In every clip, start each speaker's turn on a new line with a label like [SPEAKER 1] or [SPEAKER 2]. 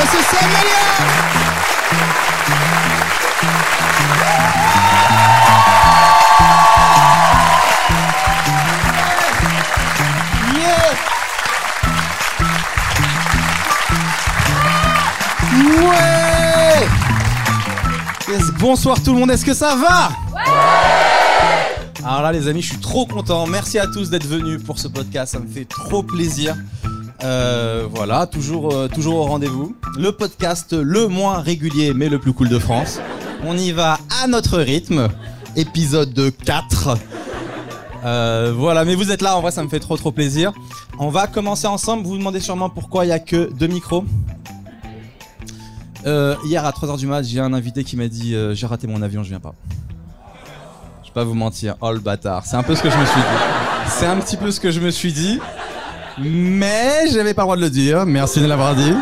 [SPEAKER 1] Christian Malia. Yeah. Ouais. Yes, Bonsoir tout le monde, est-ce que ça va alors là, les amis, je suis trop content. Merci à tous d'être venus pour ce podcast. Ça me fait trop plaisir. Euh, voilà, toujours, euh, toujours au rendez-vous. Le podcast le moins régulier, mais le plus cool de France. On y va à notre rythme. Épisode 4. Euh, voilà, mais vous êtes là, en vrai, ça me fait trop, trop plaisir. On va commencer ensemble. Vous vous demandez sûrement pourquoi il n'y a que deux micros. Euh, hier à 3h du mat, j'ai un invité qui m'a dit euh, J'ai raté mon avion, je viens pas. Je vais pas vous mentir, oh le bâtard. C'est un peu ce que je me suis dit. C'est un petit peu ce que je me suis dit. Mais j'avais pas le droit de le dire. Merci de l'avoir dit.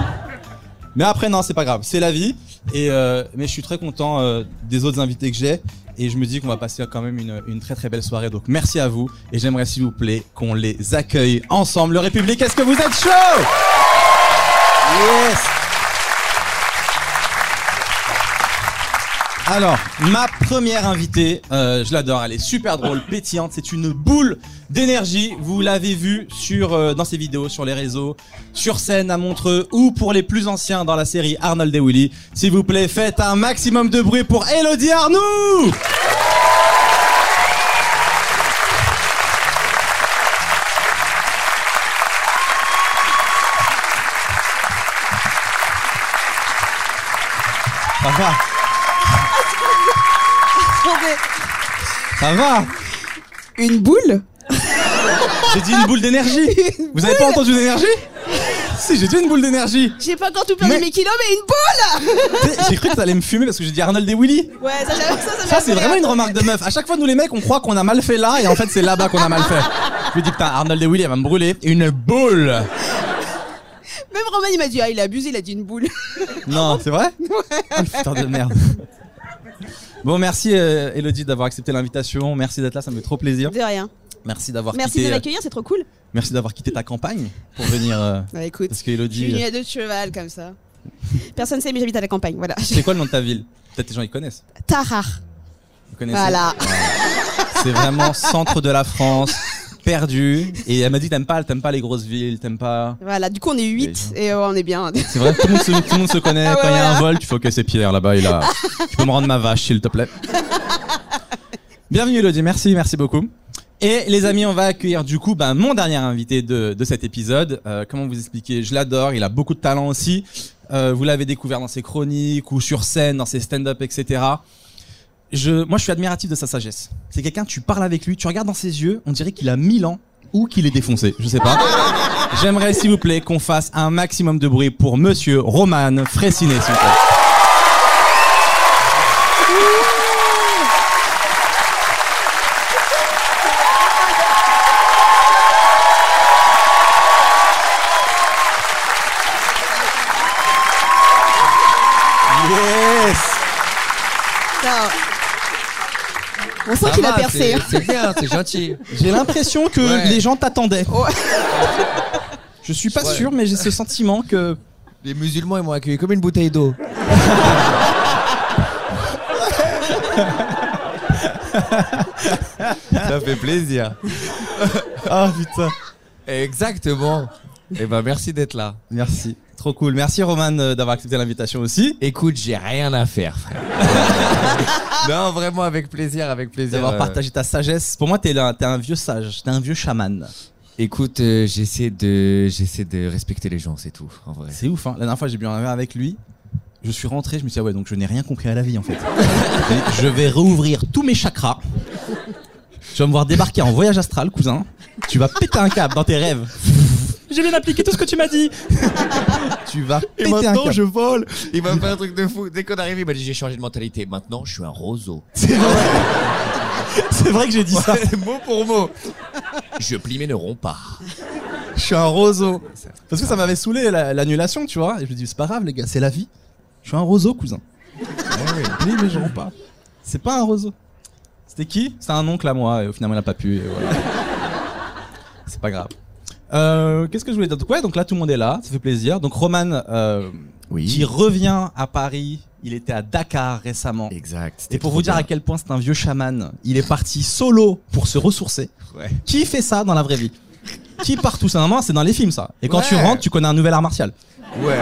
[SPEAKER 1] Mais après, non, c'est pas grave. C'est la vie. Et, euh, mais je suis très content euh, des autres invités que j'ai. Et je me dis qu'on va passer quand même une, une très très belle soirée. Donc merci à vous. Et j'aimerais s'il vous plaît qu'on les accueille ensemble. Le République, est-ce que vous êtes chaud Yes Alors, ma première invitée, euh, je l'adore, elle est super drôle, pétillante, c'est une boule d'énergie. Vous l'avez vu sur euh, dans ses vidéos, sur les réseaux, sur scène à Montreux ou pour les plus anciens dans la série Arnold et Willy. S'il vous plaît, faites un maximum de bruit pour Elodie Arnoux Ça va, ça va
[SPEAKER 2] Une boule
[SPEAKER 1] J'ai dit une boule d'énergie. Vous avez pas entendu d'énergie Si, j'ai dit une boule d'énergie.
[SPEAKER 3] J'ai pas encore tout perdu
[SPEAKER 1] Mais-
[SPEAKER 3] mes kilos, mais une boule
[SPEAKER 1] J'ai cru que t'allais me fumer parce que j'ai dit Arnold et Willy.
[SPEAKER 3] Ouais, ça, j'avoue que ça, ça,
[SPEAKER 1] Ça,
[SPEAKER 3] m'a
[SPEAKER 1] c'est
[SPEAKER 3] fait
[SPEAKER 1] vraiment
[SPEAKER 3] rire.
[SPEAKER 1] une remarque de meuf. À chaque fois, nous les mecs, on croit qu'on a mal fait là et en fait, c'est là-bas qu'on a mal fait. Je me dis, putain, Arnold et Willy, elle va me brûler. Une boule
[SPEAKER 3] Même Roman, il m'a dit, ah, il a abusé, il a dit une boule.
[SPEAKER 1] Non, c'est vrai Ah, le Putain de merde. Bon, merci euh, Elodie d'avoir accepté l'invitation. Merci d'être là, ça me fait trop plaisir.
[SPEAKER 3] De rien.
[SPEAKER 1] Merci d'avoir
[SPEAKER 3] Merci de
[SPEAKER 1] quitté, euh,
[SPEAKER 3] m'accueillir, c'est trop cool.
[SPEAKER 1] merci d'avoir quitté ta campagne pour venir. euh,
[SPEAKER 3] Bah écoute,
[SPEAKER 1] parce que
[SPEAKER 3] je suis
[SPEAKER 1] Elodie,
[SPEAKER 3] venue à deux de cheval comme ça. Personne sait, mais j'habite à la campagne, voilà.
[SPEAKER 1] c'est quoi le nom de ta ville Peut-être les gens ils connaissent.
[SPEAKER 3] Tarare.
[SPEAKER 1] Vous connaissez
[SPEAKER 3] Voilà.
[SPEAKER 1] Ah. C'est vraiment centre de la France, perdu. Et elle m'a dit t'aimes pas, t'aimes pas les grosses villes, t'aimes pas.
[SPEAKER 3] Voilà, du coup, on est 8 et euh, on est bien.
[SPEAKER 1] C'est vrai, tout le monde se, tout le monde se connaît.
[SPEAKER 3] Ah ouais,
[SPEAKER 1] Quand il y a un
[SPEAKER 3] voilà.
[SPEAKER 1] vol, tu fais OK, c'est Pierre là-bas, il a. Tu peux me rendre ma vache, s'il te plaît. Bienvenue, Elodie. Merci, merci beaucoup. Et les amis, on va accueillir du coup ben, mon dernier invité de, de cet épisode. Euh, comment vous expliquer Je l'adore, il a beaucoup de talent aussi. Euh, vous l'avez découvert dans ses chroniques ou sur scène, dans ses stand-up, etc. Je, moi, je suis admiratif de sa sagesse. C'est quelqu'un, tu parles avec lui, tu regardes dans ses yeux, on dirait qu'il a 1000 ans ou qu'il est défoncé. Je sais pas. J'aimerais, s'il vous plaît, qu'on fasse un maximum de bruit pour monsieur Roman Fressinet, s'il vous plaît. Yes!
[SPEAKER 3] Ça, On
[SPEAKER 4] Ça
[SPEAKER 3] sent qu'il a
[SPEAKER 4] va,
[SPEAKER 3] percé.
[SPEAKER 4] Ah bah, c'est-
[SPEAKER 3] hein.
[SPEAKER 4] C'est bien, c'est gentil.
[SPEAKER 1] J'ai l'impression que
[SPEAKER 4] Ouais.
[SPEAKER 1] les gens t'attendaient.
[SPEAKER 3] Ouais.
[SPEAKER 1] Je suis pas
[SPEAKER 4] Ouais.
[SPEAKER 1] sûr, mais j'ai ce sentiment que.
[SPEAKER 4] Les musulmans, ils m'ont accueilli comme une bouteille d'eau. Ça fait plaisir.
[SPEAKER 1] Ah putain.
[SPEAKER 4] Exactement. Eh ben, merci d'être là.
[SPEAKER 1] Merci. Trop cool. Merci Roman euh, d'avoir accepté l'invitation aussi.
[SPEAKER 4] Écoute, j'ai rien à faire, frère. non, vraiment, avec plaisir, avec plaisir.
[SPEAKER 1] D'avoir
[SPEAKER 4] Euh,
[SPEAKER 1] partagé ta sagesse. Pour moi, t'es un, t'es un vieux sage, t'es un vieux chaman.
[SPEAKER 4] Écoute, euh, j'essaie de, j'essaie de respecter les gens, c'est tout, en vrai.
[SPEAKER 1] C'est ouf, hein. La dernière fois, j'ai bu un verre avec lui. Je suis rentré, je me suis dit, ah ouais, donc je n'ai rien compris à la vie en fait. Et je vais réouvrir tous mes chakras. Tu vas me voir débarquer en voyage astral, cousin. Tu vas péter un câble dans tes rêves. J'ai bien appliqué tout ce que tu m'as dit. tu vas péter un câble.
[SPEAKER 4] vole. Il m'a fait un truc de fou. Dès qu'on arrive, il m'a dit j'ai changé de mentalité. Maintenant, je suis un roseau.
[SPEAKER 1] C'est vrai. C'est vrai que j'ai dit ça.
[SPEAKER 4] mot pour mot. Je plie mes neurons pas.
[SPEAKER 1] Je suis un roseau. Parce que ça m'avait saoulé la- l'annulation, tu vois. Et je me dis, c'est pas grave, les gars, c'est la vie. Je suis un roseau, cousin. Oui, mais je rends pas. C'est pas un roseau. C'était qui C'est un oncle à moi, et finalement, il a pas pu. et voilà. c'est pas grave. Euh, Qu'est-ce que je voulais dire Donc, Ouais, donc là, tout le monde est là, ça fait plaisir. Donc, Roman, euh,
[SPEAKER 4] Oui.
[SPEAKER 1] qui revient à Paris, il était à Dakar récemment.
[SPEAKER 4] Exact.
[SPEAKER 1] Et pour vous dire à quel point c'est un vieux chaman, il est parti solo pour se ressourcer.
[SPEAKER 4] Ouais.
[SPEAKER 1] Qui fait ça dans la vraie vie Qui part tout simplement C'est dans les films, ça. Et quand
[SPEAKER 4] Ouais.
[SPEAKER 1] tu rentres, tu connais un nouvel art martial.
[SPEAKER 4] Ouais.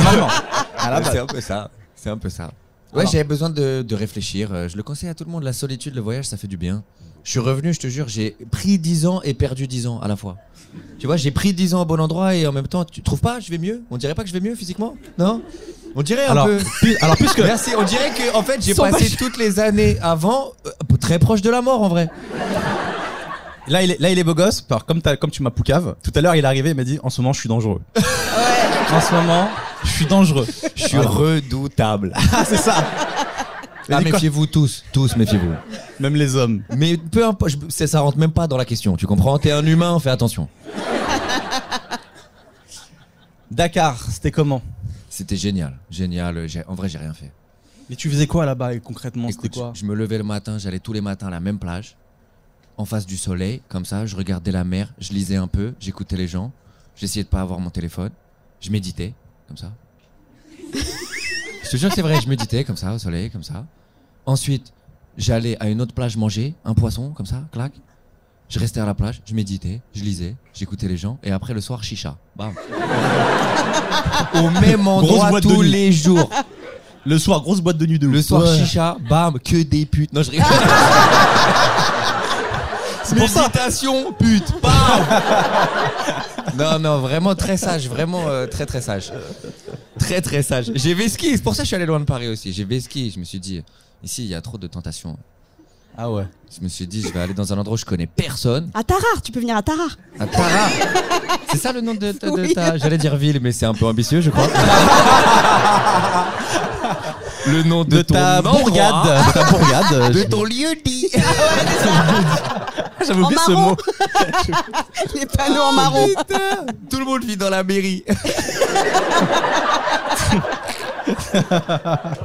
[SPEAKER 1] Normalement. À la
[SPEAKER 4] Ouais,
[SPEAKER 1] base.
[SPEAKER 4] C'est un peu ça. C'est un peu ça. Ouais,
[SPEAKER 1] Alors.
[SPEAKER 4] j'avais besoin de, de réfléchir. Euh, Je le conseille à tout le monde. La solitude, le voyage, ça fait du bien. Je suis revenu, je te jure, j'ai pris 10 ans et perdu 10 ans à la fois. Tu vois, j'ai pris 10 ans au bon endroit et en même temps, tu trouves pas Je vais mieux On dirait pas que je vais mieux physiquement Non On dirait un
[SPEAKER 1] Alors,
[SPEAKER 4] peu.
[SPEAKER 1] pu- alors, puisque.
[SPEAKER 4] Merci. On dirait que en fait, j'ai
[SPEAKER 2] Sans
[SPEAKER 4] passé
[SPEAKER 2] vache.
[SPEAKER 4] toutes les années avant euh, très proche de la mort en vrai.
[SPEAKER 1] Là, il est, là, il est beau gosse. Alors, comme, t'as- comme tu m'as poucave, tout à l'heure, il est arrivé, il m'a dit En ce moment, je suis dangereux. En ce moment, je suis dangereux.
[SPEAKER 4] Je suis redoutable.
[SPEAKER 1] Ah, c'est ça
[SPEAKER 4] Ah,
[SPEAKER 1] Mais quoi-
[SPEAKER 4] méfiez-vous tous, tous méfiez-vous.
[SPEAKER 1] Même les hommes.
[SPEAKER 4] Mais peu importe, je- c'est- ça rentre même pas dans la question. Tu comprends T'es un humain, fais attention.
[SPEAKER 1] Dakar, c'était comment
[SPEAKER 4] C'était génial, génial. J'ai- En vrai, j'ai rien fait.
[SPEAKER 1] Mais tu faisais quoi là-bas et concrètement C'était
[SPEAKER 4] Écoute,
[SPEAKER 1] quoi
[SPEAKER 4] je me levais le matin, j'allais tous les matins à la même plage, en face du soleil, comme ça, je regardais la mer, je lisais un peu, j'écoutais les gens, j'essayais de pas avoir mon téléphone, je méditais, comme ça. je te jure que c'est vrai, je méditais comme ça, au soleil, comme ça. Ensuite, j'allais à une autre plage manger un poisson, comme ça, clac. Je restais à la plage, je méditais, je lisais, j'écoutais les gens, et après le soir, chicha. Bam. Au même endroit
[SPEAKER 1] boîte de
[SPEAKER 4] tous
[SPEAKER 1] nuit.
[SPEAKER 4] les jours.
[SPEAKER 1] Le soir, grosse boîte de nuit de
[SPEAKER 4] Le
[SPEAKER 1] ouf.
[SPEAKER 4] soir,
[SPEAKER 1] Ouais.
[SPEAKER 4] chicha, bam, que des putes. Non, je rigole.
[SPEAKER 1] C'est pour ça.
[SPEAKER 4] pute, bam Non, non, vraiment très sage, vraiment euh, très très sage. Très très sage. J'ai vesqué, c'est pour ça que je suis allé loin de Paris aussi. J'ai vesqué, je me suis dit, ici il y a trop de tentations.
[SPEAKER 1] Ah ouais.
[SPEAKER 4] Je me suis dit, je vais aller dans un endroit où je connais personne.
[SPEAKER 2] À Tarare, tu peux venir à Tarare.
[SPEAKER 4] À Tara C'est ça le nom de, ta- de
[SPEAKER 2] Oui.
[SPEAKER 4] ta. J'allais dire ville, mais c'est un peu ambitieux, je crois. le nom de,
[SPEAKER 1] De
[SPEAKER 4] ton
[SPEAKER 1] ta
[SPEAKER 4] endroit,
[SPEAKER 1] bourgade. De ta bourgade.
[SPEAKER 4] De Ah,
[SPEAKER 1] j'ai-
[SPEAKER 4] ton lieu dit.
[SPEAKER 1] J'avais oublié
[SPEAKER 2] En
[SPEAKER 1] ce
[SPEAKER 2] marron.
[SPEAKER 1] mot.
[SPEAKER 2] Les panneaux en marron.
[SPEAKER 4] Putain, Tout le monde vit dans la mairie. Oh, Ah,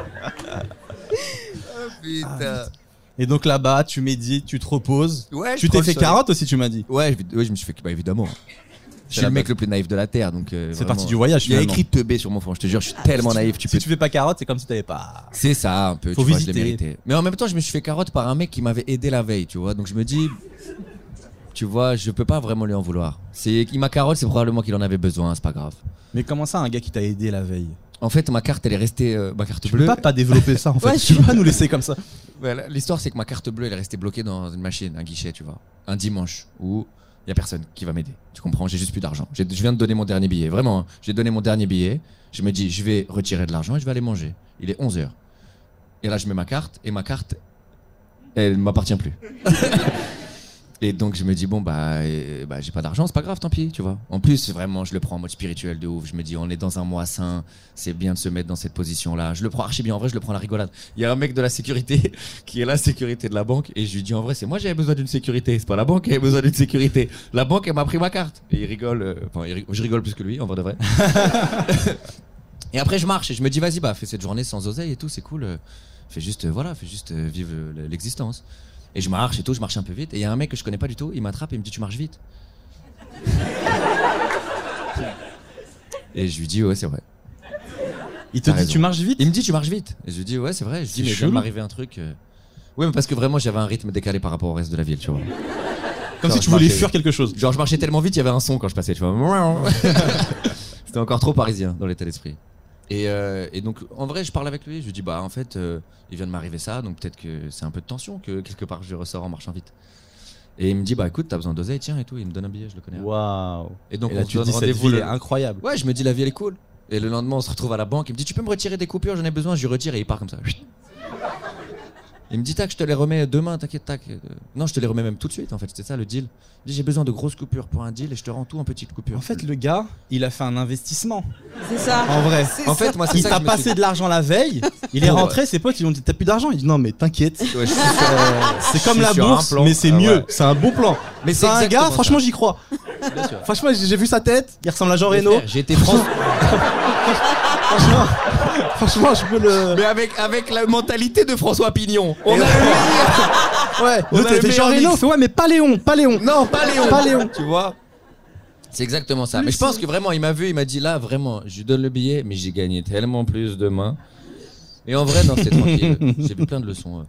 [SPEAKER 4] Putain.
[SPEAKER 1] Et donc là-bas, tu médites, tu te reposes.
[SPEAKER 4] Ouais, je
[SPEAKER 1] tu
[SPEAKER 4] prends
[SPEAKER 1] t'es
[SPEAKER 4] le
[SPEAKER 1] fait
[SPEAKER 4] soleil.
[SPEAKER 1] carotte aussi, tu m'as dit.
[SPEAKER 4] Ouais, je, ouais, je me suis fait bah, évidemment. Je suis
[SPEAKER 1] la
[SPEAKER 4] le mec le plus naïf de la terre, donc. euh,
[SPEAKER 1] C'est
[SPEAKER 4] vraiment.
[SPEAKER 1] parti du voyage,
[SPEAKER 4] Il y a
[SPEAKER 1] finalement.
[SPEAKER 4] écrit teubé sur mon front. Je te jure, je suis tellement naïf. Tu
[SPEAKER 1] si
[SPEAKER 4] peux.
[SPEAKER 1] tu fais pas carotte, c'est comme si t'avais pas.
[SPEAKER 4] C'est ça un peu.
[SPEAKER 1] Faut
[SPEAKER 4] tu vois, je l'ai
[SPEAKER 1] visiter.
[SPEAKER 4] mérité. Mais en même temps, je me suis fait carotte par un mec qui m'avait aidé la veille, tu vois. Donc je me dis, tu vois, je peux pas vraiment lui en vouloir. C'est, il m'a carotte, c'est probablement qu'il en avait besoin. C'est pas grave.
[SPEAKER 1] Mais comment ça, un gars qui t'a aidé la veille
[SPEAKER 4] En fait, ma carte, elle est restée, euh, ma carte
[SPEAKER 1] Tu peux
[SPEAKER 4] bleue.
[SPEAKER 1] pas pas développer ça en fait.
[SPEAKER 2] Ouais,
[SPEAKER 1] tu peux pas nous laisser comme ça.
[SPEAKER 4] Voilà, L'histoire, c'est que ma carte bleue, elle est restée bloquée dans une machine, un guichet, tu vois. Un dimanche où il y a personne qui va m'aider. Tu comprends J'ai juste plus d'argent. J'ai- Je viens de donner mon dernier billet. Vraiment, hein. j'ai donné mon dernier billet. Je me dis, je vais retirer de l'argent et je vais aller manger. Il est 11h. Et là, je mets ma carte et ma carte, elle m'appartient plus. et donc, je me dis, bon, bah, euh, bah j'ai pas d'argent, c'est pas grave, tant pis, tu vois. En plus, vraiment, je le prends en mode spirituel de ouf. Je me dis, on est dans un mois sain, c'est bien de se mettre dans cette position-là. Je le prends archi bien. En vrai, je le prends à la rigolade. Il y a un mec de la sécurité qui est la sécurité de la banque et je lui dis en vrai c'est moi j'avais besoin d'une sécurité c'est pas la banque qui avait besoin d'une sécurité la banque elle m'a pris ma carte et il rigole euh, enfin il ri- je rigole plus que lui en vrai de vrai et après je marche et je me dis vas-y bah fais cette journée sans oseille et tout c'est cool euh, fais juste euh, voilà fais juste euh, vivre euh, l'existence et je marche et tout je marche un peu vite et il y a un mec que je connais pas du tout il m'attrape et il me dit tu marches vite et je lui dis ouais c'est vrai
[SPEAKER 1] Il te
[SPEAKER 4] T'as
[SPEAKER 1] dit
[SPEAKER 4] raison.
[SPEAKER 1] tu marches vite.
[SPEAKER 4] il me dit tu marches vite. Et je lui dis ouais c'est vrai. Je
[SPEAKER 1] C'est
[SPEAKER 4] dis mais il vient de
[SPEAKER 1] chelou.
[SPEAKER 4] m'arriver un truc. euh. Ouais mais parce que vraiment j'avais un rythme décalé par rapport au reste de la ville tu vois.
[SPEAKER 1] Comme
[SPEAKER 4] Genre,
[SPEAKER 1] si tu
[SPEAKER 4] je
[SPEAKER 1] voulais
[SPEAKER 4] marchais.
[SPEAKER 1] fuir quelque chose.
[SPEAKER 4] Genre je marchais tellement vite il y avait un son quand je passais tu vois. C'était encore trop parisien dans l'état d'esprit. Et, euh, et donc en vrai je parle avec lui. Je lui dis bah en fait euh, il vient de m'arriver ça donc peut-être que c'est un peu de tension que quelque part je ressors en marchant vite. Et il me dit bah écoute t'as besoin d'oseille tiens et tout il me donne un billet je le connais.
[SPEAKER 1] Waouh.
[SPEAKER 4] Et donc
[SPEAKER 1] Et là,
[SPEAKER 4] on se
[SPEAKER 1] tu te
[SPEAKER 4] donne
[SPEAKER 1] dis cette
[SPEAKER 4] rendez-vous
[SPEAKER 1] ville est
[SPEAKER 4] le,
[SPEAKER 1] incroyable.
[SPEAKER 4] Ouais, je me dis la vie elle est cool. Et le lendemain, on se retrouve à la banque. Il me dit Tu peux me retirer des coupures J'en ai besoin. Je lui retire et il part comme ça. Il me dit Tac, je te les remets demain, t'inquiète, tac. Euh, Non, je te les remets même tout de suite en fait. C'était ça le deal. Il me dit J'ai besoin de grosses coupures pour un deal et je te rends tout en petites coupures.
[SPEAKER 1] En fait, le gars, il a fait un investissement.
[SPEAKER 2] C'est ça.
[SPEAKER 1] En vrai.
[SPEAKER 4] En fait, moi, c'est
[SPEAKER 1] Il
[SPEAKER 4] ça.
[SPEAKER 1] t'a
[SPEAKER 4] que je me suis
[SPEAKER 1] passé de l'argent la veille, il est
[SPEAKER 4] Ouais.
[SPEAKER 1] rentré, ses potes ils lui ont dit t'as plus d'argent, il dit non mais t'inquiète,
[SPEAKER 4] dit. Ouais, je suis sûr. euh,
[SPEAKER 1] c'est comme
[SPEAKER 4] suis
[SPEAKER 1] la
[SPEAKER 4] sur un
[SPEAKER 1] bourse
[SPEAKER 4] plan.
[SPEAKER 1] mais c'est
[SPEAKER 4] Ah
[SPEAKER 1] mieux,
[SPEAKER 4] ouais.
[SPEAKER 1] c'est un bon plan.
[SPEAKER 4] Mais
[SPEAKER 1] C'est un
[SPEAKER 4] exactement
[SPEAKER 1] gars,
[SPEAKER 4] ça.
[SPEAKER 1] franchement j'y crois. Franchement j'ai j'ai vu sa tête, il ressemble à Jean
[SPEAKER 4] Mais
[SPEAKER 1] Reno.
[SPEAKER 4] frère, J'ai été trans-
[SPEAKER 1] Franchement, franchement je peux le...
[SPEAKER 4] Mais avec, avec la mentalité de François Pignon. On
[SPEAKER 1] Et
[SPEAKER 4] a
[SPEAKER 1] ouais.
[SPEAKER 4] eu-
[SPEAKER 1] Ouais,
[SPEAKER 4] On a
[SPEAKER 1] l'autre,
[SPEAKER 4] le
[SPEAKER 1] c'était Jean
[SPEAKER 4] meilleur
[SPEAKER 1] Reno,
[SPEAKER 4] mix.
[SPEAKER 1] il fait ouais mais pas Léon, pas Léon.
[SPEAKER 4] Non, pas Léon.
[SPEAKER 1] Pas Léon.
[SPEAKER 4] Tu vois C'est exactement ça.
[SPEAKER 2] Plus
[SPEAKER 4] mais je pense
[SPEAKER 2] c'est-
[SPEAKER 4] que vraiment, il m'a vu, il m'a dit là, vraiment, je lui donne le billet, mais j'ai gagné tellement plus demain. Et en vrai, non, c'est tranquille. J'ai vu plein de leçons. euh.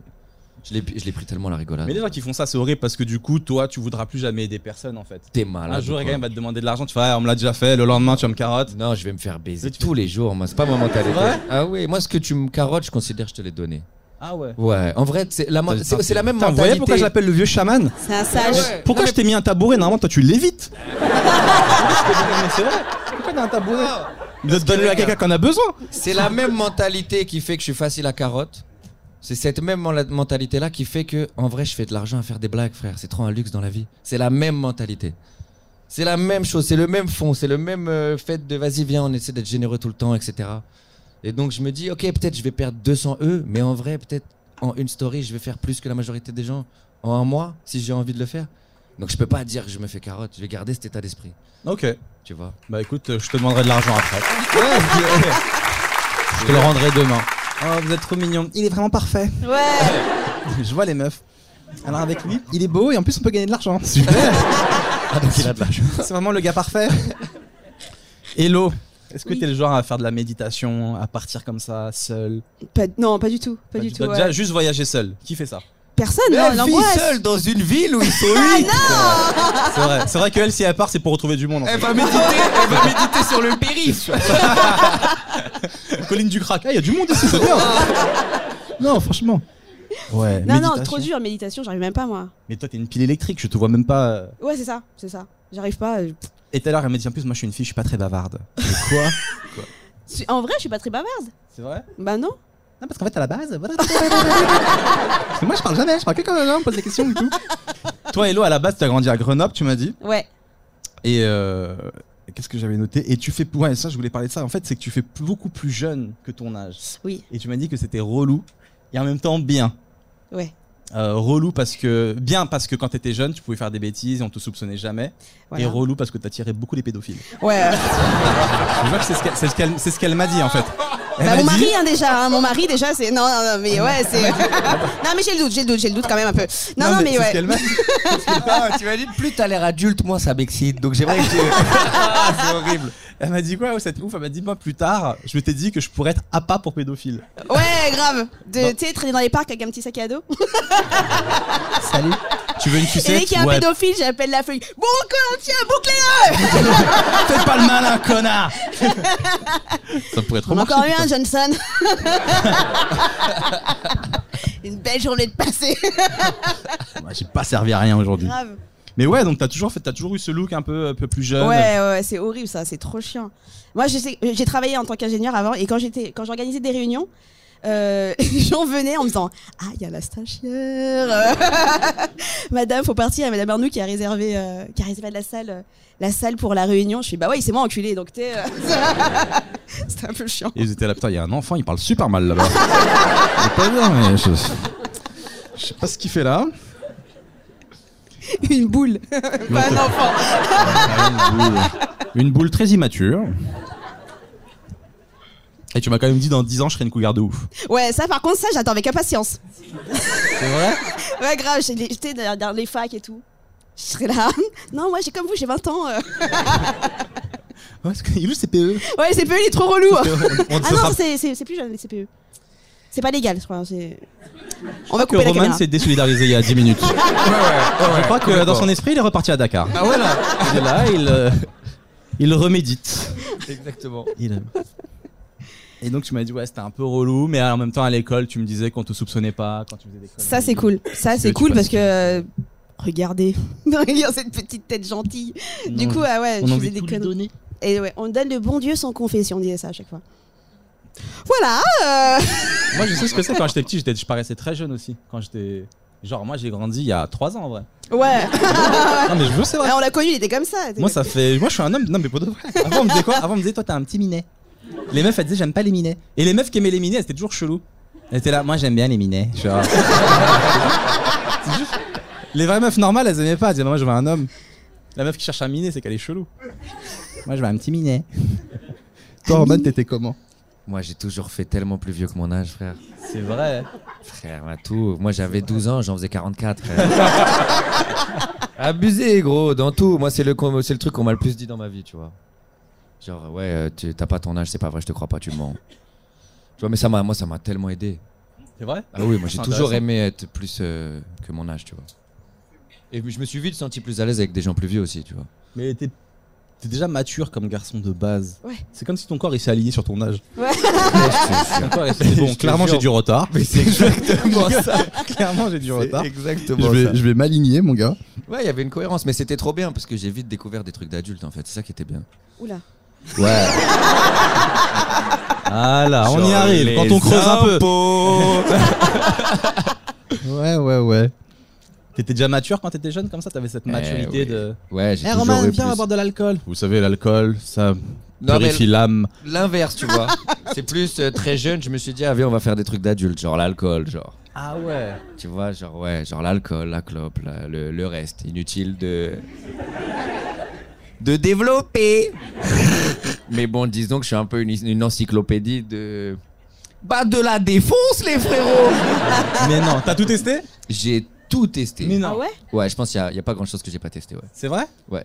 [SPEAKER 4] Je l'ai je l'ai pris tellement à la rigolade.
[SPEAKER 1] Mais les gens qui font ça, c'est horrible parce que du coup, toi, tu voudras plus jamais aider personne en fait.
[SPEAKER 4] T'es malade.
[SPEAKER 1] Un jour,
[SPEAKER 4] quoi.
[SPEAKER 1] quelqu'un va te demander de l'argent, tu fais, ah, on me l'a déjà fait, le lendemain, tu vas me carotte.
[SPEAKER 4] Non, je vais me faire baiser
[SPEAKER 1] Mais tu-
[SPEAKER 4] tous les jours, moi. C'est pas ma mentalité.
[SPEAKER 1] C'est vrai
[SPEAKER 4] Ah oui, moi, ce que tu me carottes, je considère que je te l'ai donné.
[SPEAKER 1] Ah ouais.
[SPEAKER 4] Ouais, en vrai, c'est la, mo-
[SPEAKER 1] Putain,
[SPEAKER 4] c'est c'est la même
[SPEAKER 1] Putain, vous
[SPEAKER 4] mentalité.
[SPEAKER 1] voyez pourquoi je l'appelle le vieux chaman
[SPEAKER 2] C'est un sage.
[SPEAKER 1] Pourquoi je t'ai mis un tabouret Normalement, toi, tu l'évites. Mais c'est vrai. Pourquoi t'as un tabouret
[SPEAKER 4] Ah
[SPEAKER 1] Donne-le à quelqu'un qui en a besoin.
[SPEAKER 4] C'est la même mentalité qui fait que je suis facile à carotte. C'est cette même men- mentalité-là qui fait que, en vrai, je fais de l'argent à faire des blagues, frère. C'est trop un luxe dans la vie. C'est la même mentalité. C'est la même chose, c'est le même fond, c'est le même euh, fait de vas-y, viens, on essaie d'être généreux tout le temps, etc. Et donc, je me dis, ok, peut-être je vais perdre 200 E, mais en vrai, peut-être en une story, je vais faire plus que la majorité des gens en un mois, si j'ai envie de le faire. Donc, je peux pas dire que je me fais carotte. Je vais garder cet état d'esprit,
[SPEAKER 1] Ok.
[SPEAKER 4] tu vois.
[SPEAKER 1] Bah écoute, euh, je te demanderai de l'argent après. Je te
[SPEAKER 4] le
[SPEAKER 1] le rendrai demain. Oh, vous êtes trop mignon. Il est vraiment parfait.
[SPEAKER 2] Ouais.
[SPEAKER 1] Je vois les meufs. Alors avec lui, il est beau et en plus on peut gagner de l'argent. Super.
[SPEAKER 4] Ah, donc il a de l'argent.
[SPEAKER 1] C'est vraiment le gars parfait. Hello. Est-ce que t'es le genre à faire de la méditation, à partir comme ça, seul
[SPEAKER 2] Pas- non, pas du tout. Pas du tout.
[SPEAKER 1] Bah, Déjà,
[SPEAKER 2] ouais.
[SPEAKER 1] juste voyager seul. Qui fait ça
[SPEAKER 2] Personne,
[SPEAKER 4] La
[SPEAKER 2] non,
[SPEAKER 4] fille
[SPEAKER 2] l'angoisse. Ah
[SPEAKER 4] seule dans une ville où ils sont huit.
[SPEAKER 1] C'est vrai. C'est vrai qu'elle, si elle part, c'est pour retrouver du monde. En
[SPEAKER 4] Elle
[SPEAKER 1] fait.
[SPEAKER 4] va méditer, elle va méditer sur le périph.
[SPEAKER 1] Colline du crack. Ah, il y a du monde ici, c'est bien. non, franchement. Ouais.
[SPEAKER 2] Non, non,
[SPEAKER 1] méditation.
[SPEAKER 2] trop dur, méditation, j'arrive même pas, moi.
[SPEAKER 1] Mais toi, t'es une pile électrique. Je te vois même pas. euh,
[SPEAKER 2] Ouais, c'est ça, c'est ça. J'arrive pas. euh, pff.
[SPEAKER 1] Et tout à l'heure, elle m'a dit en plus, moi, je suis une fille, je suis pas très bavarde. Mais quoi
[SPEAKER 2] Je- En vrai, je suis pas très bavarde.
[SPEAKER 1] C'est vrai
[SPEAKER 2] Bah non.
[SPEAKER 1] Non, parce qu'en fait, à la base. voilà. Parce que moi, je parle jamais, je parle que quand même, on me pose des questions et tout. Toi, Hello, à la base, t'as grandi à Grenoble, tu m'as dit.
[SPEAKER 2] Ouais.
[SPEAKER 1] Et euh, qu'est-ce que j'avais noté Et tu fais. Ouais, ça, je voulais parler de ça. En fait, c'est que tu fais beaucoup plus jeune que ton âge.
[SPEAKER 2] Oui.
[SPEAKER 1] Et tu m'as dit que c'était relou et en même temps bien.
[SPEAKER 2] Ouais.
[SPEAKER 1] Euh, relou parce que. Bien parce que quand t'étais jeune, tu pouvais faire des bêtises et on te soupçonnait jamais.
[SPEAKER 2] Voilà.
[SPEAKER 1] Et relou parce que t'attirais beaucoup les pédophiles.
[SPEAKER 2] Ouais. euh,
[SPEAKER 1] Je vois que c'est ce qu'elle- c'est ce qu'elle c'est ce qu'elle m'a dit en fait. Elle
[SPEAKER 2] Bah,
[SPEAKER 1] m'a
[SPEAKER 2] mon
[SPEAKER 1] dit-
[SPEAKER 2] mari, hein, déjà. hein, mon mari, déjà, c'est. Non, non, non, mais ouais, c'est. non, mais j'ai le doute, j'ai le doute, j'ai le doute quand même un peu. Non, non, mais,
[SPEAKER 1] c'est
[SPEAKER 2] ouais.
[SPEAKER 1] ce qu'elle m'a dit.
[SPEAKER 4] tu m'as dit plus t'as l'air adulte, moins ça m'excite. Donc j'aimerais que tu... c'est horrible.
[SPEAKER 1] Ah, Elle m'a dit quoi ouais, cette ouf Elle m'a dit moi plus tard, je m'étais dit que je pourrais être appât pour pédophile.
[SPEAKER 2] Ouais, grave. De- Tu sais, traîner dans les parcs avec un petit sac à dos.
[SPEAKER 1] Salut. Tu veux une
[SPEAKER 2] Et dès
[SPEAKER 1] sucette
[SPEAKER 2] qu'il y a un
[SPEAKER 1] Ouais,
[SPEAKER 2] pédophile, j'appelle la feuille. Bon, on tient, bouclez
[SPEAKER 1] Fais pas le malin, connard. Ça pourrait être
[SPEAKER 2] On a
[SPEAKER 1] remarqué.
[SPEAKER 2] encore eu un, Johnson. Une belle journée de passé.
[SPEAKER 1] Moi, J'ai pas servi à rien aujourd'hui.
[SPEAKER 2] Grave.
[SPEAKER 1] Mais ouais, donc t'as toujours fait, t'as toujours eu ce look un peu, un peu plus jeune.
[SPEAKER 2] Ouais, ouais, c'est horrible ça, c'est trop chiant. Moi, je sais- j'ai travaillé en tant qu'ingénieur avant et quand j'étais, quand j'organisais des réunions, euh, les gens venaient en me disant Ah, il y a la stagiaire Madame, faut partir, il y a Madame Arnoux qui a réservé, euh, qui a réservé la salle, euh, la salle pour la réunion. Je suis Bah ouais, c'est moi enculé, donc t'es. euh, C'était un peu chiant.
[SPEAKER 1] Et ils étaient là, putain, il y a un enfant, il parle super mal là-bas. C'est pas bien, mais je... je sais pas ce qu'il fait là.
[SPEAKER 2] Une boule, pas un enfant.
[SPEAKER 1] Une boule très immature. Et tu m'as quand même dit dans 10 ans, je serai une cougar de ouf.
[SPEAKER 2] Ouais, ça par contre, ça j'attends avec impatience.
[SPEAKER 1] C'est vrai
[SPEAKER 2] Ouais, grave, j'ai- j'étais dans, dans les facs et tout. Je serais là. Non, moi, j'ai comme vous, j'ai 20 ans. euh.
[SPEAKER 1] Ouais, parce que il est où le E CPE
[SPEAKER 2] Ouais, le CPE, E, il est trop relou.
[SPEAKER 1] On- on-
[SPEAKER 2] Ah
[SPEAKER 1] ce
[SPEAKER 2] non,
[SPEAKER 1] sera-
[SPEAKER 2] ça, c'est- c'est c'est plus jeune, les CPE. C'est pas légal, je crois. c'est- On va
[SPEAKER 1] que
[SPEAKER 2] couper la
[SPEAKER 1] Roman
[SPEAKER 2] caméra.
[SPEAKER 1] s'est désolidarisé il y a 10 minutes. Je crois que dans son esprit, il est reparti à Dakar.
[SPEAKER 4] Ah voilà.
[SPEAKER 1] Il est là, il, euh, il remédite.
[SPEAKER 4] Exactement.
[SPEAKER 1] Il- Et donc tu m'as dit, ouais, c'était un peu relou, mais en même temps à l'école, tu me disais qu'on te soupçonnait pas quand tu faisais des conneries.
[SPEAKER 2] Ça, c'est cool. Ça,
[SPEAKER 1] Parce que
[SPEAKER 2] c'est
[SPEAKER 1] tu
[SPEAKER 2] cool
[SPEAKER 1] passes-
[SPEAKER 2] parce que. euh, Regardez, Regarde cette petite tête gentille. Du
[SPEAKER 1] Non,
[SPEAKER 2] coup, ah ouais,
[SPEAKER 1] on
[SPEAKER 2] je
[SPEAKER 1] a
[SPEAKER 2] faisais
[SPEAKER 1] envie de
[SPEAKER 2] des
[SPEAKER 1] tout lui
[SPEAKER 2] conneries.
[SPEAKER 1] donner.
[SPEAKER 2] Et ouais, on donne le bon Dieu sans confession, on disait ça à chaque fois. Voilà. euh,
[SPEAKER 1] Moi, je sais ce que c'est quand j'étais petit, j'étais, je paraissais très jeune aussi. Quand j'étais. Genre, moi, j'ai grandi il y a 3 ans en vrai.
[SPEAKER 2] euh, Ouais.
[SPEAKER 1] Non, mais je veux, c'est vrai.
[SPEAKER 2] Ah, on l'a connu, il était comme ça.
[SPEAKER 1] Moi, ça fait. Moi, je suis un homme. Non, mais pour de vrai. Avant, on me disait quoi Avant, on me disait, toi, t'as un petit minet. Les meufs, elles disaient, j'aime pas les minets. Et les meufs qui aimaient les minets, elles étaient toujours chelou. Elles étaient là, moi, j'aime bien les minets. Je suis là. C'est juste- Les vraies meufs normales, elles aimaient pas. Elles disaient, moi, je veux un homme. La meuf qui cherche un minet, c'est qu'elle est chelou. Moi, je veux un petit minet. Toi, Roman, t'étais comment
[SPEAKER 4] Moi, j'ai toujours fait tellement plus vieux que mon âge, frère.
[SPEAKER 1] C'est vrai.
[SPEAKER 4] Frère, ma tout. Moi, j'avais 12 ans, j'en faisais 44. Frère. Abusé, gros, dans tout. Moi, c'est le, com- c'est le truc qu'on m'a le plus dit dans ma vie, tu vois. Genre, ouais, euh, tu t'as pas ton âge, c'est pas vrai, je te crois pas, tu mens. Tu vois, mais ça m'a, moi, ça m'a tellement aidé.
[SPEAKER 1] C'est vrai
[SPEAKER 4] Ah oui, moi, j'ai
[SPEAKER 1] C'est
[SPEAKER 4] toujours aimé être plus euh, que mon âge, tu vois. Et je me suis vite senti plus à l'aise avec des gens plus vieux aussi, tu vois.
[SPEAKER 1] Mais t'es t'es déjà mature comme garçon de base.
[SPEAKER 2] Ouais.
[SPEAKER 1] C'est comme si ton corps il s'est aligné sur ton âge.
[SPEAKER 4] Je te jure.
[SPEAKER 1] bon, clairement j'ai du retard.
[SPEAKER 4] Mais c'est exactement ça.
[SPEAKER 1] clairement j'ai du retard.
[SPEAKER 4] Exactement
[SPEAKER 5] Je vais, je vais m'aligner, mon gars.
[SPEAKER 4] Ouais, il y avait une cohérence, mais c'était trop bien parce que j'ai vite découvert des trucs d'adultes en fait. C'est ça qui était bien.
[SPEAKER 2] Oula.
[SPEAKER 4] Ouais.
[SPEAKER 1] Ah là, on y arrive quand on creuse un peu.
[SPEAKER 5] Ouais, ouais, ouais.
[SPEAKER 1] T'étais déjà mature quand t'étais jeune comme ça T'avais cette maturité
[SPEAKER 4] oui.
[SPEAKER 1] de.
[SPEAKER 4] Ouais, j'ai
[SPEAKER 1] Eh
[SPEAKER 4] toujours
[SPEAKER 1] Romain,
[SPEAKER 4] eu
[SPEAKER 1] viens on
[SPEAKER 4] plus.
[SPEAKER 1] va boire de l'alcool. Vous savez, l'alcool, ça
[SPEAKER 4] Non, mais
[SPEAKER 1] purifie l'âme.
[SPEAKER 4] L'inverse, tu vois. C'est plus euh, très jeune. Je me suis dit, ah viens, on va faire des trucs d'adultes, genre l'alcool, genre.
[SPEAKER 1] Ah ouais.
[SPEAKER 4] Tu vois, genre ouais, genre l'alcool, la clope, la- le, le reste. Inutile de de développer. mais bon, disons que je suis un peu une, une encyclopédie de bah de la défonce, les frérots.
[SPEAKER 1] Mais non, t'as tout testé
[SPEAKER 4] J'ai tout testé.
[SPEAKER 1] Mais non.
[SPEAKER 2] Ah ouais
[SPEAKER 4] Ouais, je pense qu'il n'y a, pas grand chose que j'ai pas testé. Ouais.
[SPEAKER 1] C'est vrai
[SPEAKER 4] Ouais.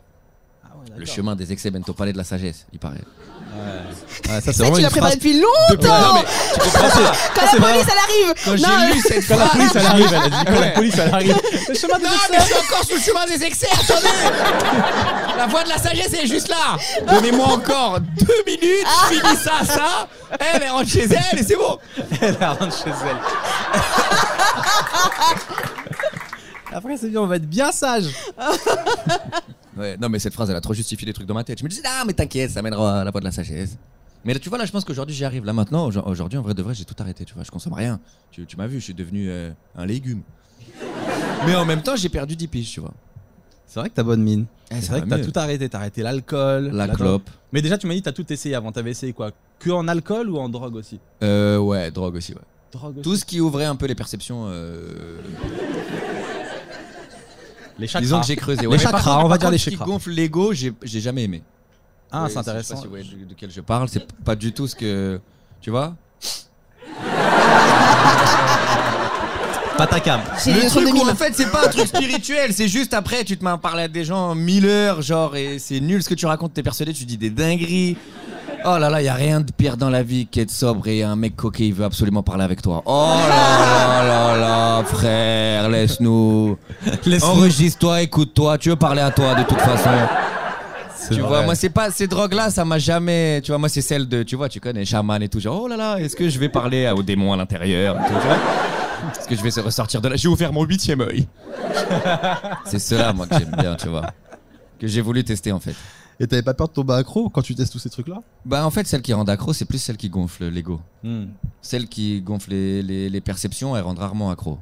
[SPEAKER 1] Ah ouais, d'accord.
[SPEAKER 4] Le chemin des excès bento palais de la sagesse, il paraît.
[SPEAKER 1] Ouais, ça c'est
[SPEAKER 2] Ça,
[SPEAKER 1] vraiment
[SPEAKER 2] tu
[SPEAKER 1] une
[SPEAKER 2] l'as préparé
[SPEAKER 1] phrase.
[SPEAKER 2] depuis longtemps
[SPEAKER 1] Depuis- Non, mais tu comprends, c'est-
[SPEAKER 2] Quand
[SPEAKER 1] ça, c'est
[SPEAKER 2] la
[SPEAKER 1] vraiment-
[SPEAKER 2] police, elle
[SPEAKER 4] Quand
[SPEAKER 2] arrive
[SPEAKER 4] j'ai
[SPEAKER 2] Non,
[SPEAKER 4] lu cette
[SPEAKER 1] Quand la
[SPEAKER 4] phrase,
[SPEAKER 1] police elle arrive, elle a dit. Quand la police elle arrive. euh, Le chemin des
[SPEAKER 4] mais je suis encore sous le chemin des excès, attendez La voie de la sagesse est juste là Donnez-moi encore deux minutes, je finis ça, ça, elle est rentre chez elle et c'est bon
[SPEAKER 1] Elle rentre chez elle. Après, c'est bien, on va être bien sage.
[SPEAKER 4] Ouais, non mais cette phrase elle a trop justifié les trucs dans ma tête. Je me disais, ah mais t'inquiète, ça mènera à la voie de la sagesse. Mais là, tu vois, là je pense qu'aujourd'hui j'y arrive. Là maintenant, au- aujourd'hui en vrai de vrai, j'ai tout arrêté, tu vois, je consomme rien. Tu, tu m'as vu, je suis devenu euh, un légume. Mais en même temps, j'ai perdu 10 piges, tu vois.
[SPEAKER 1] C'est vrai que t'as bonne mine.
[SPEAKER 4] Eh,
[SPEAKER 1] c'est
[SPEAKER 4] ça
[SPEAKER 1] vrai
[SPEAKER 4] va
[SPEAKER 1] que t'as
[SPEAKER 4] mieux.
[SPEAKER 1] tout arrêté. T'as arrêté l'alcool,
[SPEAKER 4] La
[SPEAKER 1] drogue.
[SPEAKER 4] clope.
[SPEAKER 1] Mais déjà, tu m'as dit t'as tout essayé avant. T'avais essayé quoi Que en alcool ou en drogue aussi
[SPEAKER 4] Euh, ouais, drogue aussi, ouais.
[SPEAKER 1] Drogue aussi.
[SPEAKER 4] Tout ce qui ouvrait un peu les perceptions. euh,
[SPEAKER 1] Les chakras.
[SPEAKER 4] Disons que j'ai creusé.
[SPEAKER 1] Les
[SPEAKER 4] mais par
[SPEAKER 1] chakras,
[SPEAKER 4] contre-
[SPEAKER 1] on va
[SPEAKER 4] par
[SPEAKER 1] dire
[SPEAKER 4] contre,
[SPEAKER 1] les
[SPEAKER 4] ce qui
[SPEAKER 1] chakras.
[SPEAKER 4] gonfle l'ego, j'ai j'ai jamais aimé.
[SPEAKER 1] Ah,
[SPEAKER 4] Ouais,
[SPEAKER 1] c'est intéressant.
[SPEAKER 4] Je sais pas si vous voyez de, de quel je parle, c'est pas du tout ce que. Tu vois
[SPEAKER 1] Pas ta cam.
[SPEAKER 2] J'ai
[SPEAKER 4] Le
[SPEAKER 2] le son
[SPEAKER 4] truc
[SPEAKER 2] de
[SPEAKER 4] où, en
[SPEAKER 2] mime.
[SPEAKER 4] fait, c'est pas un truc spirituel, c'est juste après, tu te mets à parler à des gens mille heures, genre, et c'est nul ce que tu racontes, t'es persuadé, tu dis des dingueries. Oh là là, y a rien de pire dans la vie qu'être sobre et un mec coquet, il veut absolument parler avec toi. Oh là là là là, frère, laisse-nous. Enregistre-toi, écoute-toi, tu veux parler à toi de toute façon. Tu vois, moi c'est pas ces drogues là, ça m'a jamais. Tu vois, moi c'est celle de, tu vois, tu connais chaman et tout. Genre, oh là là, est-ce que je vais parler aux démons à l'intérieur et tout, tu vois Est-ce que je vais se ressortir de là J'ai ouvert mon huitième œil. c'est cela, moi que j'aime bien, tu vois, que j'ai voulu tester en fait.
[SPEAKER 5] Et t'avais pas peur de tomber accro quand tu testes tous ces trucs-là
[SPEAKER 4] Bah en fait, celle qui rend accro, c'est plus celle qui gonfle l'ego.
[SPEAKER 1] Hmm.
[SPEAKER 4] Celle qui gonfle les, les- les perceptions, elle rend rarement accro.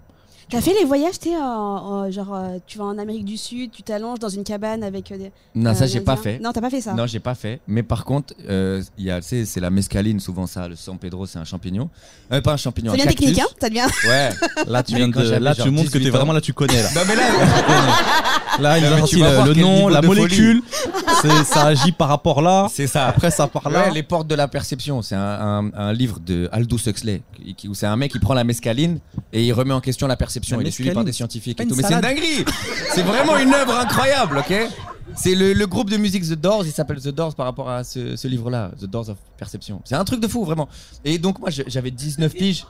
[SPEAKER 2] T'as fait les voyages, t'es en- en- genre, euh, tu vas en Amérique du Sud, tu t'allonges dans une cabane avec euh, des.
[SPEAKER 4] Non,
[SPEAKER 2] euh,
[SPEAKER 4] ça j'ai
[SPEAKER 2] des
[SPEAKER 4] pas
[SPEAKER 2] Indiens.
[SPEAKER 4] fait.
[SPEAKER 2] Non, t'as pas fait ça.
[SPEAKER 4] Non, j'ai pas fait. Mais par contre, euh, il y a, tu sais, c'est la mescaline souvent ça. Le San Pedro, c'est un champignon. Euh, pas un champignon.
[SPEAKER 2] C'est
[SPEAKER 4] un
[SPEAKER 2] bien technique, hein
[SPEAKER 4] cactus.
[SPEAKER 2] Ça devient.
[SPEAKER 4] Ouais.
[SPEAKER 1] Là, tu
[SPEAKER 4] Mais
[SPEAKER 1] viens
[SPEAKER 4] quand
[SPEAKER 1] de.
[SPEAKER 4] j'avais
[SPEAKER 1] Là, tu
[SPEAKER 4] genre
[SPEAKER 1] montres que t'es
[SPEAKER 4] 18 ans.
[SPEAKER 1] vraiment là, tu connais là.
[SPEAKER 4] Non mais là,
[SPEAKER 1] Là, il
[SPEAKER 4] Non,
[SPEAKER 1] nous a
[SPEAKER 4] mais
[SPEAKER 1] sorti
[SPEAKER 4] tu vas
[SPEAKER 1] le,
[SPEAKER 4] voir
[SPEAKER 1] le
[SPEAKER 4] quel
[SPEAKER 1] nom,
[SPEAKER 4] niveau
[SPEAKER 1] la
[SPEAKER 4] de folie.
[SPEAKER 1] molécule. C'est- ça agit par rapport là.
[SPEAKER 4] c'est ça.
[SPEAKER 1] Après, ça par là.
[SPEAKER 4] Ouais, les portes de la perception, c'est un, un- un livre de Aldous Huxley qui- qui- où c'est un mec qui prend la mescaline et il remet en question la perception.
[SPEAKER 1] La
[SPEAKER 4] il est suivi
[SPEAKER 1] mescaline,
[SPEAKER 4] par des
[SPEAKER 1] c'est
[SPEAKER 4] scientifiques
[SPEAKER 1] pas
[SPEAKER 4] et
[SPEAKER 1] une
[SPEAKER 4] tout. Mais c'est une
[SPEAKER 1] salade.
[SPEAKER 4] dinguerie. c'est vraiment une œuvre incroyable, ok C'est le, le groupe de musique The Doors. Il s'appelle The Doors par rapport à ce, ce livre-là, The Doors of Perception. C'est un truc de fou, vraiment. Et donc moi, je- j'avais 19 piges.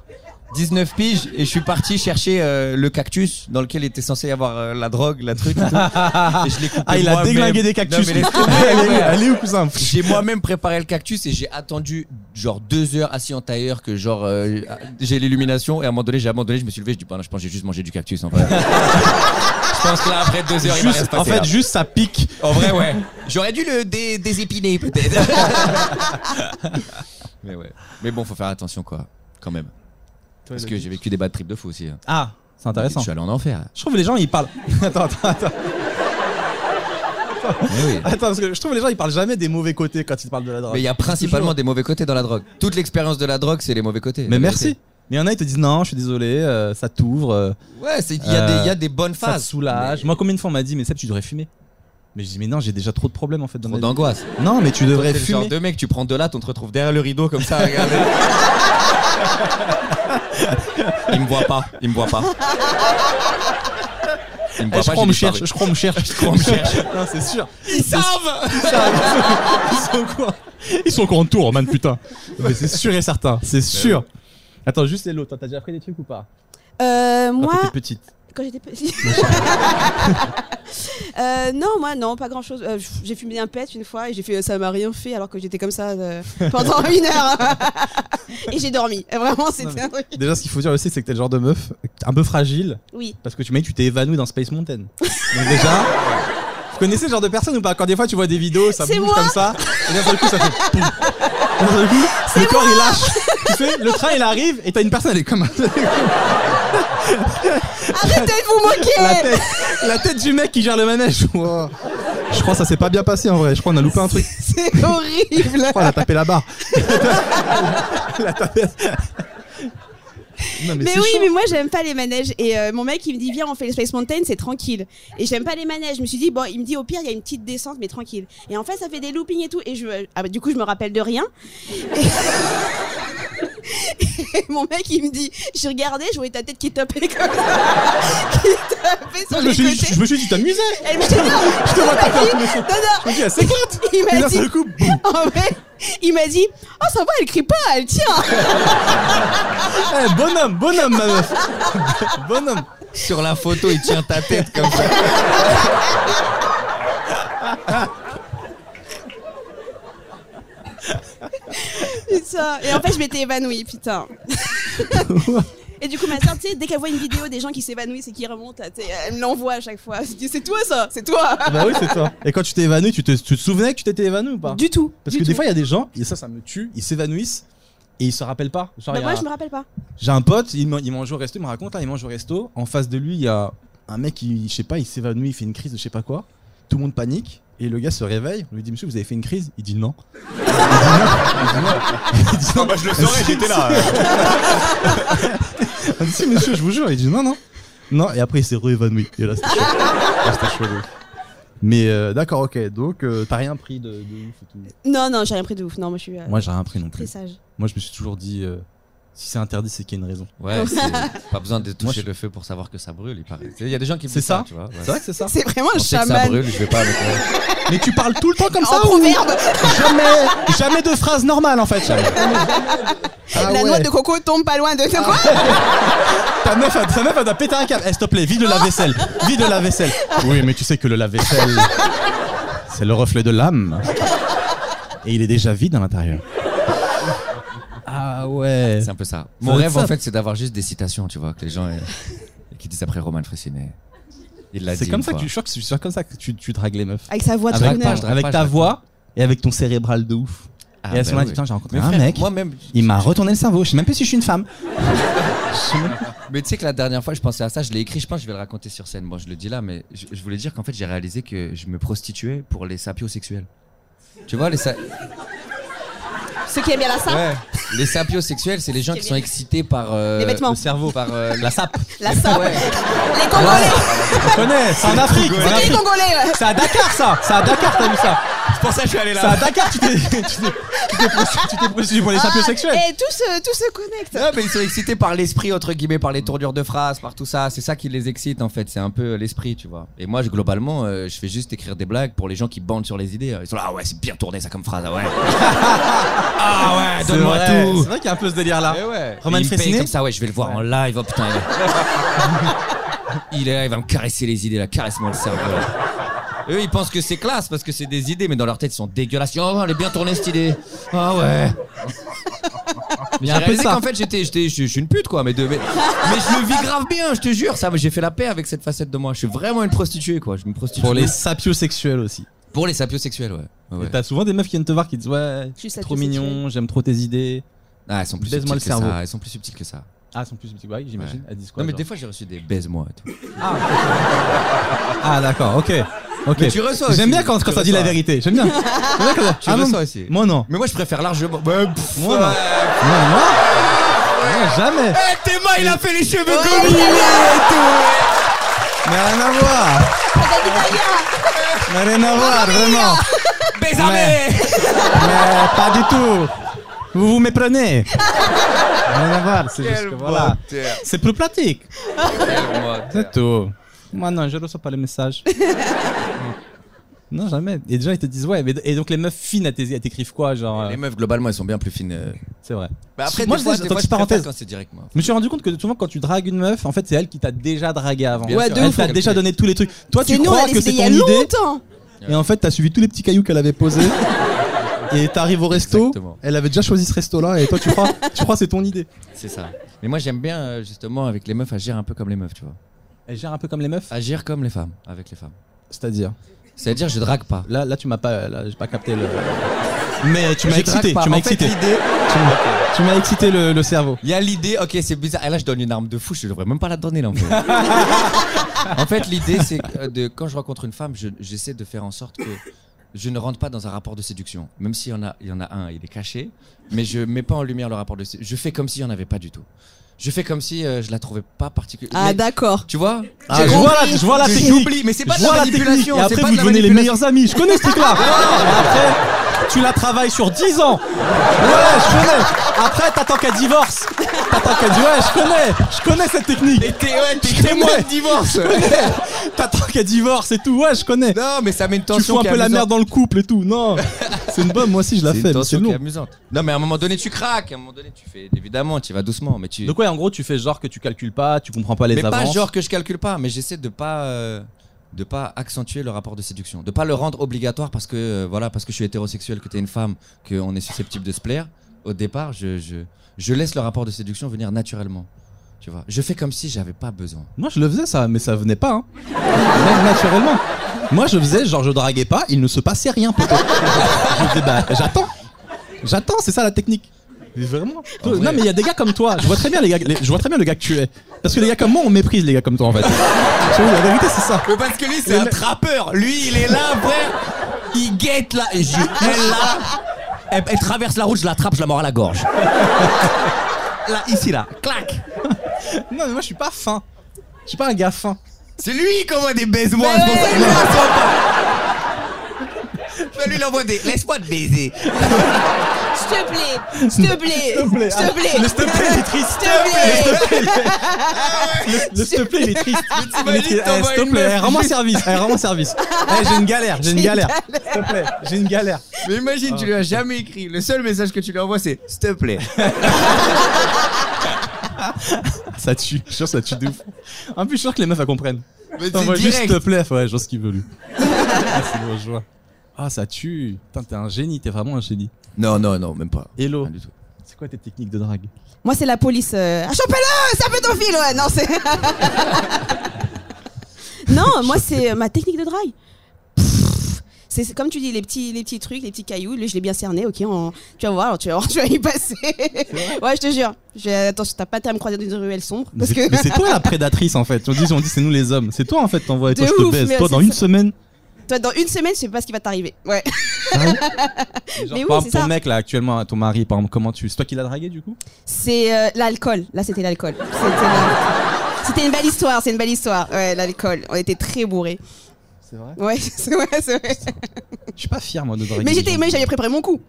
[SPEAKER 4] 19 piges et je suis parti chercher euh, le cactus dans lequel était censé y avoir euh, la drogue, la truc. et tout. Et je l'ai coupé
[SPEAKER 1] Ah, il a
[SPEAKER 4] moi-même.
[SPEAKER 1] déglingué des
[SPEAKER 4] Non,
[SPEAKER 1] cactus.
[SPEAKER 4] mais laisse tomber,
[SPEAKER 1] Allez,
[SPEAKER 4] ouais.
[SPEAKER 1] allez où, cousin
[SPEAKER 4] J'ai moi-même préparé le cactus et j'ai attendu genre deux heures assis en tailleur que genre euh, j'ai l'illumination et à un moment donné j'ai abandonné, je me suis levé, je dis pas non, je pense que j'ai juste mangé du cactus en vrai. je pense que là après deux heures il va rien se
[SPEAKER 1] Juste-
[SPEAKER 4] passer,
[SPEAKER 1] en fait,
[SPEAKER 4] là.
[SPEAKER 1] juste ça pique.
[SPEAKER 4] en vrai ouais. J'aurais dû le dé- désépiner peut-être. Mais ouais. Mais bon faut faire attention quoi, quand même. Parce que j'ai vécu des bad trips de fou aussi. hein.
[SPEAKER 1] Ah, c'est intéressant.
[SPEAKER 4] Je suis allé en enfer.
[SPEAKER 1] Je trouve les gens ils parlent. attends, attends, attends.
[SPEAKER 4] Mais oui.
[SPEAKER 1] Attends, parce que je trouve les gens ils parlent jamais des mauvais côtés quand ils parlent de la drogue.
[SPEAKER 4] Mais il y a principalement des mauvais côtés dans la drogue. Toute l'expérience de la drogue, c'est les mauvais côtés.
[SPEAKER 1] Mais
[SPEAKER 4] la
[SPEAKER 1] merci.
[SPEAKER 4] vérité.
[SPEAKER 1] Mais il y en a ils te disent non, je suis désolé, euh, ça t'ouvre, euh,
[SPEAKER 4] Ouais, c'est- il y, a des- il y a des bonnes
[SPEAKER 1] ça te
[SPEAKER 4] phases.
[SPEAKER 1] soulage. Moi combien de fois on m'a dit mais Seb tu devrais fumer Mais je dis, mais non, j'ai déjà trop de problèmes en fait dans
[SPEAKER 4] Trop
[SPEAKER 1] ma vie.
[SPEAKER 4] d'angoisse.
[SPEAKER 1] Non, mais tu devrais
[SPEAKER 4] T'es le genre
[SPEAKER 1] fumer.
[SPEAKER 4] de mec, tu prends de lattes, on te retrouve derrière le rideau comme ça, regardez. il me voit pas, il me voit pas. Il me
[SPEAKER 1] Eh,
[SPEAKER 4] voit
[SPEAKER 1] je
[SPEAKER 4] pas,
[SPEAKER 1] crois on
[SPEAKER 4] j'ai
[SPEAKER 1] me
[SPEAKER 4] disparu.
[SPEAKER 1] cherche, je crois on me cherche, je crois on me cherche. non, c'est sûr.
[SPEAKER 4] Ils savent
[SPEAKER 1] Ils sont au courant. Ils sont au courant de tout, Roman, putain. Mais c'est sûr et certain, c'est sûr. Attends, juste Hello, toi, t'as déjà appris des trucs ou pas
[SPEAKER 2] Euh,
[SPEAKER 1] Quand
[SPEAKER 2] moi,
[SPEAKER 1] t'étais petite.
[SPEAKER 2] quand j'étais petite. Euh, non, moi, non, pas grand chose. j'ai fumé un pet une fois et j'ai fait euh, ça m'a rien fait alors que j'étais comme ça euh, pendant une heure. et j'ai dormi. Et Vraiment,
[SPEAKER 1] Non,
[SPEAKER 2] c'était
[SPEAKER 1] mais-
[SPEAKER 2] un truc.
[SPEAKER 1] Déjà, ce qu'il faut dire aussi, c'est que t'es le genre de meuf un peu fragile
[SPEAKER 2] Oui.
[SPEAKER 1] parce que tu m'as dit que tu t'es évanouie dans Space Mountain. Donc déjà, vous connaissez ce genre de personne ou pas Quand des fois tu vois des vidéos, ça
[SPEAKER 2] C'est
[SPEAKER 1] bouge
[SPEAKER 2] moi
[SPEAKER 1] comme ça, et d'un seul coup ça fait poum. D'un seul coup, le corps il lâche. Tu sais, le train il arrive et t'as une personne, elle est comme
[SPEAKER 2] Arrêtez de vous
[SPEAKER 1] la
[SPEAKER 2] moquer
[SPEAKER 1] tête, la tête du mec qui gère le manège.
[SPEAKER 5] Wow. Je crois que ça s'est pas bien passé en vrai. Je crois qu'on a loupé un truc.
[SPEAKER 2] C'est horrible
[SPEAKER 5] Je crois qu'on a tapé la barre.
[SPEAKER 1] Non,
[SPEAKER 2] Mais
[SPEAKER 1] c'est
[SPEAKER 2] oui,
[SPEAKER 1] chaud.
[SPEAKER 2] mais moi j'aime pas les manèges. Et euh, mon mec il me dit viens on fait le Space Mountain, c'est tranquille. Et j'aime pas les manèges. Je me suis dit bon, il me dit au pire il y a une petite descente mais tranquille. Et en fait ça fait des loopings et tout. Et je, ah bah, du coup je me rappelle de rien. Et... Et mon mec il me dit je regardais, je voyais ta tête qui tapait comme ça, qui tapait
[SPEAKER 1] je,
[SPEAKER 2] sur
[SPEAKER 1] me
[SPEAKER 2] les
[SPEAKER 1] suis, dit-
[SPEAKER 2] côtés.
[SPEAKER 1] je me suis dit, t'amusais
[SPEAKER 2] Elle me dit non,
[SPEAKER 1] Je te vois taper un peu.
[SPEAKER 2] non, non.
[SPEAKER 1] Je me dis, elle s'éclate
[SPEAKER 2] Il
[SPEAKER 1] Et
[SPEAKER 2] m'a
[SPEAKER 1] d'un
[SPEAKER 2] dit
[SPEAKER 1] seul coup, boum.
[SPEAKER 2] en fait, il m'a dit oh ça va elle crie pas, elle tient.
[SPEAKER 1] Eh, bonhomme, bonhomme, ma meuf Bonhomme
[SPEAKER 4] Sur la photo, il tient ta tête comme ça.
[SPEAKER 2] Putain. Et en fait, je m'étais évanouie, putain. Et du coup, ma soeur, tu sais, dès qu'elle voit une vidéo des gens qui s'évanouissent et qui remontent, tu sais, elle me l'envoie à chaque fois. Elle se dit, c'est toi ça, c'est toi.
[SPEAKER 1] Bah oui, c'est toi. Et quand tu t'es évanoui, tu te, tu te souvenais que tu t'étais évanoui ou pas
[SPEAKER 2] Ah. Du tout.
[SPEAKER 1] Parce
[SPEAKER 2] du
[SPEAKER 1] que des
[SPEAKER 2] tout.
[SPEAKER 1] fois, il y a des gens, et ça, ça me tue, ils s'évanouissent et ils se rappellent pas. Genre,
[SPEAKER 2] Bah,
[SPEAKER 1] il y a-
[SPEAKER 2] moi, je me rappelle pas.
[SPEAKER 1] J'ai un pote, il, man- il mange au resto, il me raconte, là, il mange au resto. En face de lui, il y a un mec qui, je sais pas, il s'évanouit, il fait une crise de je sais pas quoi. Tout le monde panique. Et le gars se réveille, on lui dit Monsieur, vous avez fait une crise Il dit non. Il dit non.
[SPEAKER 4] Ah, je le saurais, j'étais là.
[SPEAKER 1] Il dit, si, monsieur, je vous jure. Il dit non, non. Non, et après il s'est réévanoui. Et là, c'était chaud. Là, c'était chaud, de ouf. Mais euh, d'accord, ok. Donc, euh, t'as rien pris de, de ouf et tout.
[SPEAKER 2] Non, non, j'ai rien pris de ouf. Non, moi, je suis euh,
[SPEAKER 1] Moi, j'ai rien pris non
[SPEAKER 2] très
[SPEAKER 1] plus.
[SPEAKER 2] sage.
[SPEAKER 1] Moi, je me suis toujours dit euh, si c'est interdit, c'est qu'il y a une raison.
[SPEAKER 4] Ouais, c'est- pas besoin de toucher
[SPEAKER 1] je-
[SPEAKER 4] le feu pour savoir que ça brûle, il paraît. Il y a des gens qui me
[SPEAKER 1] C'est
[SPEAKER 4] disent ça,
[SPEAKER 1] ça
[SPEAKER 4] tu vois. ouais.
[SPEAKER 1] C'est vrai que c'est ça.
[SPEAKER 2] C'est vraiment un
[SPEAKER 4] On sait que ça
[SPEAKER 2] chaman.
[SPEAKER 4] brûle, je vais pas avec moi.
[SPEAKER 1] Mais tu parles tout le temps comme
[SPEAKER 2] En
[SPEAKER 1] ça ou
[SPEAKER 2] proverbe,
[SPEAKER 1] jamais, jamais de phrase normale en fait. Jamais. Ah
[SPEAKER 2] la
[SPEAKER 1] ouais.
[SPEAKER 2] noix de coco tombe pas loin de toi.
[SPEAKER 1] Ta meuf, a- ta meuf, elle doit péter un câble. Eh, s'il te plaît, vide le
[SPEAKER 2] Ah.
[SPEAKER 1] lave-vaisselle. Vide le lave-vaisselle. Oui, mais tu sais que le lave-vaisselle, c'est le reflet de l'âme. Et il est déjà vide à l'intérieur. Ah ouais.
[SPEAKER 4] C'est un peu ça. Mon
[SPEAKER 1] doit être
[SPEAKER 4] rêve,
[SPEAKER 1] ça.
[SPEAKER 4] en fait, c'est d'avoir juste des citations, tu vois, que les gens. aient- et qui disent après Roman Frissinet. Il l'a dit.
[SPEAKER 1] C'est comme
[SPEAKER 4] une
[SPEAKER 1] ça que
[SPEAKER 4] fois.
[SPEAKER 1] tu choques, c'est sûr comme ça que tu, tu dragues les meufs.
[SPEAKER 2] Avec sa voix de
[SPEAKER 1] Avec,
[SPEAKER 4] pas,
[SPEAKER 2] crooner.
[SPEAKER 4] je drague
[SPEAKER 1] avec
[SPEAKER 4] pas, je
[SPEAKER 1] ta
[SPEAKER 4] drague
[SPEAKER 1] voix et avec ton cérébral de ouf.
[SPEAKER 4] Ah,
[SPEAKER 1] et elles
[SPEAKER 4] bah
[SPEAKER 1] sont là,
[SPEAKER 4] oui.
[SPEAKER 1] putain, j'ai rencontré
[SPEAKER 4] Mais
[SPEAKER 1] un
[SPEAKER 4] frère,
[SPEAKER 1] mec.
[SPEAKER 4] Moi-même,
[SPEAKER 1] Il m'a retourné le cerveau. Je sais même plus si je suis une femme.
[SPEAKER 4] Mais tu sais que la dernière fois, je pensais à ça, je l'ai écrit, je pense que je vais le raconter sur scène. Bon, je le dis là, mais je, je voulais dire qu'en fait, j'ai réalisé que je me prostituais pour les sapiosexuels. Tu vois, les, sa-
[SPEAKER 2] Ceux qui aiment bien la sape,
[SPEAKER 4] les sapiosexuels, c'est les gens qui sont excités par. euh,
[SPEAKER 2] Les vêtements.
[SPEAKER 4] Le cerveau. Par euh, la sape.
[SPEAKER 2] la sape.
[SPEAKER 4] Ouais.
[SPEAKER 2] Les Congolais,
[SPEAKER 1] Je connais, c'est en Afrique. c'est en
[SPEAKER 2] les
[SPEAKER 1] Afrique.
[SPEAKER 2] Congolais. ouais.
[SPEAKER 1] C'est à Dakar ça. C'est à Dakar, t'as vu ça.
[SPEAKER 4] C'est pour ça que je suis allé
[SPEAKER 1] C'est à Dakar, tu t'es, tu t'es, tu t'es prosti- tu t'es prostitué pour les sapiosexuels.
[SPEAKER 2] Ah, Et tout se, tout se connecte.
[SPEAKER 4] Non, mais ils sont excités par l'esprit, entre guillemets, par les tournures de phrases, par tout ça. C'est ça qui les excite, en fait. C'est un peu euh, l'esprit, tu vois. Et moi, je- globalement, euh, je fais juste écrire des blagues pour les gens qui bandent sur les idées. Ils sont là, ah ouais, c'est bien tourné ça comme phrase, ah ouais. ah ouais,
[SPEAKER 1] C'est
[SPEAKER 4] donne-moi
[SPEAKER 1] vrai,
[SPEAKER 4] tout.
[SPEAKER 1] C'est vrai qu'il y a un peu ce délire là.
[SPEAKER 4] Eh ouais.
[SPEAKER 1] Roman
[SPEAKER 4] Et il me paye
[SPEAKER 1] Fresnay
[SPEAKER 4] comme ça, ouais, je vais le voir en live. Oh putain. Il est... il est là, il va me caresser les idées là, caresse-moi le cerveau. là. Eux, ils pensent que c'est classe parce que c'est des idées, mais dans leur tête, ils sont dégueulasses. Oh, elle est bien tournée cette idée. Ah ouais.
[SPEAKER 1] y
[SPEAKER 4] Mais j'ai
[SPEAKER 1] a un peu
[SPEAKER 4] réalisé
[SPEAKER 1] ça.
[SPEAKER 4] qu'en fait, j'étais, j'étais, je je suis une pute quoi, mais, de, mais, mais je le vis grave bien, je te jure. Ça, j'ai fait la paix avec cette facette de moi. Je suis vraiment une prostituée quoi. Je me prostitue
[SPEAKER 1] Pour les sapiosexuels aussi.
[SPEAKER 4] pour les sapiosexuels, ouais. Ouais, ouais.
[SPEAKER 1] Et T'as souvent des meufs qui viennent te voir qui disent ouais,
[SPEAKER 2] Je suis
[SPEAKER 1] t'es trop
[SPEAKER 2] sapiosexuelle.
[SPEAKER 1] mignon, j'aime trop tes idées.
[SPEAKER 4] Ah, elles sont plus
[SPEAKER 1] Baise-moi
[SPEAKER 4] subtiles
[SPEAKER 1] le
[SPEAKER 4] que
[SPEAKER 1] cerveau.
[SPEAKER 4] ça. Elles sont plus subtiles que ça.
[SPEAKER 1] Ah, elles sont plus petites, ouais, j'imagine.
[SPEAKER 4] Ouais.
[SPEAKER 1] Elles disent quoi
[SPEAKER 4] Non mais
[SPEAKER 1] genre
[SPEAKER 4] des fois, j'ai reçu des baise-moi et tout.
[SPEAKER 1] Ah d'accord, ok. Ok.
[SPEAKER 4] Mais tu reçois aussi.
[SPEAKER 1] J'aime bien quand, quand
[SPEAKER 4] Tu
[SPEAKER 1] ça dit la
[SPEAKER 4] reçois.
[SPEAKER 1] vérité. J'aime bien. J'aime bien quand-
[SPEAKER 4] Tu
[SPEAKER 1] non,
[SPEAKER 4] reçois aussi.
[SPEAKER 1] Moi non.
[SPEAKER 4] Mais moi je préfère largement. Bah, pff,
[SPEAKER 1] Moi non. Non, moi. Non, jamais.
[SPEAKER 4] Eh,
[SPEAKER 2] Ah,
[SPEAKER 4] Théma, il a fait les cheveux
[SPEAKER 2] Ouais,
[SPEAKER 4] gominés et tout.
[SPEAKER 1] Mais rien à voir Mais rien
[SPEAKER 2] Ah,
[SPEAKER 1] à voir, vraiment Mais, mais pas du tout Vous vous méprenez Rien à voir, c'est juste que voilà. C'est plus pratique C'est tout. Moi non, je reçois pas les messages. non, jamais. Et déjà, ils te disent, ouais, mais et donc les meufs fines, elles t'é- elles t'écrivent quoi Genre, euh,
[SPEAKER 4] Les meufs, globalement, elles sont bien plus fines. euh.
[SPEAKER 1] c'est vrai.
[SPEAKER 4] Bah après,
[SPEAKER 1] Moi,
[SPEAKER 4] des
[SPEAKER 1] je-
[SPEAKER 4] fois,
[SPEAKER 1] attends,
[SPEAKER 4] des fois,
[SPEAKER 1] petite
[SPEAKER 4] je préfère
[SPEAKER 1] parenthèse.
[SPEAKER 4] quand c'est direct, moi.
[SPEAKER 1] Je me suis rendu compte que souvent, quand tu dragues une meuf, en fait, c'est elle qui t'a déjà dragué avant.
[SPEAKER 4] Bien Ouais, sûr. de
[SPEAKER 1] elle
[SPEAKER 4] ouf.
[SPEAKER 1] t'a déjà donné tous les trucs. Toi, tu
[SPEAKER 2] C'est nous, on
[SPEAKER 1] crois
[SPEAKER 2] a
[SPEAKER 1] que
[SPEAKER 2] décidé
[SPEAKER 1] c'est
[SPEAKER 2] il y a
[SPEAKER 1] ton idée.
[SPEAKER 2] longtemps.
[SPEAKER 5] Et en fait, t'as suivi tous les petits cailloux qu'elle avait posés. Et t'arrives au resto,
[SPEAKER 4] Exactement.
[SPEAKER 5] elle avait déjà choisi ce resto-là, et toi tu crois, tu crois que c'est ton idée.
[SPEAKER 4] C'est ça. Mais moi, j'aime bien, euh, justement, avec les meufs, agir un peu comme les meufs, tu vois.
[SPEAKER 1] Elle gère un peu comme les meufs.
[SPEAKER 4] Agir comme les femmes, avec les femmes.
[SPEAKER 1] Ah, C'est-à-dire.
[SPEAKER 4] C'est-à-dire, je drague pas.
[SPEAKER 1] Là, là, tu m'as pas, là, j'ai pas capté le. Mais euh, tu m'as
[SPEAKER 4] Je
[SPEAKER 1] excité,
[SPEAKER 4] drague pas.
[SPEAKER 1] tu m'as
[SPEAKER 4] En fait,
[SPEAKER 1] excité,
[SPEAKER 4] l'idée-
[SPEAKER 1] tu m'as- tu m'as excité le, le cerveau.
[SPEAKER 4] Il y a l'idée, ok, c'est bizarre. Et là, je donne une arme de fou, je devrais même pas la donner là. En fait, En fait, l'idée, c'est que, euh, de quand je rencontre une femme, je- j'essaie de faire en sorte que je ne rentre pas dans un rapport de séduction. Même s'il y en a, il y en a un, il est caché, mais je mets pas en lumière le rapport de séduction. Je fais comme s'il y en avait pas du tout. Je fais comme si euh, je la trouvais pas particulière.
[SPEAKER 2] Ah, d'accord.
[SPEAKER 4] tu vois
[SPEAKER 1] Ah, je vois la, je vois la technique.
[SPEAKER 4] J'oublie, mais c'est pas
[SPEAKER 1] Je
[SPEAKER 4] de
[SPEAKER 1] vois la Ah,
[SPEAKER 4] la
[SPEAKER 1] technique. Et
[SPEAKER 4] manipulation. c'est
[SPEAKER 1] après,
[SPEAKER 4] pas
[SPEAKER 1] vous
[SPEAKER 4] de la
[SPEAKER 1] devenez les
[SPEAKER 4] manipulation.
[SPEAKER 1] meilleurs amis. Je connais ce truc-là. Et après, tu la travailles sur 10 ans. Ouais, je connais. Après, t'attends qu'elle divorce. T'attends qu'elle dise, ouais, je connais. Je connais cette technique.
[SPEAKER 4] Et t'es ouais, t'es
[SPEAKER 1] Je connais.
[SPEAKER 4] témoin de divorce.
[SPEAKER 1] T'attends qu'elle divorce et tout. Ouais, je connais.
[SPEAKER 4] non, mais ça met une
[SPEAKER 1] Tu
[SPEAKER 4] tension.
[SPEAKER 1] fous un
[SPEAKER 4] qui est
[SPEAKER 1] peu la
[SPEAKER 4] amusante.
[SPEAKER 1] merde dans le couple et tout. Non. C'est une bombe. Moi aussi, je la
[SPEAKER 4] C'est une
[SPEAKER 1] fais. mais
[SPEAKER 4] tension
[SPEAKER 1] C'est
[SPEAKER 4] qui est
[SPEAKER 1] long.
[SPEAKER 4] amusante. Non, mais à un moment donné, tu craques. À un moment donné, tu fais. Évidemment, tu y vas doucement, mais tu.
[SPEAKER 1] Donc ouais, en gros, tu fais genre que tu calcules pas, tu comprends pas les
[SPEAKER 4] mais
[SPEAKER 1] avances.
[SPEAKER 4] pas genre que je calcule pas, mais j'essaie de pas. euh, de pas accentuer le rapport de séduction, de pas le rendre obligatoire parce que euh, voilà parce que je suis hétérosexuel, que t'es une femme, qu'on est susceptible de se plaire. Au départ, je, je je laisse le rapport de séduction venir naturellement, tu vois. Je fais comme si j'avais pas besoin.
[SPEAKER 1] Moi je le faisais ça, mais ça venait pas. Hein. Même naturellement. Moi je faisais genre je draguais pas, il ne se passait rien peut-être. je disais bah j'attends. J'attends, c'est ça la technique. Mais vraiment Toi-
[SPEAKER 4] ouais.
[SPEAKER 1] Non mais il y a des gars comme toi, je vois très bien les gars, les- je vois très bien le gars que tu es. Parce que les gars comme moi on méprise les gars comme toi en fait. Tu vois, la vérité c'est ça.
[SPEAKER 4] Mais parce que lui c'est
[SPEAKER 1] un
[SPEAKER 4] trappeur, lui il est là frère, il guette là, elle là, elle, traverse la route, je l'attrape, je la mords à la gorge. Là ici là, clac.
[SPEAKER 1] Non mais moi je suis pas fin. Je suis pas un gars fin.
[SPEAKER 4] C'est lui qui envoie des baisements, moi, c'est pour ça qu'il les reçoit pas. Je lui l'envoie des laisse-moi te baiser.
[SPEAKER 2] S'il te plaît, s'il te plaît, s'il te plaît.
[SPEAKER 1] Le s'il te plaît, il est triste.
[SPEAKER 2] S'il te plaît.
[SPEAKER 1] Le s'il te plaît, il est triste.
[SPEAKER 4] t'imagines,
[SPEAKER 1] Il est- eh,
[SPEAKER 4] t'envoies
[SPEAKER 1] S'il te
[SPEAKER 4] une
[SPEAKER 1] plaît,
[SPEAKER 4] meuf,
[SPEAKER 1] rends-moi
[SPEAKER 4] juste-
[SPEAKER 1] service. eh, Rends-moi service. Eh, J'ai une galère, j'ai une galère. S'il te plaît, j'ai une galère.
[SPEAKER 4] Mais imagine, tu lui as jamais écrit. Le seul message que tu lui envoies, c'est s'il te plaît.
[SPEAKER 1] Ça tue, je suis sûr, ça tue de ouf. En plus, je suis sûr que les meufs, elles comprennent.
[SPEAKER 4] Mais
[SPEAKER 1] T'envoies
[SPEAKER 4] c'est
[SPEAKER 1] juste, s'il
[SPEAKER 4] direct.
[SPEAKER 1] te plaît, ouais, je vois ce qu'il veut lui. ah, c'est bon, je vois. Ah, ça tue. Putain, t'es un génie, t'es vraiment un génie.
[SPEAKER 4] Non, non, non, même pas.
[SPEAKER 1] Hello.
[SPEAKER 4] Rien du tout.
[SPEAKER 1] C'est quoi tes techniques de drague
[SPEAKER 2] Moi, c'est la police. Euh... Ah, chopez-le C'est un peu ton fil, ouais. Non, c'est. non, moi, c'est euh, ma technique de drague. Pfff. C'est c'est comme tu dis, les petits, les petits trucs, les petits cailloux. Lui, je l'ai bien cerné. Ok, on- tu vas voir, alors tu vas, voir, tu vas y passer. ouais, je te jure. Je... Attention, t'as pas été à me croiser dans une ruelle sombre. Parce
[SPEAKER 1] Mais-
[SPEAKER 2] que.
[SPEAKER 1] Mais c'est toi la prédatrice en fait. On dit, on dit c'est nous les hommes. C'est toi en fait, t'envoies et toi
[SPEAKER 2] De
[SPEAKER 1] je te
[SPEAKER 2] ouf,
[SPEAKER 1] baise.
[SPEAKER 2] mais
[SPEAKER 1] Toi
[SPEAKER 2] c'est
[SPEAKER 1] dans
[SPEAKER 2] ça.
[SPEAKER 1] une semaine.
[SPEAKER 2] Toi, dans une semaine, je sais pas ce qui va t'arriver. Ouais.
[SPEAKER 1] Genre,
[SPEAKER 2] oui,
[SPEAKER 1] par exemple,
[SPEAKER 2] c'est
[SPEAKER 1] ton
[SPEAKER 2] ça.
[SPEAKER 1] mec là actuellement, ton mari, par exemple, comment tu. C'est toi qui l'as dragué du coup
[SPEAKER 2] C'est euh, l'alcool. Là, c'était l'alcool. C'était la- C'était une belle histoire, c'est une belle histoire. Ouais, l'alcool. On était très bourrés.
[SPEAKER 1] C'est vrai
[SPEAKER 2] Ouais, c'est ouais, c'est vrai.
[SPEAKER 1] Je suis pas fier moi de draguer.
[SPEAKER 2] Mais
[SPEAKER 1] les
[SPEAKER 2] j'étais,
[SPEAKER 1] gens.
[SPEAKER 2] mais j'avais préparé mon coup.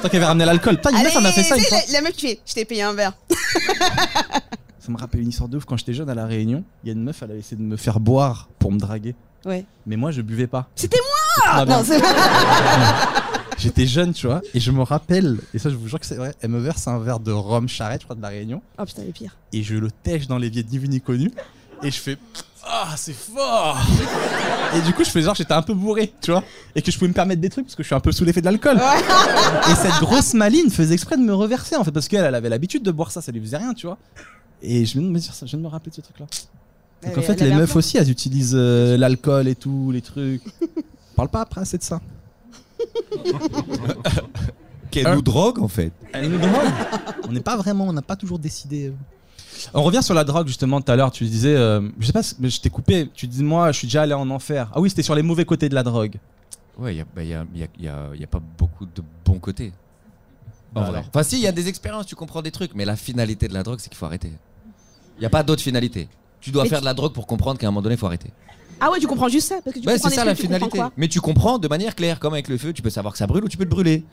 [SPEAKER 1] Toi qui avais ramené l'alcool. Putain, une meuf, elle m'a fait ça une
[SPEAKER 2] c'est
[SPEAKER 1] fois.
[SPEAKER 2] La, la meuf qui fait, je t'ai payé un verre.
[SPEAKER 1] Ça me rappelle une histoire de ouf. Quand j'étais jeune à La Réunion, il y a une meuf, elle a essayé de me faire boire pour me draguer.
[SPEAKER 2] Ouais.
[SPEAKER 1] Mais moi, je buvais pas.
[SPEAKER 2] C'était
[SPEAKER 1] moi
[SPEAKER 2] Non, c'est pas.
[SPEAKER 1] J'étais jeune, tu vois, et je me rappelle, et ça, je vous jure que c'est vrai, elle me verse un verre de rhum charrette, je crois, de La Réunion,
[SPEAKER 2] Oh putain, le pire.
[SPEAKER 1] et je le tèche dans l'évier de ni vu ni connu, et je fais Ah, c'est fort Et du coup, je fais genre, j'étais un peu bourré, tu vois, et que je pouvais me permettre des trucs parce que je suis un peu sous l'effet de l'alcool. Et cette grosse maline faisait exprès de me reverser, en fait, parce qu'elle elle avait l'habitude de boire ça, ça lui faisait rien, tu vois. Et je viens de me dire ça, je viens de me rappeler de ce truc-là. Donc
[SPEAKER 2] Elle-
[SPEAKER 1] en fait,
[SPEAKER 2] elle
[SPEAKER 1] les
[SPEAKER 2] avait un
[SPEAKER 1] meufs
[SPEAKER 2] plan.
[SPEAKER 1] aussi, elles utilisent euh, l'alcool et tout, les trucs. Parle pas après assez de ça.
[SPEAKER 4] Qu'elle
[SPEAKER 1] nous
[SPEAKER 4] drogue en fait.
[SPEAKER 1] Elle nous demande. On n'est pas vraiment, on n'a pas toujours décidé. euh. On revient sur la drogue justement tout à l'heure. Tu disais, euh, je sais pas, mais je t'ai coupé. Tu dis moi, je suis déjà allé en enfer. Ah oui, c'était sur les mauvais côtés de la drogue.
[SPEAKER 4] Ouais, il n'y a, bah, y a, y a- y a- y a pas beaucoup de bons côtés. En
[SPEAKER 1] Bah
[SPEAKER 4] vrai.
[SPEAKER 1] alors.
[SPEAKER 4] Enfin, si, il y a des expériences, tu comprends des trucs, mais la finalité de la drogue, c'est qu'il faut arrêter. Il n'y a pas d'autre finalité. Tu dois
[SPEAKER 2] Mais
[SPEAKER 4] faire
[SPEAKER 2] tu-
[SPEAKER 4] de la drogue pour comprendre qu'à un moment donné, il faut arrêter.
[SPEAKER 2] Ah ouais, tu comprends juste ça parce que tu
[SPEAKER 4] Ouais,
[SPEAKER 2] comprends
[SPEAKER 4] c'est
[SPEAKER 2] des
[SPEAKER 4] ça la
[SPEAKER 2] trucs, tu comprends
[SPEAKER 4] finalité.
[SPEAKER 2] quoi
[SPEAKER 4] Mais tu comprends de manière claire, comme avec le feu, tu peux savoir que ça brûle ou tu peux te brûler.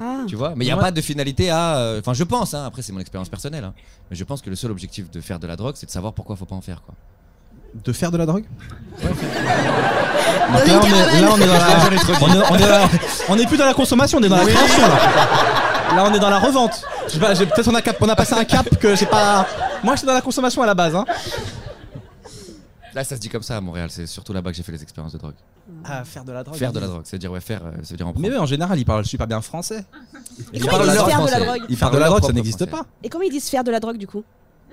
[SPEAKER 2] Ah.
[SPEAKER 4] Tu vois Mais il n'y a pas de finalité à. euh, Enfin, je pense, hein, après, c'est mon expérience personnelle. hein, mais je pense que le seul objectif de faire de la drogue, c'est de savoir pourquoi faut pas en faire. Quoi.
[SPEAKER 5] De faire de la drogue
[SPEAKER 2] Dans une
[SPEAKER 5] là, on est,
[SPEAKER 2] caravane.
[SPEAKER 5] là, on est dans la. on, est, on est dans la- on est plus dans la consommation, on est dans la création là. Là, on est dans la revente. Je sais pas, j'ai- Peut-être on a, cap- on a passé un cap que j'ai pas. Moi, j'étais dans la consommation à la base. Hein.
[SPEAKER 4] Là, ça se dit comme ça à Montréal. C'est surtout là-bas que j'ai fait les expériences de drogue.
[SPEAKER 5] Ah, faire de la drogue.
[SPEAKER 4] Faire de la drogue, c'est dire ouais, faire, euh, ça veut dire en prendre.
[SPEAKER 1] Oh, Mais eux, en général, ils parlent super bien français.
[SPEAKER 2] Et
[SPEAKER 4] Ils
[SPEAKER 2] comment
[SPEAKER 4] parlent
[SPEAKER 2] ils disent
[SPEAKER 4] leur
[SPEAKER 2] faire de la
[SPEAKER 4] français.
[SPEAKER 2] drogue
[SPEAKER 4] Ils
[SPEAKER 1] Faire
[SPEAKER 4] parlent
[SPEAKER 1] de la
[SPEAKER 4] leur
[SPEAKER 1] drogue, ça
[SPEAKER 4] propre
[SPEAKER 1] n'existe
[SPEAKER 4] français.
[SPEAKER 1] pas.
[SPEAKER 2] Et comment ils disent faire de la drogue du coup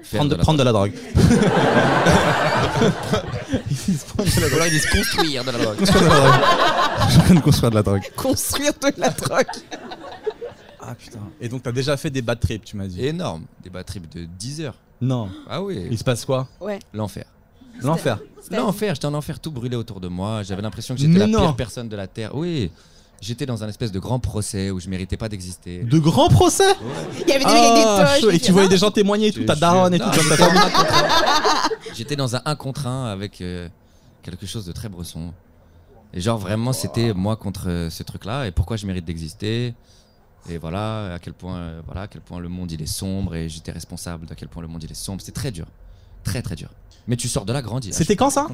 [SPEAKER 4] Faire
[SPEAKER 1] Prendre de,
[SPEAKER 4] la
[SPEAKER 1] prendre de la drogue.
[SPEAKER 4] drogue. Ou alors ils disent construire de la drogue.
[SPEAKER 1] Je viens de construire de la drogue.
[SPEAKER 2] Construire de la drogue.
[SPEAKER 1] Ah putain. Et donc, t'as déjà fait des bad trips, tu m'as dit.
[SPEAKER 4] Énorme. Des batteries de 10 heures.
[SPEAKER 1] Non.
[SPEAKER 4] Ah oui.
[SPEAKER 1] Il se passe quoi
[SPEAKER 2] Ouais.
[SPEAKER 4] L'enfer.
[SPEAKER 1] L'enfer.
[SPEAKER 4] L'enfer, j'étais en enfer tout brûlé autour de moi. J'avais l'impression que j'étais
[SPEAKER 5] Mais
[SPEAKER 4] la
[SPEAKER 5] non.
[SPEAKER 4] pire personne de la Terre. Oui. J'étais dans un espèce de grand procès où je méritais pas d'exister.
[SPEAKER 5] De grands procès
[SPEAKER 2] Il y
[SPEAKER 1] oh,
[SPEAKER 2] avait des mecs avec
[SPEAKER 1] Ah,
[SPEAKER 2] des toches.
[SPEAKER 5] chaud. Et
[SPEAKER 2] des-
[SPEAKER 5] tu voyais des gens témoigner et tout,
[SPEAKER 4] Je-
[SPEAKER 5] ta
[SPEAKER 4] je-
[SPEAKER 5] daronne et tout,
[SPEAKER 4] non,
[SPEAKER 5] comme ta
[SPEAKER 4] j'étais
[SPEAKER 5] famille.
[SPEAKER 4] en un contre un. J'étais dans un 1 contre 1 avec euh, quelque chose de très bresson. Et genre vraiment c'était moi contre euh, ce truc-là et pourquoi je mérite d'exister. Et voilà à quel point euh, voilà à quel point le monde il est sombre et j'étais responsable d'à quel point le monde il est sombre. C'est très dur, très très dur. Mais tu sors de là grandi.
[SPEAKER 5] C'était quand ça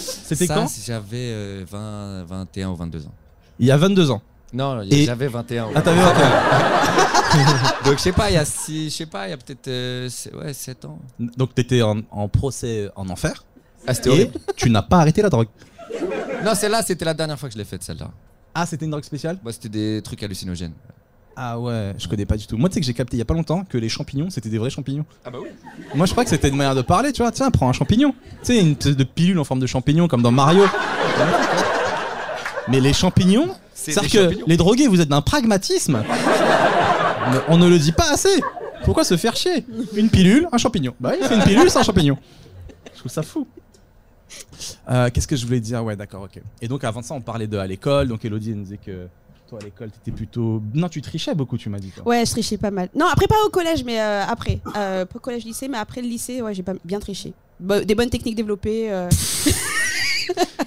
[SPEAKER 5] C'était
[SPEAKER 4] Ça,
[SPEAKER 5] quand
[SPEAKER 4] c'est- J'avais euh, 20, 21 ou 22 ans.
[SPEAKER 5] Il y a 22 ans.
[SPEAKER 4] Non,
[SPEAKER 5] Et-
[SPEAKER 4] j'avais 21.
[SPEAKER 5] Ah, t'avais 21
[SPEAKER 4] Donc je sais pas, il y a six- je sais pas, il y a peut-être euh, c'est- ouais, 7 ans.
[SPEAKER 1] Donc, t'étais en, en procès en enfer.
[SPEAKER 4] Ah, c'était
[SPEAKER 5] Et
[SPEAKER 4] horrible.
[SPEAKER 5] tu n'as pas arrêté la drogue.
[SPEAKER 4] Non, celle-là, c'était la dernière fois que je l'ai faite, celle-là.
[SPEAKER 5] Ah, c'était une drogue spéciale
[SPEAKER 4] Moi, c'était des trucs hallucinogènes.
[SPEAKER 1] Ah ouais, je connais pas du tout. Moi, tu sais que j'ai capté il y a pas longtemps que les champignons, c'était des vrais champignons. Ah bah oui. Moi, je crois que c'était une manière de parler, tu vois. Tiens, prends un champignon. Tu sais, une espèce de pilule en forme de champignon, comme dans Mario. Mais les champignons,
[SPEAKER 4] C'est
[SPEAKER 1] c'est-à-dire
[SPEAKER 4] des
[SPEAKER 1] que
[SPEAKER 4] champignons.
[SPEAKER 1] les drogués, vous êtes d'un pragmatisme. Mais on ne le dit pas assez. Pourquoi se faire chier Une pilule, un champignon. Bah oui, c'est une pilule, c'est un champignon. Je trouve ça fou. Euh, Qu'est-ce que je voulais dire Ouais, d'accord, ok. Et donc avant ça, on parlait de à l'école. Donc Elodie elle nous disait que toi à l'école, t'étais plutôt. Non, tu trichais beaucoup, tu m'as dit. Quoi.
[SPEAKER 2] Ouais, je trichais pas mal. Non, après pas au collège, mais euh, après. Euh, pas au collège lycée, mais après le lycée, ouais, j'ai pas bien triché. Bo- des bonnes techniques développées. euh,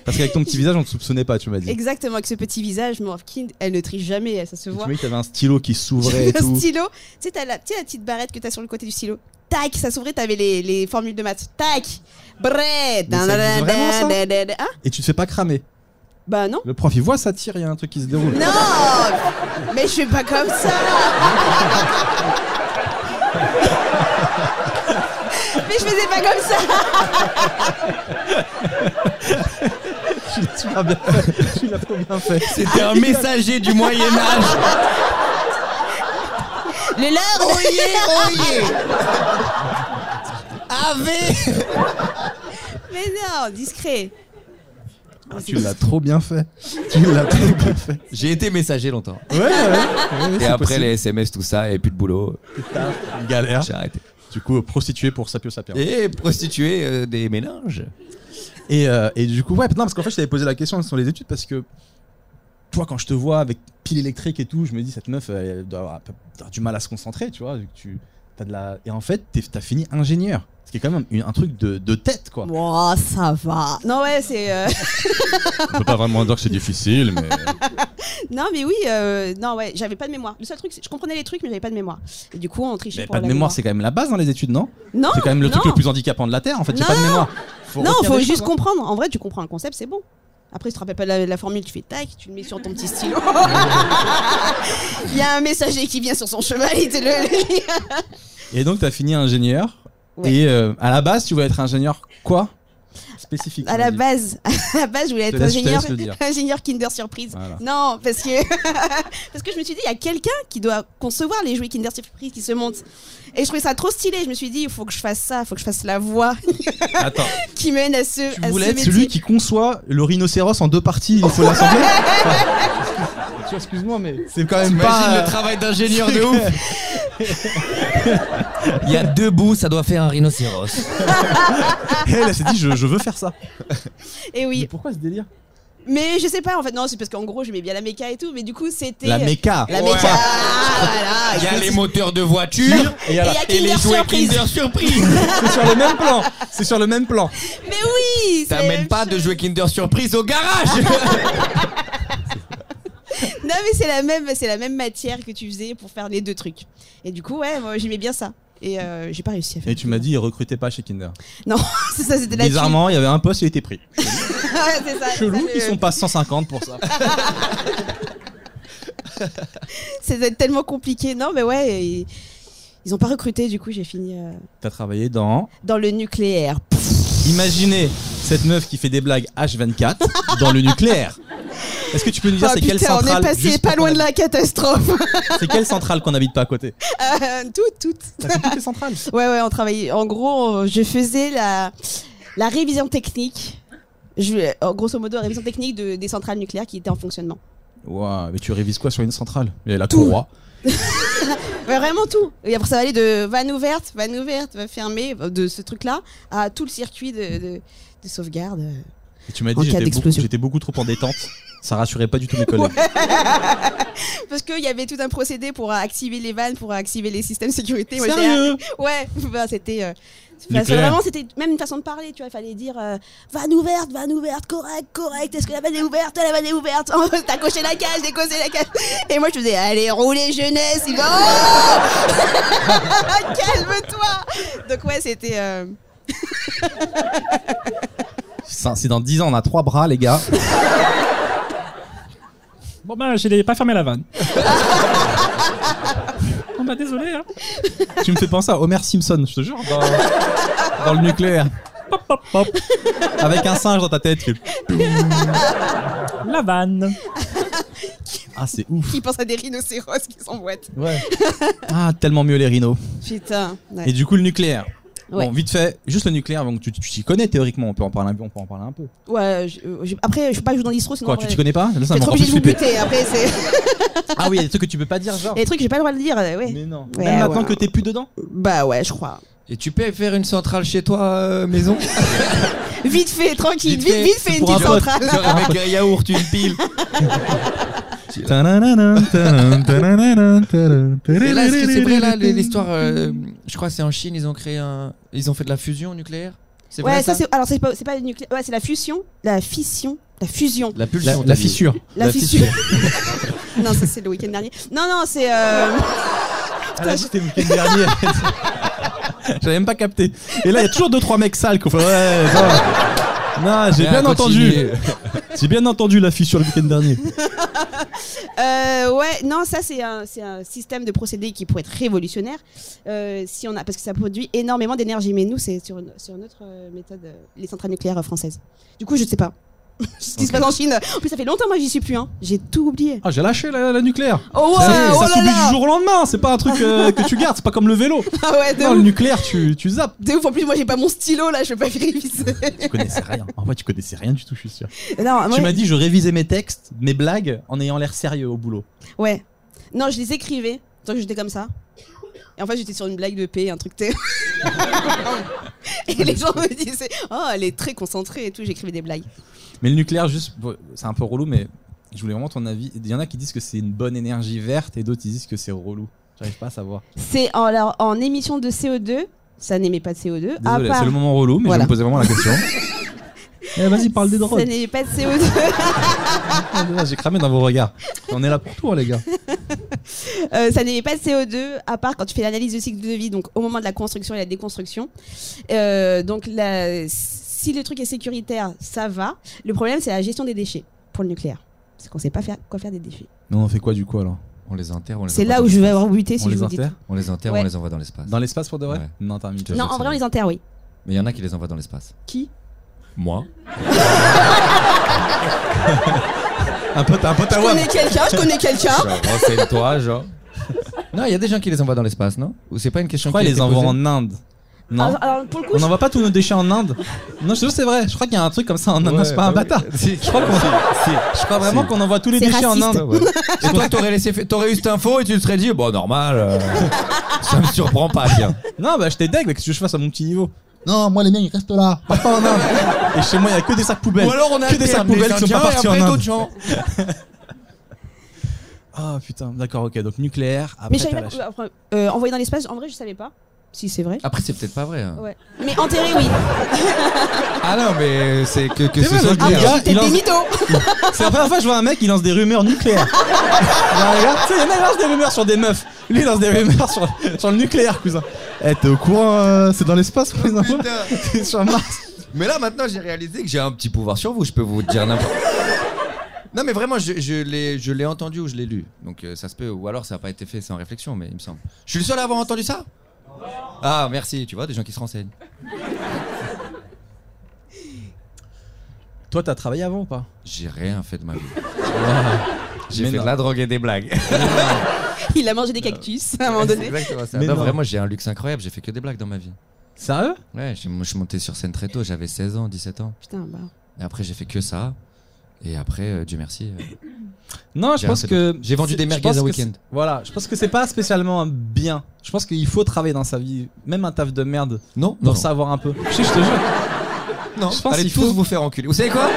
[SPEAKER 1] Parce qu'avec ton petit visage, on te soupçonnait pas, tu m'as dit.
[SPEAKER 2] exactement, avec ce petit visage, mais King, elle ne triche jamais, elle, ça se
[SPEAKER 1] Tu
[SPEAKER 2] voit.
[SPEAKER 1] m'as dit que t'avais un stylo qui s'ouvrait et
[SPEAKER 2] J'avais un
[SPEAKER 1] tout.
[SPEAKER 2] stylo. Tu sais, t'as la, tu sais, la petite barrette que t'as sur le côté du stylo. Tac, ça s'ouvrait, t'avais les, les formules de maths. Tac, bread.
[SPEAKER 1] Mais ça existe vraiment, ça
[SPEAKER 2] Hein
[SPEAKER 1] Et tu te fais pas cramer.
[SPEAKER 2] Bah non.
[SPEAKER 1] Le prof, il voit ça tire, il y a un truc qui se déroule.
[SPEAKER 2] Non Mais je fais pas comme ça Mais je faisais pas comme ça
[SPEAKER 1] tu l'as trop bien fait. Tu l'as trop bien fait.
[SPEAKER 4] C'était un messager du Moyen-Âge.
[SPEAKER 2] Le lord Mais non, discret
[SPEAKER 1] Tu l'as trop bien fait. Tu l'as trop bien fait.
[SPEAKER 4] J'ai été messager longtemps.
[SPEAKER 1] Ouais, ouais. ouais, ouais,
[SPEAKER 4] Et
[SPEAKER 1] c'est
[SPEAKER 4] après
[SPEAKER 1] possible.
[SPEAKER 4] les SMS, tout ça, et plus de boulot,
[SPEAKER 1] galères.
[SPEAKER 4] j'ai arrêté.
[SPEAKER 1] Du coup, prostitué pour Sapio Sapien.
[SPEAKER 4] Ah. Et prostituer euh, des ménages.
[SPEAKER 1] Et, euh, et du coup, ouais, non, parce qu'en fait, je t'avais posé la question sur les études parce que, toi, quand je te vois avec pile électrique et tout, je me dis, cette meuf, elle doit avoir, avoir du mal à se concentrer, tu vois. vu que Tu, as de la... Et en fait, t'es- t'as fini ingénieur. Ce qui est quand même une- un truc de, de tête, quoi.
[SPEAKER 2] Bon, ça va Non, ouais, c'est... euh,
[SPEAKER 1] On peut pas vraiment dire que c'est difficile, mais.
[SPEAKER 2] Non, mais oui, euh, non, ouais, j'avais pas de mémoire. Le seul truc, c'est- je comprenais les trucs, mais j'avais pas de mémoire. Et du coup, on trichait
[SPEAKER 1] Mais
[SPEAKER 2] pour
[SPEAKER 1] pas de
[SPEAKER 2] la
[SPEAKER 1] mémoire, c'est quand même la base dans les études, non
[SPEAKER 2] Non
[SPEAKER 1] C'est quand même le truc
[SPEAKER 2] non.
[SPEAKER 1] le plus handicapant de la Terre, en fait, il a pas de
[SPEAKER 2] Non.
[SPEAKER 1] mémoire. Faut
[SPEAKER 2] Non,
[SPEAKER 1] retenir
[SPEAKER 2] faut
[SPEAKER 1] des
[SPEAKER 2] juste
[SPEAKER 1] choses, hein.
[SPEAKER 2] comprendre. En vrai, tu comprends le concept, c'est bon. Après, tu te rappelles pas de la, la formule, tu fais tac, tu le mets sur ton petit stylo. Il y a un messager qui vient sur son cheval, il te le lit.
[SPEAKER 1] Et donc, t'as fini ingénieur.
[SPEAKER 2] Ouais.
[SPEAKER 1] Et euh, à la base, tu voulais être ingénieur quoi Spécifiquement.
[SPEAKER 2] À la
[SPEAKER 1] dis.
[SPEAKER 2] base, à la base, je voulais
[SPEAKER 1] Je
[SPEAKER 2] être
[SPEAKER 1] te laisse- je te
[SPEAKER 2] ingénieur,
[SPEAKER 1] laisse le dire.
[SPEAKER 2] ingénieur Kinder Surprise.
[SPEAKER 1] Voilà.
[SPEAKER 2] Non, parce que parce que je me suis dit, il y a quelqu'un qui doit concevoir les jouets Kinder Surprise qui se montent. Et je trouvais ça trop stylé. Je me suis dit, il faut que je fasse ça, il faut que je fasse la voie
[SPEAKER 1] Attends.
[SPEAKER 2] qui mène à ce.
[SPEAKER 1] Tu
[SPEAKER 2] à
[SPEAKER 1] voulais
[SPEAKER 2] ce
[SPEAKER 1] être
[SPEAKER 2] métier.
[SPEAKER 1] celui qui conçoit le rhinocéros en deux parties, il faut l'assembler Enfin, tu vois, Excuse-moi, mais c'est quand même pas. euh,
[SPEAKER 4] travail d'ingénieur de ouf. Il y a deux bouts, ça doit faire un rhinocéros.
[SPEAKER 1] Elle, elle s'est dit, je, je veux faire ça.
[SPEAKER 2] Et
[SPEAKER 1] Mais
[SPEAKER 2] oui,
[SPEAKER 1] pourquoi ce délire
[SPEAKER 2] Mais je sais pas en fait, non, c'est parce qu'en gros j'aimais bien la méca et tout, mais du coup c'était.
[SPEAKER 1] La méca.
[SPEAKER 2] euh, La méca,
[SPEAKER 4] Ouais.
[SPEAKER 2] voilà.
[SPEAKER 4] Il y a les moteurs de voiture
[SPEAKER 1] Et
[SPEAKER 2] Et il y
[SPEAKER 1] alors,
[SPEAKER 2] a Kinder Surprise.
[SPEAKER 4] Surprise.
[SPEAKER 1] c'est sur le même plan. C'est sur le même plan.
[SPEAKER 2] Mais oui c'est-
[SPEAKER 4] T'amènes pas de jouer Kinder Surprise au garage.
[SPEAKER 2] Non mais c'est la même, c'est la même matière que tu faisais pour faire les deux trucs. Et du coup ouais, moi, j'aimais bien ça. Et euh, j'ai pas réussi à faire.
[SPEAKER 1] Et tu m'as dit, ils recrutaient pas chez Kinder.
[SPEAKER 2] Non, c'est ça, c'était la
[SPEAKER 1] Bizarrement, il y avait un poste, il était pris.
[SPEAKER 2] Ouais, c'est ça,
[SPEAKER 1] Chelou,
[SPEAKER 2] c'est
[SPEAKER 1] ils
[SPEAKER 2] ça,
[SPEAKER 1] sont pas 150 pour ça.
[SPEAKER 2] C'était tellement compliqué. Non, mais ouais, ils, ils ont pas recruté, du coup, j'ai fini euh,
[SPEAKER 1] T'as travaillé dans.
[SPEAKER 2] dans le nucléaire. Pff,
[SPEAKER 1] Imaginez cette meuf qui fait des blagues H24 dans le nucléaire. Est-ce que tu peux nous dire
[SPEAKER 2] ah,
[SPEAKER 1] c'est quelle
[SPEAKER 2] putain, on
[SPEAKER 1] centrale
[SPEAKER 2] est passé
[SPEAKER 1] juste
[SPEAKER 2] pas
[SPEAKER 1] pour
[SPEAKER 2] loin
[SPEAKER 1] qu'on
[SPEAKER 2] de la catastrophe.
[SPEAKER 1] habite- C'est quelle centrale qu'on n'habite pas à côté
[SPEAKER 2] Euh, toutes, toutes.
[SPEAKER 1] Ça, C'est toutes les centrales.
[SPEAKER 2] Ouais, ouais, on travaillait. En gros, on- je faisais la, la révision technique. Je, en grosso modo, la révision technique de- des centrales nucléaires qui étaient en fonctionnement.
[SPEAKER 1] Waouh, mais tu révises quoi sur une centrale Il y a la courroie.
[SPEAKER 2] Ouais, vraiment tout. Et après, ça va aller de vanne ouverte, vanne ouverte, va fermée, de ce truc-là, à tout le circuit de, de, de sauvegarde. euh,
[SPEAKER 1] Et tu m'as
[SPEAKER 2] En
[SPEAKER 1] dit
[SPEAKER 2] cas
[SPEAKER 1] j'étais beaucoup,
[SPEAKER 2] d'explosion.
[SPEAKER 1] j'étais beaucoup trop en détente. Ça rassurait pas du tout mes collègues.
[SPEAKER 2] Parce qu'il y avait tout un procédé pour euh, activer les vannes, pour activer les systèmes de sécurité. Moi, j'ai-
[SPEAKER 1] Sérieux
[SPEAKER 2] Ouais, bah, c'était. euh, enfin,
[SPEAKER 1] Nucléaire.
[SPEAKER 2] c'est vraiment, c'était même une façon de parler, tu vois. Il fallait dire euh, vanne ouverte, vanne ouverte, correct, correct. Est-ce que la vanne est ouverte La vanne est ouverte. Oh, T'as coché la case, j'ai coché la case. Et moi, je faisais allez, roulez, jeunesse. Il va oh Calme-toi Donc, ouais, c'était. euh,
[SPEAKER 1] Ça, C'est dans 10 ans, on a trois bras, les gars.
[SPEAKER 6] Bon bah j'ai pas fermé la vanne. bon bah désolé hein.
[SPEAKER 1] tu me fais penser à Homer Simpson, je te jure, dans, dans le nucléaire.
[SPEAKER 6] Pop pop pop.
[SPEAKER 1] Avec un singe dans ta tête. qui-
[SPEAKER 6] La vanne.
[SPEAKER 1] Ah, c'est ouf.
[SPEAKER 2] Qui pense à des rhinocéros qui s'emboîtent.
[SPEAKER 1] Ouais. Ah, tellement mieux les rhinos.
[SPEAKER 2] Putain. ouais.
[SPEAKER 1] Et du coup, le nucléaire.
[SPEAKER 2] Ouais.
[SPEAKER 1] Bon, vite fait, juste le nucléaire, donc tu tu t'y connais théoriquement, on peut en parler un peu. On peut en parler un peu.
[SPEAKER 2] Ouais, je- euh, je- après, je peux pas jouer dans l'istro, sinon.
[SPEAKER 1] Quoi,
[SPEAKER 2] après,
[SPEAKER 1] tu t'y connais pas Là,
[SPEAKER 2] je
[SPEAKER 1] ça
[SPEAKER 2] vais
[SPEAKER 1] m'a
[SPEAKER 2] être
[SPEAKER 1] encore
[SPEAKER 2] obligé de
[SPEAKER 1] plus
[SPEAKER 2] vous
[SPEAKER 1] flippé.
[SPEAKER 2] buter. Après, c'est.
[SPEAKER 1] Ah oui, il y a des trucs que tu peux pas dire, genre.
[SPEAKER 2] Il y a des trucs que j'ai pas le droit de dire, euh, ouais.
[SPEAKER 1] Mais non.
[SPEAKER 2] Ouais,
[SPEAKER 1] Même maintenant
[SPEAKER 2] ouais.
[SPEAKER 1] que t'es plus dedans
[SPEAKER 2] Bah ouais, je crois.
[SPEAKER 4] Et tu peux faire une centrale chez toi euh, maison
[SPEAKER 2] Vite fait, tranquille,
[SPEAKER 4] Vite
[SPEAKER 2] vite,
[SPEAKER 4] fait,
[SPEAKER 2] vite fait, une
[SPEAKER 1] pour
[SPEAKER 2] petite
[SPEAKER 1] un pote.
[SPEAKER 2] centrale.
[SPEAKER 4] Genre avec un yaourt, une pile. Et là, est-ce que c'est vrai là l'histoire euh, Je crois que c'est en Chine, ils ont créé un, ils ont fait de la fusion nucléaire. C'est vrai
[SPEAKER 2] Ouais, ça, c'est alors c'est pas c'est pas le nucléaire, ouais, c'est la fusion, la fission, la fusion,
[SPEAKER 4] la
[SPEAKER 1] La,
[SPEAKER 4] pulsion,
[SPEAKER 1] la fissure.
[SPEAKER 2] la, fissure. non, ça c'est le week-end dernier. Non, non, c'est euh,
[SPEAKER 1] Ah, là, c'était le week-end dernier. J'avais même pas capté. Et là, il y a toujours deux trois mecs sales qu'on fait. Ouais, ça va. Non, j'ai bien entendu. J'ai bien entendu la fissure le week-end dernier.
[SPEAKER 2] euh, ouais, non, ça c'est un c'est un système de procédé qui pourrait être révolutionnaire euh, si on a parce que ça produit énormément d'énergie, mais nous c'est sur une, sur une autre euh, méthode, euh, les centrales nucléaires euh, françaises. Du coup, je sais pas. Ce qui se passe en Chine. En plus, ça fait longtemps moi j'y suis plus. Hein. J'ai tout oublié.
[SPEAKER 1] Ah, j'ai lâché la, la nucléaire.
[SPEAKER 2] Oh ouais,
[SPEAKER 1] Ça, c'est-
[SPEAKER 2] oh
[SPEAKER 1] ça
[SPEAKER 2] là
[SPEAKER 1] s'oublie
[SPEAKER 2] là.
[SPEAKER 1] du jour au lendemain. C'est pas un truc euh, que tu gardes. C'est pas comme le vélo.
[SPEAKER 2] Ah ouais, de
[SPEAKER 1] Non,
[SPEAKER 2] ouf.
[SPEAKER 1] le nucléaire, tu, tu zappes.
[SPEAKER 2] De ouf, en plus, moi j'ai pas mon stylo là, je peux pas réviser.
[SPEAKER 1] Tu connaissais rien. En vrai, tu connaissais rien du tout, je suis sûr.
[SPEAKER 2] non, moi,
[SPEAKER 1] Tu m'as dit, je révisais mes textes, mes blagues, en ayant l'air sérieux au boulot.
[SPEAKER 2] Ouais. Non, je les écrivais, tant que j'étais comme ça. Et en fait, j'étais sur une blague de paix, un truc T. et les gens me disaient Oh, elle est très concentrée et tout, j'écrivais des blagues.
[SPEAKER 1] Mais le nucléaire, juste, bon, c'est un peu relou, mais je voulais vraiment ton avis. Il y en a qui disent que c'est une bonne énergie verte et d'autres qui disent que c'est relou. J'arrive pas à savoir.
[SPEAKER 2] C'est en, alors, en émission de CO2, ça n'émet Ah, pas de CO2. à
[SPEAKER 1] Désolé,
[SPEAKER 2] part-
[SPEAKER 1] c'est le moment relou, mais
[SPEAKER 2] Voilà.
[SPEAKER 1] je me posais vraiment la question. Eh, vas-y, parle des
[SPEAKER 2] Ça
[SPEAKER 1] drogues.
[SPEAKER 2] n'émet pas de CO2.
[SPEAKER 1] J'ai cramé dans vos regards. On est là pour tout, hein, les gars.
[SPEAKER 2] Euh, ça n'émet pas de CO2, à part quand tu fais l'analyse de cycle de vie, donc au moment de la construction et la déconstruction. Euh, donc, la- si le truc est sécuritaire, ça va. Le problème, c'est la gestion des déchets pour le nucléaire. Parce qu'on sait pas faire, quoi faire des déchets.
[SPEAKER 1] Non, on fait quoi du coup alors
[SPEAKER 4] On les enterre, on les
[SPEAKER 2] C'est
[SPEAKER 4] envoie
[SPEAKER 2] là
[SPEAKER 4] dans
[SPEAKER 2] où je vais
[SPEAKER 4] l'espace.
[SPEAKER 2] avoir buté si
[SPEAKER 1] On
[SPEAKER 2] je
[SPEAKER 1] les
[SPEAKER 2] vous dis.
[SPEAKER 1] enterre
[SPEAKER 4] On les enterre,
[SPEAKER 2] Ouais.
[SPEAKER 4] on les envoie dans l'espace.
[SPEAKER 1] Dans l'espace pour de vrai
[SPEAKER 4] Ouais.
[SPEAKER 1] Non, t'as un mytho.
[SPEAKER 4] Je
[SPEAKER 2] Non,
[SPEAKER 4] sais,
[SPEAKER 2] en vrai, on
[SPEAKER 4] oui.
[SPEAKER 2] les enterre, oui.
[SPEAKER 4] Mais il y en a qui les envoient dans l'espace.
[SPEAKER 2] Qui
[SPEAKER 4] Moi
[SPEAKER 1] Un pote, un pote à
[SPEAKER 2] Je
[SPEAKER 1] WAM.
[SPEAKER 2] connais quelqu'un, je connais quelqu'un.
[SPEAKER 4] Genre, renseigne-toi, genre. Non, il y a des gens qui les envoient dans l'espace, non Ou c'est pas une
[SPEAKER 1] Je
[SPEAKER 4] question
[SPEAKER 1] crois
[SPEAKER 4] qui a
[SPEAKER 1] qu'ils les
[SPEAKER 4] été
[SPEAKER 1] envoient
[SPEAKER 4] posée
[SPEAKER 1] en Inde. Non
[SPEAKER 2] Alors, alors, pour le coup,
[SPEAKER 1] On n'envoie pas tous nos déchets en Inde Non, je te jure, c'est vrai. Je crois qu'il y a un truc comme ça en Inde. non,
[SPEAKER 4] Ouais,
[SPEAKER 1] c'est pas un
[SPEAKER 4] bah oui.
[SPEAKER 1] bâtard.
[SPEAKER 4] Si,
[SPEAKER 1] Je crois, qu'on- je crois vraiment qu'on envoie tous les
[SPEAKER 2] C'est
[SPEAKER 1] déchets en
[SPEAKER 2] raciste.
[SPEAKER 1] Inde.
[SPEAKER 4] Et toi, t'aurais laissé, fa- t'aurais eu cette info et tu te serais dit, bon, normal, euh, ça me surprend pas, tiens.
[SPEAKER 1] Non, bah je t'ai deg, mais qu'est-ce que je fasse à mon petit niveau
[SPEAKER 7] Non, moi les miens ils restent là. Pars pas en Inde.
[SPEAKER 1] Et chez moi, il y a que des sacs poubelles.
[SPEAKER 4] Ou alors on a
[SPEAKER 1] que des sacs
[SPEAKER 4] alterne,
[SPEAKER 1] poubelles
[SPEAKER 4] les
[SPEAKER 1] qui sont
[SPEAKER 4] Indiens
[SPEAKER 1] pas
[SPEAKER 4] et
[SPEAKER 1] partis
[SPEAKER 4] après
[SPEAKER 1] en
[SPEAKER 4] d'autres
[SPEAKER 1] Inde.
[SPEAKER 4] gens.
[SPEAKER 1] Ah putain, d'accord, ok. Donc nucléaire, après
[SPEAKER 2] Mais je savais
[SPEAKER 1] t'as
[SPEAKER 2] pas.
[SPEAKER 1] la-
[SPEAKER 2] que- enfin, euh, envoyé dans l'espace, en vrai, je savais pas. Si c'est vrai.
[SPEAKER 4] Après, c'est peut-être pas vrai. hein.
[SPEAKER 2] Ouais. Mais enterré, oui.
[SPEAKER 4] Ah non, mais c'est que, que
[SPEAKER 1] C'est
[SPEAKER 4] ce
[SPEAKER 1] vrai,
[SPEAKER 4] soit
[SPEAKER 1] le
[SPEAKER 4] clair.
[SPEAKER 1] gars,
[SPEAKER 2] T'es
[SPEAKER 1] il
[SPEAKER 2] des
[SPEAKER 1] lance-
[SPEAKER 2] mythos
[SPEAKER 1] C'est la première fois que je vois un mec qui lance des rumeurs nucléaires. Genre, les gars, tu sais, il y en a, il lance des rumeurs sur des meufs. Lui, il lance des rumeurs sur, sur le nucléaire, cousin. Eh, t'es au courant, euh, c'est dans l'espace, cousin
[SPEAKER 4] Putain.
[SPEAKER 1] C'est sur Mars.
[SPEAKER 4] Mais là, maintenant, j'ai réalisé que j'ai un petit pouvoir sur vous. Je peux vous dire n'importe Non, mais vraiment, je, je l'ai- je l'ai entendu ou je l'ai lu. Donc euh, ça se peut. Ou alors, ça n'a pas été fait sans réflexion, mais il me semble. Je suis le seul à avoir entendu ça Ah, merci. Tu vois, des gens qui se renseignent.
[SPEAKER 1] Toi, t'as travaillé avant ou pas
[SPEAKER 4] J'ai rien fait de ma vie.
[SPEAKER 1] Mais
[SPEAKER 4] J'ai fait
[SPEAKER 1] non.
[SPEAKER 4] de la drogue et des blagues.
[SPEAKER 2] Il a mangé des cactus à un moment
[SPEAKER 4] C'est
[SPEAKER 2] donné.
[SPEAKER 4] exactement ça.
[SPEAKER 1] Mais
[SPEAKER 4] Non,
[SPEAKER 1] non.
[SPEAKER 4] vraiment, j'ai un luxe incroyable. J'ai fait que des blagues dans ma vie.
[SPEAKER 1] Sérieux
[SPEAKER 4] Ouais, j'ai- moi, je suis monté sur scène très tôt. J'avais 16 ans, 17 ans.
[SPEAKER 2] Putain, bah.
[SPEAKER 4] Et après, j'ai fait que ça. Et après, euh, Dieu merci. euh,
[SPEAKER 1] Non, je
[SPEAKER 4] J'ai
[SPEAKER 1] pense
[SPEAKER 4] un peu
[SPEAKER 1] que.
[SPEAKER 4] J'ai vendu
[SPEAKER 1] c'est-
[SPEAKER 4] des
[SPEAKER 1] je
[SPEAKER 4] merguez
[SPEAKER 1] pense
[SPEAKER 4] à
[SPEAKER 1] que
[SPEAKER 4] week-end.
[SPEAKER 1] c'est- Voilà, je pense que c'est pas spécialement bien. Je pense qu'il faut travailler dans sa vie, même un taf de merde,
[SPEAKER 4] Non,
[SPEAKER 1] pour
[SPEAKER 4] non,
[SPEAKER 1] savoir un peu. Je sais, je te jure.
[SPEAKER 4] Non,
[SPEAKER 1] Je pense
[SPEAKER 4] allez
[SPEAKER 1] qu'il
[SPEAKER 4] tous
[SPEAKER 1] faut-
[SPEAKER 4] vous faire enculer. Vous savez quoi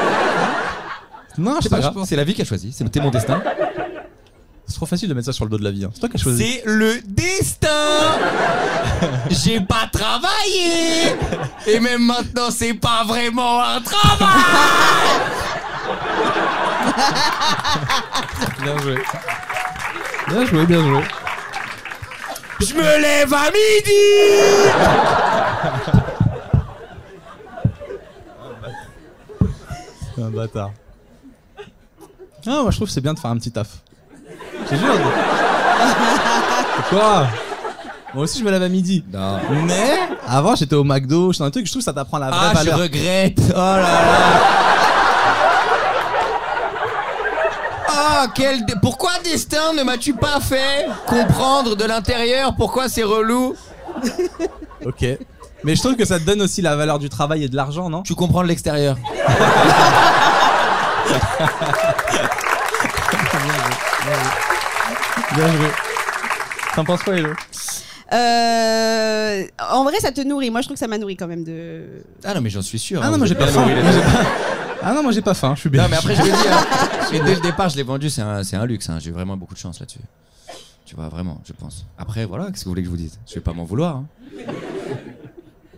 [SPEAKER 1] Non, je
[SPEAKER 4] C'est
[SPEAKER 1] sais
[SPEAKER 4] pas
[SPEAKER 1] pas.
[SPEAKER 4] grave, c'est la vie qui a choisi, c'était mon destin.
[SPEAKER 1] C'est trop facile de mettre ça sur le dos de la vie. hein. C'est toi qui as choisi.
[SPEAKER 4] C'est le destin J'ai pas travaillé Et même maintenant, c'est pas vraiment un travail
[SPEAKER 1] Bien joué. Bien joué, bien joué.
[SPEAKER 4] Je me lève à midi
[SPEAKER 1] T'es un bâtard. Ah, moi je trouve que c'est bien de faire un petit taf. Je te jure. Quoi Moi aussi je me lève à midi.
[SPEAKER 4] Non.
[SPEAKER 1] Mais avant j'étais au McDo, j'étais dans un truc, je trouve que ça t'apprend la vraie
[SPEAKER 4] Ah, je
[SPEAKER 1] valeur.
[SPEAKER 4] regrette Oh là là Ah, quel dé- Pourquoi destin ne m'as-tu pas fait comprendre de l'intérieur pourquoi c'est relou
[SPEAKER 1] Ok. Mais je trouve que ça te donne aussi la valeur du travail et de l'argent, non
[SPEAKER 4] Tu comprends de l'extérieur.
[SPEAKER 1] Bien joué. T'en penses quoi, Hello
[SPEAKER 2] Euh, en vrai, ça te nourrit. Moi, je trouve que ça m'a nourri quand même de.
[SPEAKER 4] Ah non, mais j'en suis sûr.
[SPEAKER 1] Ah
[SPEAKER 4] hein,
[SPEAKER 1] non, moi j'ai
[SPEAKER 4] vous êtes
[SPEAKER 1] pas
[SPEAKER 4] bien
[SPEAKER 1] faim.
[SPEAKER 4] nourris, les
[SPEAKER 1] Moi,
[SPEAKER 4] deux.
[SPEAKER 1] j'ai pas- Ah non, moi j'ai pas faim, je suis bien.
[SPEAKER 4] Non, mais après, je l'ai dit. hein. Mais dès le départ, je l'ai vendu. C'est un, c'est un luxe. hein. J'ai vraiment beaucoup de chance là-dessus. Tu vois, vraiment, je pense. Après, voilà, qu'est-ce que vous voulez que je vous dise Je vais pas m'en vouloir. hein.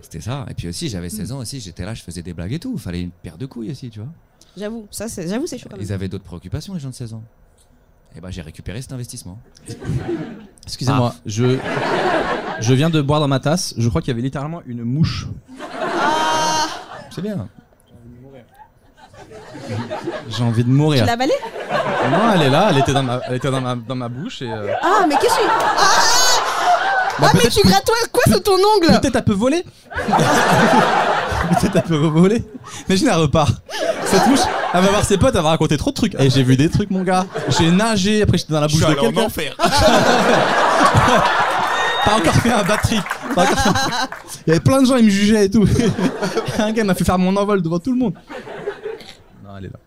[SPEAKER 4] C'était ça. Et puis aussi, j'avais 16 ans aussi. J'étais là, je faisais des blagues et tout. Fallait une paire de couilles aussi, tu vois.
[SPEAKER 2] J'avoue, ça, c'est... j'avoue, c'est chaud quand même.
[SPEAKER 4] Ils avaient d'autres préoccupations, les gens de 16 ans. Et bah, j'ai récupéré cet investissement.
[SPEAKER 1] Excusez-moi, je... je viens de boire dans ma tasse, je crois qu'il y avait littéralement une mouche.
[SPEAKER 4] C'est bien.
[SPEAKER 1] J'ai envie de
[SPEAKER 2] Tu
[SPEAKER 1] mourir.
[SPEAKER 2] l'as avalé
[SPEAKER 1] Non, elle est là, elle était dans ma, elle était dans ma, dans ma bouche et. euh,
[SPEAKER 2] Ah, mais qu'est-ce que. Ah, ah mais tu grattes quoi sous ton ongle
[SPEAKER 1] Bah, Peut-être elle peut voler Peut-être elle peut voler Imagine elle repart. Cette mouche, elle va voir ses potes, elle va raconter trop de trucs. Et j'ai vu des trucs, mon gars. J'ai nagé, après j'étais dans la bouche de quelqu'un.
[SPEAKER 4] enfer.
[SPEAKER 1] T'as encore fait un batterie. T'as encore fait un- Il y avait plein de gens, ils me jugeaient et tout. un gars m'a fait faire mon envol devant tout le monde. Non, elle est là.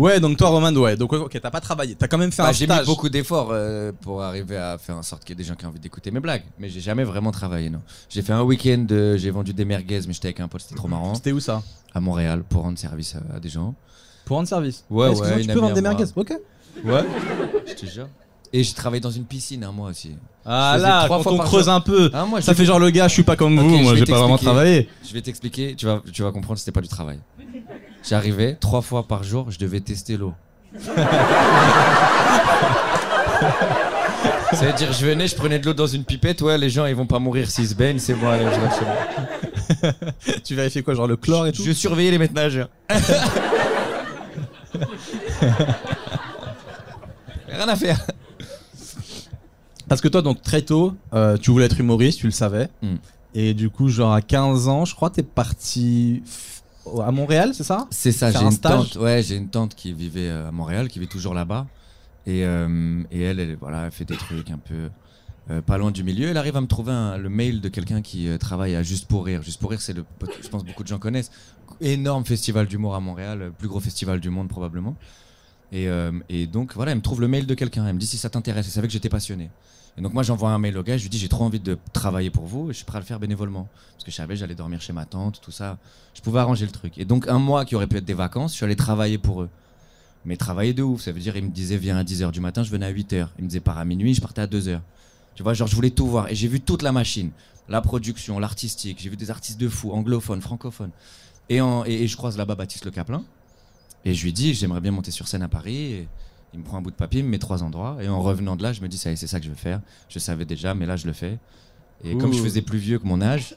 [SPEAKER 1] Ouais, donc toi, Roman, ouais. Donc, ok, t'as pas travaillé. T'as quand même fait un
[SPEAKER 4] Bah, j'ai
[SPEAKER 1] stage.
[SPEAKER 4] mis beaucoup d'efforts euh, pour arriver à faire en sorte qu'il y ait des gens qui ont envie d'écouter mes blagues. Mais j'ai jamais vraiment travaillé, non. J'ai fait un week-end, euh, j'ai vendu des merguez, mais j'étais avec un pote, c'était trop marrant.
[SPEAKER 1] C'était où ça
[SPEAKER 4] à Montréal pour rendre service à, à des gens.
[SPEAKER 1] Pour rendre service.
[SPEAKER 4] Ouais,
[SPEAKER 1] Excuse-moi,
[SPEAKER 4] ouais,
[SPEAKER 1] Tu
[SPEAKER 4] une
[SPEAKER 1] peux
[SPEAKER 4] amie
[SPEAKER 1] vendre
[SPEAKER 4] à
[SPEAKER 1] des
[SPEAKER 4] moi.
[SPEAKER 1] merguez. Ok.
[SPEAKER 4] Ouais. Je te jure. Et j'ai travaillé dans une piscine un mois aussi.
[SPEAKER 1] Ah
[SPEAKER 4] Je faisais
[SPEAKER 1] là,
[SPEAKER 4] trois
[SPEAKER 1] quand
[SPEAKER 4] fois
[SPEAKER 1] on
[SPEAKER 4] par
[SPEAKER 1] creuse
[SPEAKER 4] jour.
[SPEAKER 1] un peu,
[SPEAKER 4] Ah, moi,
[SPEAKER 1] ça
[SPEAKER 4] je-
[SPEAKER 1] fait genre le gars, je suis pas comme
[SPEAKER 4] Ok,
[SPEAKER 1] vous,
[SPEAKER 4] je
[SPEAKER 1] moi
[SPEAKER 4] vais
[SPEAKER 1] j'ai pas vraiment
[SPEAKER 4] t'expliquer.
[SPEAKER 1] travaillé.
[SPEAKER 4] Je vais t'expliquer, tu vas, tu vas comprendre, c'était pas du travail. J'arrivais trois fois par jour, je devais tester l'eau. Ça veut dire, je venais, je prenais de l'eau dans une pipette, ouais, les gens ils vont pas mourir s'ils se baignent, c'est bon, allez, je reste chez moi.
[SPEAKER 1] Tu vérifiais quoi, genre le chlore et tout
[SPEAKER 4] Je surveillais les maîtres nageurs. Rien à faire.
[SPEAKER 1] Parce que toi, donc très tôt, euh, tu voulais être humoriste, tu le savais.
[SPEAKER 4] Hmm.
[SPEAKER 1] Et du coup, genre à 15 ans, je crois, t'es parti f- à Montréal, c'est ça
[SPEAKER 4] C'est ça,
[SPEAKER 1] Faire
[SPEAKER 4] j'ai
[SPEAKER 1] un
[SPEAKER 4] une
[SPEAKER 1] stage.
[SPEAKER 4] tante. Ouais, j'ai une tante qui vivait euh, à Montréal, qui vit toujours là-bas. Et, euh, et elle, elle, voilà, elle fait des trucs un peu euh, pas loin du milieu. Elle arrive à me trouver un- le mail de quelqu'un qui euh, travaille à Juste pour rire. Juste pour rire, c'est le, pod- je pense que beaucoup de gens connaissent, énorme festival d'humour à Montréal, le plus gros festival du monde probablement. Et, euh, et donc voilà, elle me trouve le mail de quelqu'un. Elle me dit si ça t'intéresse. Elle savait que j'étais passionné. Et donc moi j'envoie un mail au gars, je lui dis j'ai trop envie de travailler pour vous et je suis prêt à le faire bénévolement. Parce que je savais j'allais dormir chez ma tante, tout ça. Je pouvais arranger le truc. Et donc un mois qui aurait pu être des vacances, je suis allé travailler pour eux. Mais travailler de ouf, ça veut dire ils me disaient viens à 10h du matin, je venais à 8h. Ils me disaient pars à minuit, je partais à 2h. Tu vois, genre je voulais tout voir. Et j'ai vu toute la machine, la production, l'artistique, j'ai vu des artistes de fous, anglophones, francophones. Et, en- et- et je croise là-bas Baptiste Le Caplin. Et je lui dis, j'aimerais bien monter sur scène à Paris. Et il me prend un bout de papier, il me met trois endroits. Et en revenant de là, je me dis, ça y est, c'est ça que je veux faire. Je savais déjà, mais là, je le fais. Et comme
[SPEAKER 5] Ouh.
[SPEAKER 4] je faisais plus vieux que mon âge,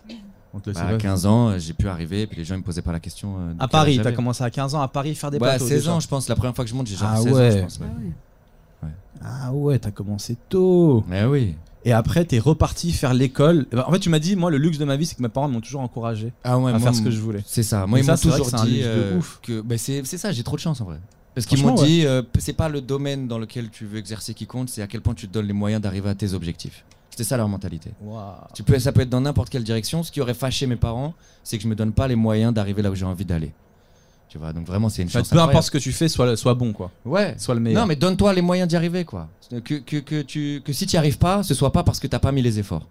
[SPEAKER 5] On te laisse
[SPEAKER 4] bah, à
[SPEAKER 5] pas.
[SPEAKER 4] 15 ans, euh, j'ai pu arriver. Et puis les gens, ils me posaient pas la question. euh, de
[SPEAKER 1] À
[SPEAKER 4] quel
[SPEAKER 1] Paris,
[SPEAKER 4] âge
[SPEAKER 1] t'as
[SPEAKER 4] j'avais.
[SPEAKER 1] commencé à 15 ans à Paris faire des
[SPEAKER 4] Ouais, à
[SPEAKER 1] plateaux.
[SPEAKER 4] 16
[SPEAKER 1] déjà.
[SPEAKER 4] ans, je pense. La première fois que je monte, j'ai genre
[SPEAKER 5] Ah
[SPEAKER 4] 16 ans,
[SPEAKER 5] ouais.
[SPEAKER 4] je pense. ouais.
[SPEAKER 5] Ah ouais, t'as commencé tôt.
[SPEAKER 4] Eh oui.
[SPEAKER 1] Et après, t'es reparti faire l'école. Eh ben, En fait, tu m'as dit, moi, le luxe de ma vie, c'est que mes parents m'ont toujours encouragé
[SPEAKER 4] Ah ouais,
[SPEAKER 1] à
[SPEAKER 4] moi,
[SPEAKER 1] faire ce
[SPEAKER 4] mon-
[SPEAKER 1] que je voulais.
[SPEAKER 4] C'est ça. Moi,
[SPEAKER 1] Et
[SPEAKER 4] ils
[SPEAKER 1] ça,
[SPEAKER 4] m'ont
[SPEAKER 1] c'est vrai
[SPEAKER 4] toujours
[SPEAKER 1] que c'est un
[SPEAKER 4] dit
[SPEAKER 1] luxe de
[SPEAKER 4] euh,
[SPEAKER 1] ouf.
[SPEAKER 4] que bah, c'est c'est ça. J'ai trop de chance en vrai. Parce qu'ils m'ont
[SPEAKER 5] Franchement,
[SPEAKER 4] dit, euh, c'est pas le domaine dans lequel tu veux exercer qui compte, c'est à quel point tu te donnes les moyens d'arriver à tes objectifs. C'était ça leur mentalité. Tu peux, ça peut être dans n'importe quelle direction. Ce qui aurait fâché mes parents, c'est que je me donne pas les moyens d'arriver là où j'ai envie d'aller. Tu vois, donc vraiment, c'est une
[SPEAKER 1] Enfin,
[SPEAKER 4] chance.
[SPEAKER 1] Bah, peu importe
[SPEAKER 4] incroyable.
[SPEAKER 1] ce que tu fais, sois, sois bon, quoi.
[SPEAKER 4] Ouais.
[SPEAKER 1] Sois le meilleur.
[SPEAKER 4] Non, mais euh, donne-toi les moyens d'y arriver, quoi. Que, que, que, tu, que si tu arrives pas, ce soit pas parce que t'as pas mis les efforts.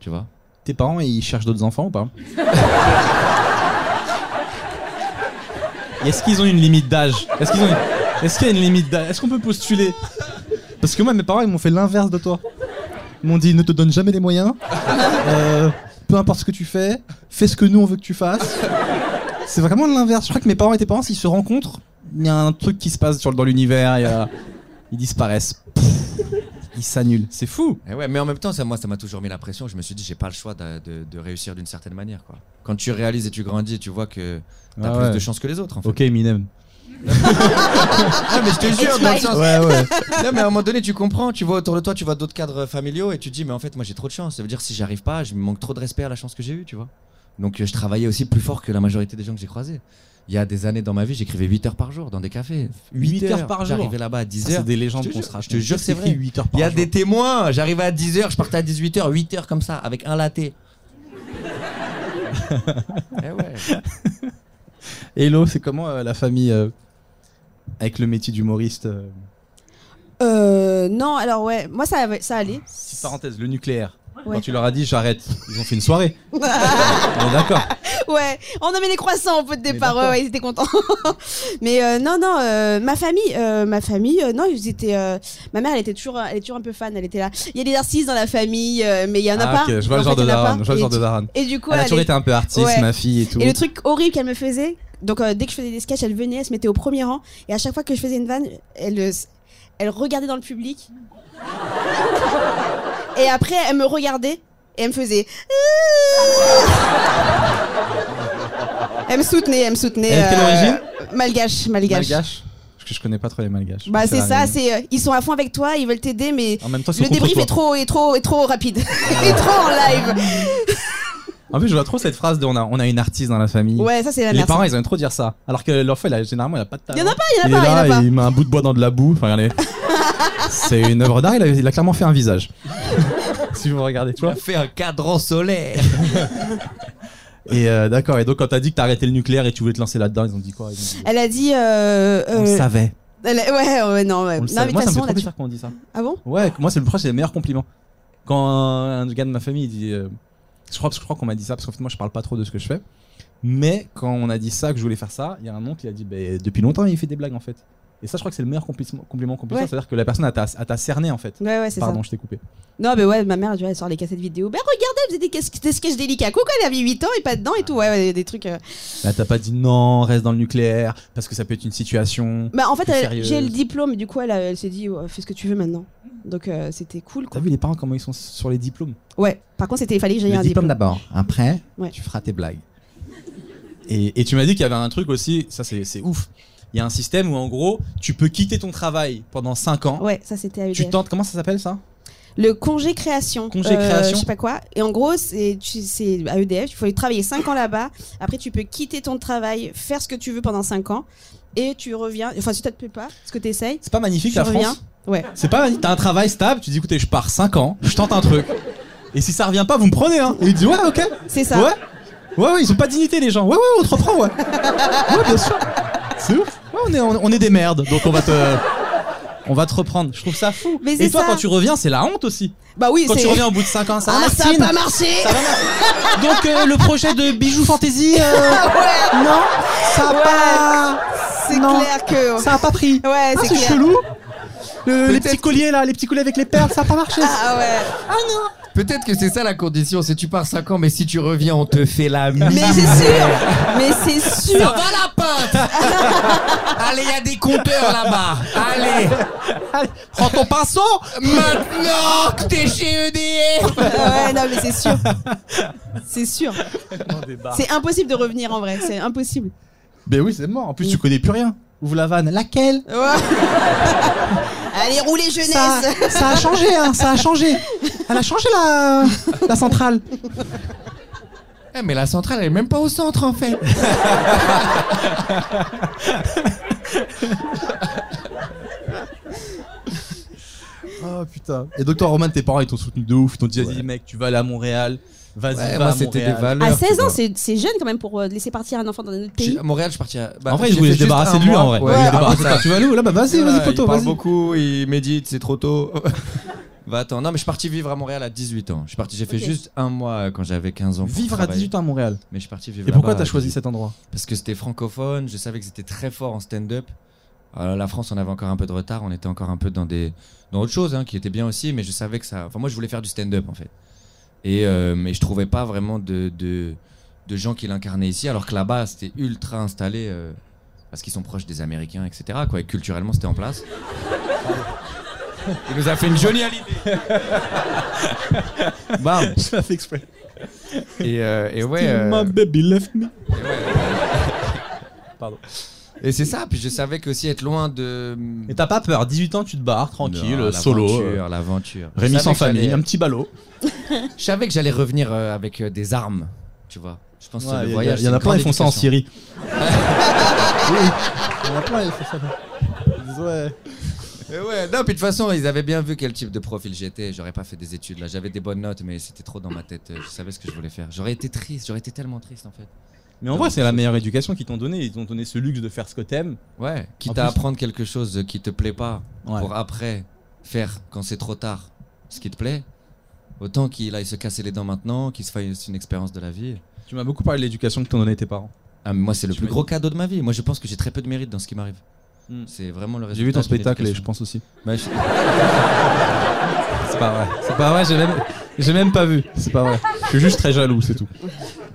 [SPEAKER 4] Tu vois
[SPEAKER 1] Tes parents, ils cherchent d'autres enfants ou pas
[SPEAKER 5] Est-ce qu'ils ont une limite d'âge Est-ce qu'ils ont une- Est-ce qu'il y a une limite d'âge Est-ce qu'on peut postuler Parce que moi, mes parents, ils m'ont fait l'inverse de toi. Ils m'ont dit ne te donne jamais les moyens. Euh, peu importe ce que tu fais, fais ce que nous on veut que tu fasses. C'est vraiment l'inverse. Je crois que mes parents et tes parents, s'ils se rencontrent, il y a un truc qui se passe sur le- dans l'univers. il y a- Ils disparaissent. Pfff. ils s'annulent. C'est fou.
[SPEAKER 4] Eh ouais, mais en même temps, ça, moi, ça m'a toujours mis la pression. Je me suis dit, j'ai pas le choix de, de- de réussir d'une certaine manière, quoi. Quand tu réalises et tu grandis, tu vois que t'as
[SPEAKER 5] Ah
[SPEAKER 4] plus
[SPEAKER 5] ouais.
[SPEAKER 4] de chance que les autres, en fait.
[SPEAKER 5] Ok, Minem.
[SPEAKER 4] Ah, mais je te jure, dans le sens.
[SPEAKER 5] Ouais, ouais.
[SPEAKER 4] Non, mais à un moment donné, tu comprends. Tu vois autour de toi, tu vois d'autres cadres familiaux et tu te dis, mais en fait, moi, j'ai trop de chance. Ça veut dire, si j'arrive pas, je me manque trop de respect à la chance que j'ai eue, tu vois. Donc, euh, je travaillais aussi plus fort que la majorité des gens que j'ai croisés. Il y a des années dans ma vie, j'écrivais 8 heures par jour dans des cafés.
[SPEAKER 1] 8 heures par jour.
[SPEAKER 4] J'arrivais là-bas à 10
[SPEAKER 1] Ça,
[SPEAKER 4] heures.
[SPEAKER 1] C'est des légendes
[SPEAKER 4] Je te
[SPEAKER 1] qu'on
[SPEAKER 4] jure,
[SPEAKER 1] se raconte.
[SPEAKER 4] je te jure, c'est vrai.
[SPEAKER 1] 8 heures
[SPEAKER 4] Il
[SPEAKER 1] par
[SPEAKER 4] y a
[SPEAKER 1] jour.
[SPEAKER 4] des témoins. J'arrivais à 10h, je partais à 18h, 8h comme ça, avec un latte. Eh ouais.
[SPEAKER 5] Hello, c'est comment euh, la famille euh, avec le métier d'humoriste euh,
[SPEAKER 2] Euh, non, alors ouais, moi ça, avait- ça allait.
[SPEAKER 1] Petite parenthèse, le nucléaire.
[SPEAKER 2] Ouais.
[SPEAKER 1] Quand tu leur as dit, j'arrête, ils ont fait une soirée. On est d'accord.
[SPEAKER 2] Ouais, on a mis les croissants au pot de départ. Ouais,
[SPEAKER 1] d'accord.
[SPEAKER 2] ouais, ils étaient contents. Mais euh, non, non, euh, ma famille, euh, ma famille, euh, non, ils étaient. euh, ma mère, elle était toujours, elle est toujours un peu fan. Elle était là. Il y a des narcisses dans la famille, euh, mais il y en a
[SPEAKER 1] Ah,
[SPEAKER 2] pas.
[SPEAKER 1] ok, je vois le
[SPEAKER 2] En
[SPEAKER 1] genre
[SPEAKER 2] fait,
[SPEAKER 1] de
[SPEAKER 2] il y en a
[SPEAKER 1] daronne. Je
[SPEAKER 2] pas.
[SPEAKER 1] vois le
[SPEAKER 2] Et
[SPEAKER 1] genre de
[SPEAKER 2] du-
[SPEAKER 1] daronne.
[SPEAKER 2] Et du coup,
[SPEAKER 1] Elle a
[SPEAKER 2] elle
[SPEAKER 1] toujours
[SPEAKER 2] est-
[SPEAKER 1] été un peu artiste,
[SPEAKER 2] Ouais.
[SPEAKER 1] ma fille et tout.
[SPEAKER 2] Et le truc horrible qu'elle me faisait, donc euh, dès que je faisais des sketchs, elle venait, elle se mettait au premier rang, et à chaque fois que je faisais une vanne, elle, euh, s- elle regardait dans le public. et après, elle me regardait, et elle me faisait. elle me soutenait, elle me soutenait. euh,
[SPEAKER 1] Elle était d'origine
[SPEAKER 2] Malgache, malgache.
[SPEAKER 1] malgache. Parce que je connais pas trop les malgaches.
[SPEAKER 2] Bah c'est
[SPEAKER 1] la
[SPEAKER 2] ça,
[SPEAKER 1] réunion.
[SPEAKER 2] c'est euh, ils sont à fond avec toi, ils veulent t'aider, mais
[SPEAKER 1] En même temps, ils sont
[SPEAKER 2] le
[SPEAKER 1] contre
[SPEAKER 2] débrief
[SPEAKER 1] toi. Ah.
[SPEAKER 2] est trop, est trop, est trop rapide, est trop en live.
[SPEAKER 1] En plus, je vois trop cette phrase de on a, on a une artiste dans la famille.
[SPEAKER 2] Ouais, ça c'est la
[SPEAKER 1] les
[SPEAKER 2] merde. ça.
[SPEAKER 1] parents, ils aiment trop dire ça. Alors que l'enfant, il a- généralement, il a pas de talent.
[SPEAKER 2] Y en a pas, y en a
[SPEAKER 5] Il est
[SPEAKER 2] pas, y en a
[SPEAKER 5] là,
[SPEAKER 2] pas.
[SPEAKER 5] il met un bout de bois dans de la boue. Enfin, regardez.
[SPEAKER 1] C'est une œuvre d'art, il, a- il a clairement fait un visage. si vous regardez, tu
[SPEAKER 4] On
[SPEAKER 1] vois.
[SPEAKER 4] a fait un cadran solaire.
[SPEAKER 1] Et euh, d'accord, et donc quand t'as dit que t'arrêtais le nucléaire et tu voulais te lancer là-dedans, ils ont dit quoi Ils ont dit,
[SPEAKER 2] Elle a dit. Euh,
[SPEAKER 1] On le
[SPEAKER 2] euh,
[SPEAKER 1] savait.
[SPEAKER 2] elle a- ouais, ouais, non, ouais.
[SPEAKER 1] On le savait. Moi,
[SPEAKER 2] Non, mais de toute
[SPEAKER 1] ça me fait
[SPEAKER 2] façon,
[SPEAKER 1] trop
[SPEAKER 2] là-dessus-
[SPEAKER 1] plaisir quand on dit ça.
[SPEAKER 2] Ah bon
[SPEAKER 1] Ouais, moi, c'est le, je crois que c'est le meilleur compliment. Quand un gars de ma famille il dit. euh, je crois, parce que je crois qu'on m'a dit ça, parce qu'en fait, moi, je parle pas trop de ce que je fais. Mais quand on a dit ça, que je voulais faire ça, il y a un oncle qui a dit bah, Depuis longtemps, il fait des blagues, en fait. Et ça, je crois que c'est le meilleur compli- compliment qu'on puisse
[SPEAKER 2] Ouais.
[SPEAKER 1] faire. C'est-à-dire que la personne a t'a a t'a cerné, en fait.
[SPEAKER 2] Ouais, ouais, c'est ça.
[SPEAKER 1] Pardon, je t'ai coupé.
[SPEAKER 2] Non, mais ouais, ma mère, tu vois, elle sort les cassettes vidéo. Ben regardez, elle faisait des, cas- des sketchs délicats. Coucou, elle avait 8 ans et pas dedans et tout. Ouais, ouais, des trucs. euh.
[SPEAKER 1] Là, t'as pas dit non, reste dans le nucléaire, parce que ça peut être une situation.
[SPEAKER 2] Bah, en fait,
[SPEAKER 1] Plus
[SPEAKER 2] elle-
[SPEAKER 1] sérieuse.
[SPEAKER 2] j'ai le diplôme, du coup, elle, a- elle s'est dit, ouais, fais ce que tu veux maintenant. Donc, euh, c'était cool,
[SPEAKER 1] T'as
[SPEAKER 2] quoi.
[SPEAKER 1] vu les parents comment ils sont sur les diplômes
[SPEAKER 2] Ouais, par contre, c'était, il fallait que j'aie
[SPEAKER 1] Le
[SPEAKER 2] un
[SPEAKER 1] diplôme
[SPEAKER 2] diplôme.
[SPEAKER 1] d'abord. Après,
[SPEAKER 2] Ouais.
[SPEAKER 1] tu feras tes blagues. Et, et tu m'as dit qu'il y avait un truc aussi, ça c'est c'est ouf. Il y a un système où en gros, tu peux quitter ton travail pendant 5 ans.
[SPEAKER 2] Ouais, ça c'était à
[SPEAKER 1] Tu
[SPEAKER 2] EDF.
[SPEAKER 1] tentes, comment ça s'appelle ça
[SPEAKER 2] Le congé création.
[SPEAKER 1] Congé
[SPEAKER 2] Euh,
[SPEAKER 1] création.
[SPEAKER 2] Je sais pas quoi. Et en gros, c'est tu- c'est à EDF, il faut y travailler 5 ans là-bas. Après, tu peux quitter ton travail, faire ce que tu veux pendant 5 ans. Et tu reviens. Enfin, si ça te plaît pas, ce que t'essayes.
[SPEAKER 1] C'est pas magnifique
[SPEAKER 2] Tu
[SPEAKER 1] la
[SPEAKER 2] reviens.
[SPEAKER 1] France
[SPEAKER 2] Ouais.
[SPEAKER 1] C'est pas magnifique, t'as un travail stable, tu dis écoutez, je pars 5 ans, je tente un truc. Et si ça revient pas, vous me prenez hein. Et il dit ouais, OK.
[SPEAKER 2] C'est ça.
[SPEAKER 1] Ouais. Ouais ouais, ils ont pas de dignité les gens. Ouais ouais, on te reprend ouais. Ouais, bien sûr. C'est ouf. Ouais, on est on, on est des merdes, donc on va te On va te reprendre. Je trouve ça fou.
[SPEAKER 2] Mais
[SPEAKER 1] Et
[SPEAKER 2] c'est
[SPEAKER 1] toi,
[SPEAKER 2] ça.
[SPEAKER 1] quand tu reviens, c'est la honte aussi.
[SPEAKER 2] Bah oui,
[SPEAKER 1] Quand
[SPEAKER 2] c'est-
[SPEAKER 1] tu reviens au bout de 5 ans, ça va,
[SPEAKER 2] Ah, ça a
[SPEAKER 1] Martine
[SPEAKER 2] pas marché.
[SPEAKER 1] Ça va, Martine Donc, euh, le projet de Bijoux Fantasy, euh, non, ça a
[SPEAKER 2] Ouais.
[SPEAKER 1] pas,
[SPEAKER 2] C'est
[SPEAKER 1] Non.
[SPEAKER 2] clair que.
[SPEAKER 1] ça a pas pris.
[SPEAKER 2] Ouais,
[SPEAKER 1] Ah,
[SPEAKER 2] c'est
[SPEAKER 1] c'est
[SPEAKER 2] clair.
[SPEAKER 1] chelou. Le- les petits colliers là, les petits colliers avec les perles, ça a pas marché.
[SPEAKER 2] Ah ouais.
[SPEAKER 4] Peut-être que c'est ça la condition, c'est tu pars 5 ans, mais si tu reviens, on te fait la misère.
[SPEAKER 2] Mais c'est sûr. Mais c'est
[SPEAKER 4] Ça
[SPEAKER 2] sûr.
[SPEAKER 4] va la pinte Allez, il y a des compteurs là-bas. Allez,
[SPEAKER 1] Prends ton pinceau.
[SPEAKER 4] maintenant que t'es chez E EDF
[SPEAKER 2] Ah ouais, non, mais c'est sûr. C'est sûr. C'est impossible de revenir en vrai. C'est impossible.
[SPEAKER 5] Ben oui, c'est mort. En
[SPEAKER 2] Mm.
[SPEAKER 5] plus, tu connais plus rien.
[SPEAKER 1] Ouvre la vanne. Laquelle
[SPEAKER 2] Ouais. Allez, roulez jeunesse.
[SPEAKER 1] Ça a changé, hein, ça a changé. Elle a changé la, la centrale.
[SPEAKER 4] Eh, Mais la centrale, elle est même pas au centre en fait. Ah,
[SPEAKER 1] Oh putain. Et donc toi, Roman, tes parents ils t'ont soutenu de ouf. Ils t'ont déjà dit, mec, tu vas aller à Montréal. Vas-y,
[SPEAKER 4] Ouais,
[SPEAKER 1] va
[SPEAKER 4] moi,
[SPEAKER 1] à
[SPEAKER 4] c'était des
[SPEAKER 1] Montréal.
[SPEAKER 4] valeurs.
[SPEAKER 2] À
[SPEAKER 4] tu
[SPEAKER 2] 16 ans,
[SPEAKER 4] vois.
[SPEAKER 2] c'est c'est jeune quand même pour euh, laisser partir un enfant dans un autre
[SPEAKER 4] J'ai-
[SPEAKER 2] pays.
[SPEAKER 4] À Montréal, je partirais. bah,
[SPEAKER 5] en vrai,
[SPEAKER 4] j'ai
[SPEAKER 5] il voulait
[SPEAKER 4] fait
[SPEAKER 5] se
[SPEAKER 4] juste
[SPEAKER 5] débarrasser
[SPEAKER 4] un
[SPEAKER 5] de lui,
[SPEAKER 4] mois.
[SPEAKER 5] en vrai.
[SPEAKER 4] Ouais,
[SPEAKER 5] Il voulait se
[SPEAKER 4] ah,
[SPEAKER 5] débarrasser
[SPEAKER 4] ça-
[SPEAKER 5] de- Tu vas aller où là Bah vas-y,
[SPEAKER 4] Voilà,
[SPEAKER 5] vas-y, poto,
[SPEAKER 4] il parle
[SPEAKER 5] vas-y.
[SPEAKER 4] beaucoup, il médite, c'est trop tôt. Va-t'en. Non, mais je suis parti vivre à Montréal à 18 ans. Je suis parti, j'ai fait
[SPEAKER 2] Ok.
[SPEAKER 4] juste un mois euh, quand j'avais 15 ans. pour
[SPEAKER 1] Vivre à
[SPEAKER 4] travailler.
[SPEAKER 1] 18 ans à Montréal.
[SPEAKER 4] Mais je suis parti vivre
[SPEAKER 1] Et pourquoi
[SPEAKER 4] là-bas
[SPEAKER 1] t'as
[SPEAKER 4] à
[SPEAKER 1] choisi
[SPEAKER 4] 18
[SPEAKER 1] cet endroit
[SPEAKER 4] Parce que c'était francophone, je savais que c'était très fort en stand-up. Alors, la France, on avait encore un peu de retard, on était encore un peu dans des dans autre chose hein, qui était bien aussi, mais je savais que ça. Enfin, moi, je voulais faire du stand-up en fait. Et euh, mais je trouvais pas vraiment de de, de gens qui l'incarnaient ici, alors que là-bas, c'était ultra installé euh, parce qu'ils sont proches des Américains, etc. Quoi, et culturellement, c'était en place. Il nous a fait une jolie Hallyday. Bam.
[SPEAKER 5] Je l'ai fait exprès.
[SPEAKER 4] Et, euh, et ouais. euh,
[SPEAKER 5] My baby left me.
[SPEAKER 4] et c'est ça. Puis je savais que aussi être loin de.
[SPEAKER 1] Et t'as pas peur, 18 ans tu te barres, tranquille,
[SPEAKER 4] Non,
[SPEAKER 1] solo. euh,
[SPEAKER 4] l'aventure, L'aventure.
[SPEAKER 5] Rémi
[SPEAKER 4] Je savais
[SPEAKER 5] sans
[SPEAKER 4] que j'allais- euh,
[SPEAKER 5] famille, un petit ballot.
[SPEAKER 4] Je savais que j'allais revenir euh, avec euh, des armes, tu vois. Je pense que
[SPEAKER 5] Ouais,
[SPEAKER 4] le
[SPEAKER 5] y a-
[SPEAKER 4] voyage.
[SPEAKER 5] y en
[SPEAKER 4] c'est
[SPEAKER 5] a
[SPEAKER 4] une
[SPEAKER 5] plein,
[SPEAKER 4] grande
[SPEAKER 5] ils font ça en
[SPEAKER 4] éducation.
[SPEAKER 5] Syrie.
[SPEAKER 8] On a plein, il faut ça.
[SPEAKER 5] Ils disent, ouais.
[SPEAKER 4] Mais ouais, non, puis de toute façon, ils avaient bien vu quel type de profil j'étais. J'aurais pas fait des études là. J'avais des bonnes notes, mais c'était trop dans ma tête. Euh, Je savais ce que je voulais faire. J'aurais été triste, j'aurais été tellement triste en fait.
[SPEAKER 1] Mais en vrai, c'est la meilleure éducation qu'ils t'ont donnée. Ils t'ont donné ce luxe de faire ce que t'aimes.
[SPEAKER 4] Ouais, quitte
[SPEAKER 1] En
[SPEAKER 4] à
[SPEAKER 1] plus-
[SPEAKER 4] apprendre quelque chose euh, qui te plaît pas
[SPEAKER 1] Ouais.
[SPEAKER 4] pour après faire quand c'est trop tard ce qui te plaît. Autant qu'il aille se casser les dents maintenant, qu'il se fasse une expérience de la vie.
[SPEAKER 1] Tu m'as beaucoup parlé de l'éducation que t'ont donnée tes parents.
[SPEAKER 4] Ah, mais moi, c'est le
[SPEAKER 1] Tu
[SPEAKER 4] plus
[SPEAKER 1] m'as
[SPEAKER 4] gros cadeau de ma vie. Moi, je pense que j'ai très peu de mérite dans ce qui m'arrive.
[SPEAKER 1] Hmm.
[SPEAKER 4] C'est vraiment le résultat.
[SPEAKER 1] J'ai vu ton
[SPEAKER 4] d'une
[SPEAKER 1] spectacle et je
[SPEAKER 4] éducation.
[SPEAKER 1] pense aussi.
[SPEAKER 4] Bah, je-
[SPEAKER 1] C'est pas vrai. C'est pas vrai, j'ai même, j'ai même pas vu. C'est pas vrai. Je suis juste très jaloux, c'est tout.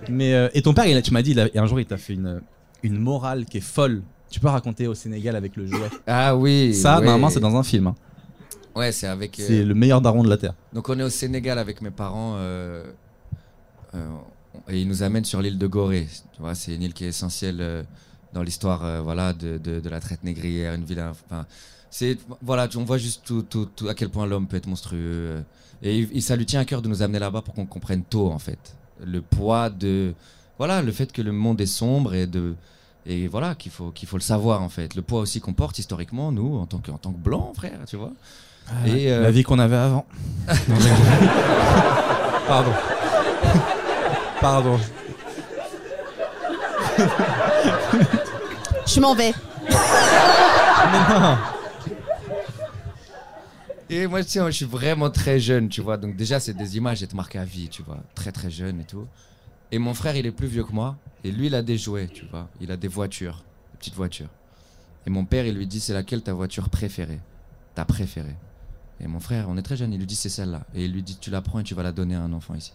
[SPEAKER 1] Mais euh, et ton père, il a- tu m'as dit, il a- un jour, il t'a fait une, une morale qui est folle. Tu peux raconter au Sénégal avec le jouet.
[SPEAKER 4] Ah oui.
[SPEAKER 1] Ça,
[SPEAKER 4] ouais.
[SPEAKER 1] normalement, c'est dans un film. hein.
[SPEAKER 4] Ouais, c'est avec. euh,
[SPEAKER 1] C'est le meilleur daron de la Terre.
[SPEAKER 4] Donc on est au Sénégal avec mes parents euh, euh, et ils nous amènent sur l'île de Gorée. Tu vois, c'est une île qui est essentielle euh, dans l'histoire, euh, voilà, de, de- de la traite négrière, une ville. Enfin, c'est voilà, on voit juste tout, tout- tout- à quel point l'homme peut être monstrueux. euh, et il- il- ça lui tient à cœur de nous amener là-bas pour qu'on comprenne tôt, en fait, le poids de, voilà, le fait que le monde est sombre et de et voilà qu'il faut qu'il faut le savoir en fait le poids aussi qu'on porte historiquement nous en tant que en tant que blanc frère tu vois
[SPEAKER 1] Ah,
[SPEAKER 4] et euh,
[SPEAKER 1] La vie qu'on avait avant. Non, j'ai- Pardon. Pardon.
[SPEAKER 2] Je m'en vais.
[SPEAKER 4] Et moi, tu sais, moi, je suis vraiment très jeune, tu vois. Donc, déjà, c'est des images, être marqué à vie, tu vois. Très, très jeune et tout. Et mon frère, il est plus vieux que moi. Et lui, il a des jouets, tu vois. Il a des voitures, des petites voitures. Et mon père, il lui dit, c'est laquelle ta voiture préférée Ta préférée. Et mon frère, on est très jeune, il lui dit, c'est celle-là. Et il lui dit, tu la prends et tu vas la donner à un enfant ici.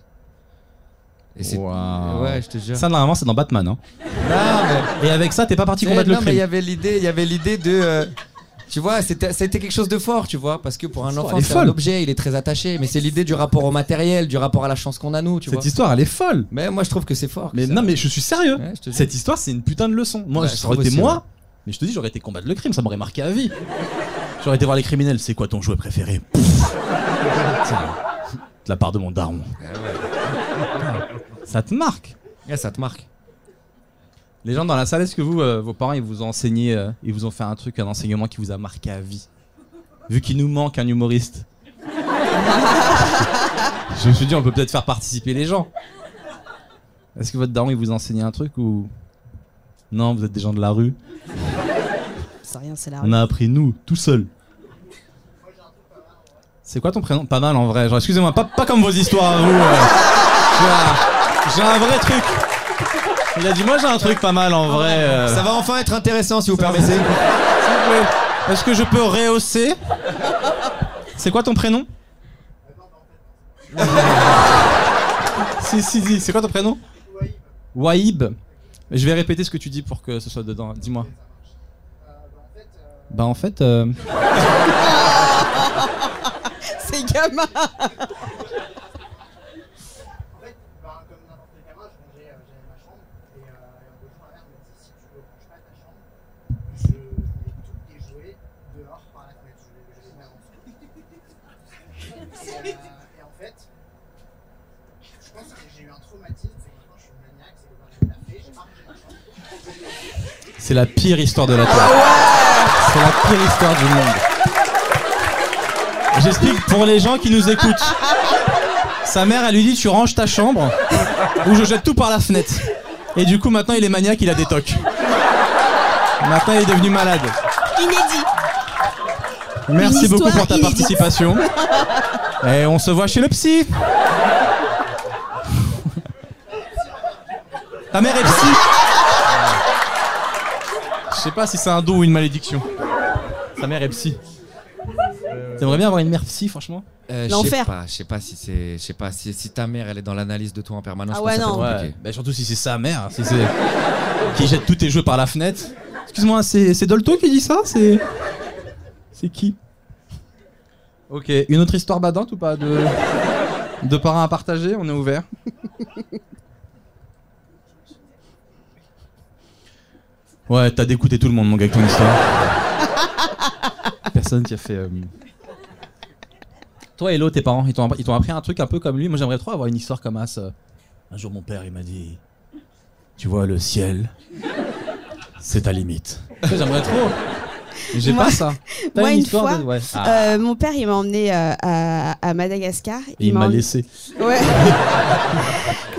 [SPEAKER 4] Et c'est.
[SPEAKER 1] Waouh.
[SPEAKER 4] Ouais, je te jure.
[SPEAKER 1] Ça, normalement, c'est dans Batman. Hein.
[SPEAKER 4] Non, mais-
[SPEAKER 1] Et avec ça, t'es pas parti
[SPEAKER 4] mais
[SPEAKER 1] combattre
[SPEAKER 4] Eh, non,
[SPEAKER 1] le
[SPEAKER 4] mais il y
[SPEAKER 1] crime.
[SPEAKER 4] avait l'idée, il y avait l'idée de. euh, tu vois, c'était, ça a été quelque chose de fort, tu vois, parce que pour un enfant,
[SPEAKER 1] elle est
[SPEAKER 4] c'est
[SPEAKER 1] folle.
[SPEAKER 4] un objet, il est très attaché, mais c'est l'idée du rapport au matériel, du rapport à la chance qu'on a nous, tu
[SPEAKER 1] Cette
[SPEAKER 4] vois.
[SPEAKER 1] histoire, elle est folle.
[SPEAKER 4] Mais moi, je trouve que c'est fort.
[SPEAKER 1] Mais
[SPEAKER 4] ça.
[SPEAKER 1] non, mais je suis sérieux.
[SPEAKER 4] Ouais, je te jure.
[SPEAKER 1] Cette histoire, c'est une putain de leçon. Moi,
[SPEAKER 4] Ouais,
[SPEAKER 1] ça
[SPEAKER 4] je
[SPEAKER 1] aurait
[SPEAKER 4] trouve
[SPEAKER 1] été
[SPEAKER 4] aussi,
[SPEAKER 1] moi,
[SPEAKER 4] ouais.
[SPEAKER 1] mais je te dis, j'aurais été combattre le crime, ça m'aurait marqué à vie. J'aurais été voir les criminels, c'est quoi ton jouet préféré Pouf. Tiens, De la part de mon daron.
[SPEAKER 4] Ah
[SPEAKER 1] Ça te marque.
[SPEAKER 4] Ouais, ça te marque.
[SPEAKER 1] Les gens dans la salle, est-ce que vous, euh, vos parents, ils vous ont enseigné, euh, ils vous ont fait un truc, un enseignement qui vous a marqué à vie Vu qu'il nous manque un humoriste. je me suis dit, on peut peut-être faire participer les gens. Est-ce que votre daron, il vous a enseigné un truc ou. Non, vous êtes des gens de la rue
[SPEAKER 2] C'est rien, c'est la
[SPEAKER 1] On a appris nous, tout seul. C'est quoi ton prénom Pas mal en vrai. Genre, excusez-moi, pas, pas comme vos histoires à vous. euh. J'ai un- J'ai un, vrai truc. Il a dit, moi j'ai un truc pas mal en vrai. euh.
[SPEAKER 4] Ça va enfin être intéressant si vous permettez.
[SPEAKER 2] Euh,
[SPEAKER 1] S'il vous plaît. Est-ce que je peux rehausser C'est quoi ton prénom Si, si, si. C'est quoi ton prénom Waïb. Je vais répéter ce que tu dis pour que ce soit dedans. Dis-moi. Bah en fait... euh,
[SPEAKER 2] C'est gamin
[SPEAKER 1] C'est la pire histoire de la Terre. C'est la pire histoire du monde. J'explique pour les gens qui nous écoutent. Sa mère, elle lui dit Tu ranges ta chambre ou je jette tout par la fenêtre. Et du coup, maintenant, il est maniaque, il a des tocs. Maintenant, il est devenu malade.
[SPEAKER 2] Inédit
[SPEAKER 1] Merci
[SPEAKER 2] Une
[SPEAKER 1] beaucoup pour
[SPEAKER 2] histoire
[SPEAKER 1] ta
[SPEAKER 2] inédite.
[SPEAKER 1] participation. Et on se voit chez le psy. Ta mère est psy. Je sais pas si c'est un don ou une malédiction. Ta mère est psy. T'aimerais bien avoir une mère psy, franchement
[SPEAKER 4] Euh, je sais
[SPEAKER 2] L'enfer.
[SPEAKER 4] pas, je sais pas si c'est, je sais pas si, si ta mère elle est dans l'analyse de toi en permanence.
[SPEAKER 2] Ah
[SPEAKER 4] je pense
[SPEAKER 2] ouais,
[SPEAKER 4] que ça
[SPEAKER 2] non.
[SPEAKER 4] peut être compliqué.
[SPEAKER 1] Bah, surtout si c'est sa mère, si c'est qui jette tous tes jeux par la fenêtre. Excuse-moi, c'est c'est Dolto qui dit ça C'est c'est qui Ok, une autre histoire badante ou pas de de parents à partager On est ouvert. Ouais, t'as dégoûté tout le monde, mon gars, avec ton histoire. Personne qui a fait. euh, Toi, Hello, tes parents, ils t'ont ils t'ont appris un truc un peu comme lui. Moi, j'aimerais trop avoir une histoire comme As. euh, un jour, mon père, il m'a dit Tu vois, le ciel, c'est ta limite. J'aimerais trop. J'ai
[SPEAKER 2] Moi-
[SPEAKER 1] pas ça.
[SPEAKER 2] moi, une fois,
[SPEAKER 1] ouais. Ah.
[SPEAKER 2] Euh, mon père, il m'a emmené euh, à, à Madagascar.
[SPEAKER 5] Et il m'a
[SPEAKER 2] emmené-
[SPEAKER 5] laissé.
[SPEAKER 2] Ouais.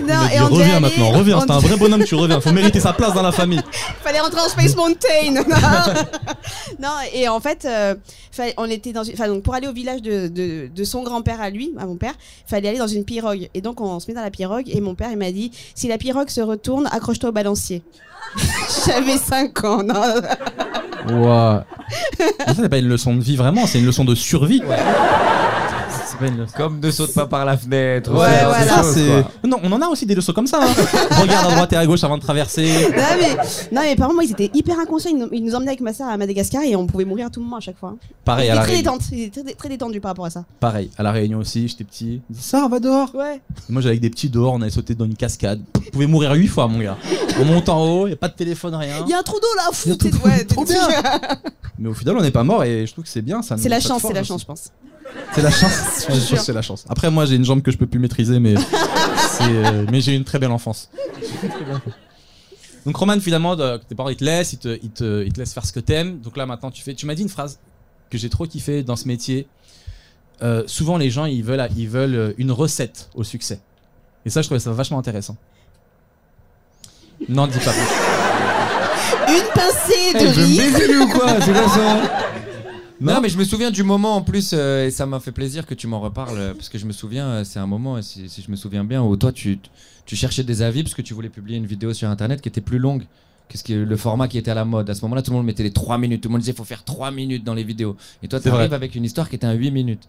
[SPEAKER 2] non,
[SPEAKER 5] Il m'a dit
[SPEAKER 2] et on devait
[SPEAKER 5] reviens
[SPEAKER 2] aller-
[SPEAKER 5] maintenant, reviens,
[SPEAKER 2] on
[SPEAKER 5] c'est un vrai bonhomme, tu reviens. Faut mériter sa place dans la famille.
[SPEAKER 2] Fallait rentrer en Space Mountain. non, et en fait, euh, fa- on était dans une- enfin, donc pour aller au village de, de- de son grand-père à lui, à mon père, fallait aller dans une pirogue. Et donc on se met dans la pirogue et mon père il m'a dit si la pirogue se retourne, accroche-toi au balancier. J'avais 5 ans. Non.
[SPEAKER 1] Ouah. Mais Ça, c'est pas une leçon de vie, vraiment, c'est une leçon de survie. C'est pas une leçon.
[SPEAKER 4] Comme ne saute pas par la fenêtre.
[SPEAKER 2] Ouais,
[SPEAKER 4] ce genre de
[SPEAKER 2] voilà.
[SPEAKER 1] Ça,
[SPEAKER 4] choses,
[SPEAKER 1] c'est-
[SPEAKER 4] quoi.
[SPEAKER 1] Non, on en a aussi des leçons comme ça. hein. Regarde à droite et à gauche avant de traverser.
[SPEAKER 2] Non, mais, non, mes parents, moi, ils étaient hyper inconscients. Ils nous, ils nous emmenaient avec ma soeur à Madagascar et on pouvait mourir à tout moment à chaque fois.
[SPEAKER 1] Pareil
[SPEAKER 2] Ils
[SPEAKER 1] à
[SPEAKER 2] étaient
[SPEAKER 1] la
[SPEAKER 2] très
[SPEAKER 1] réunion.
[SPEAKER 2] détendus. Ils étaient très, très détendus par rapport à ça.
[SPEAKER 1] Pareil à la réunion aussi. J'étais petit. Ils disaient, Ça, on va dehors.
[SPEAKER 2] Ouais.
[SPEAKER 1] Et Moi j'avais avec des petits dehors, on allait sauter dans une cascade. Vous pouvez mourir 8 fois mon gars. On monte en haut, y a pas de téléphone, rien.
[SPEAKER 2] Il y a un trou d'eau là. pff,
[SPEAKER 1] Il y a un trou
[SPEAKER 2] t'es-
[SPEAKER 1] d'eau,
[SPEAKER 2] ouais,
[SPEAKER 1] trop
[SPEAKER 2] t'es-
[SPEAKER 1] bien. Mais au final on n'est pas mort et je trouve que c'est bien ça. nous-
[SPEAKER 2] C'est la
[SPEAKER 1] ça te
[SPEAKER 2] chance, c'est
[SPEAKER 1] forge
[SPEAKER 2] la
[SPEAKER 1] aussi.
[SPEAKER 2] chance, je pense.
[SPEAKER 1] C'est la chance. Je pense que c'est la chance. Après moi j'ai une jambe que je peux plus maîtriser mais c'est, euh, mais j'ai une très belle enfance. Donc Roman finalement de- tes parents ils te laissent, ils te, ils te, ils te laissent faire ce que t'aimes. Donc là maintenant tu fais. Tu m'as dit une phrase que j'ai trop kiffé dans ce métier. Euh, souvent les gens ils veulent ils veulent euh, une recette au succès. Et ça je trouvais ça vachement intéressant. Non dis pas. plus.
[SPEAKER 2] Une pincée de
[SPEAKER 4] Eh, je vais me
[SPEAKER 2] riz.
[SPEAKER 4] baiser, lui, ou quoi C'est quoi ça
[SPEAKER 1] Non.
[SPEAKER 4] non, mais je me souviens du moment en plus, euh, et ça m'a fait plaisir que tu m'en reparles, euh, parce que je me souviens, euh, c'est un moment, euh, si, si je me souviens bien, où toi tu, tu cherchais des avis parce que tu voulais publier une vidéo sur internet qui était plus longue que ce qui, le format qui était à la mode. À ce moment-là, tout le monde mettait les 3 minutes, tout le monde disait faut faire 3 minutes dans les vidéos. Et toi, tu
[SPEAKER 1] C'est vrai.
[SPEAKER 4] arrives avec une histoire qui était à 8 minutes.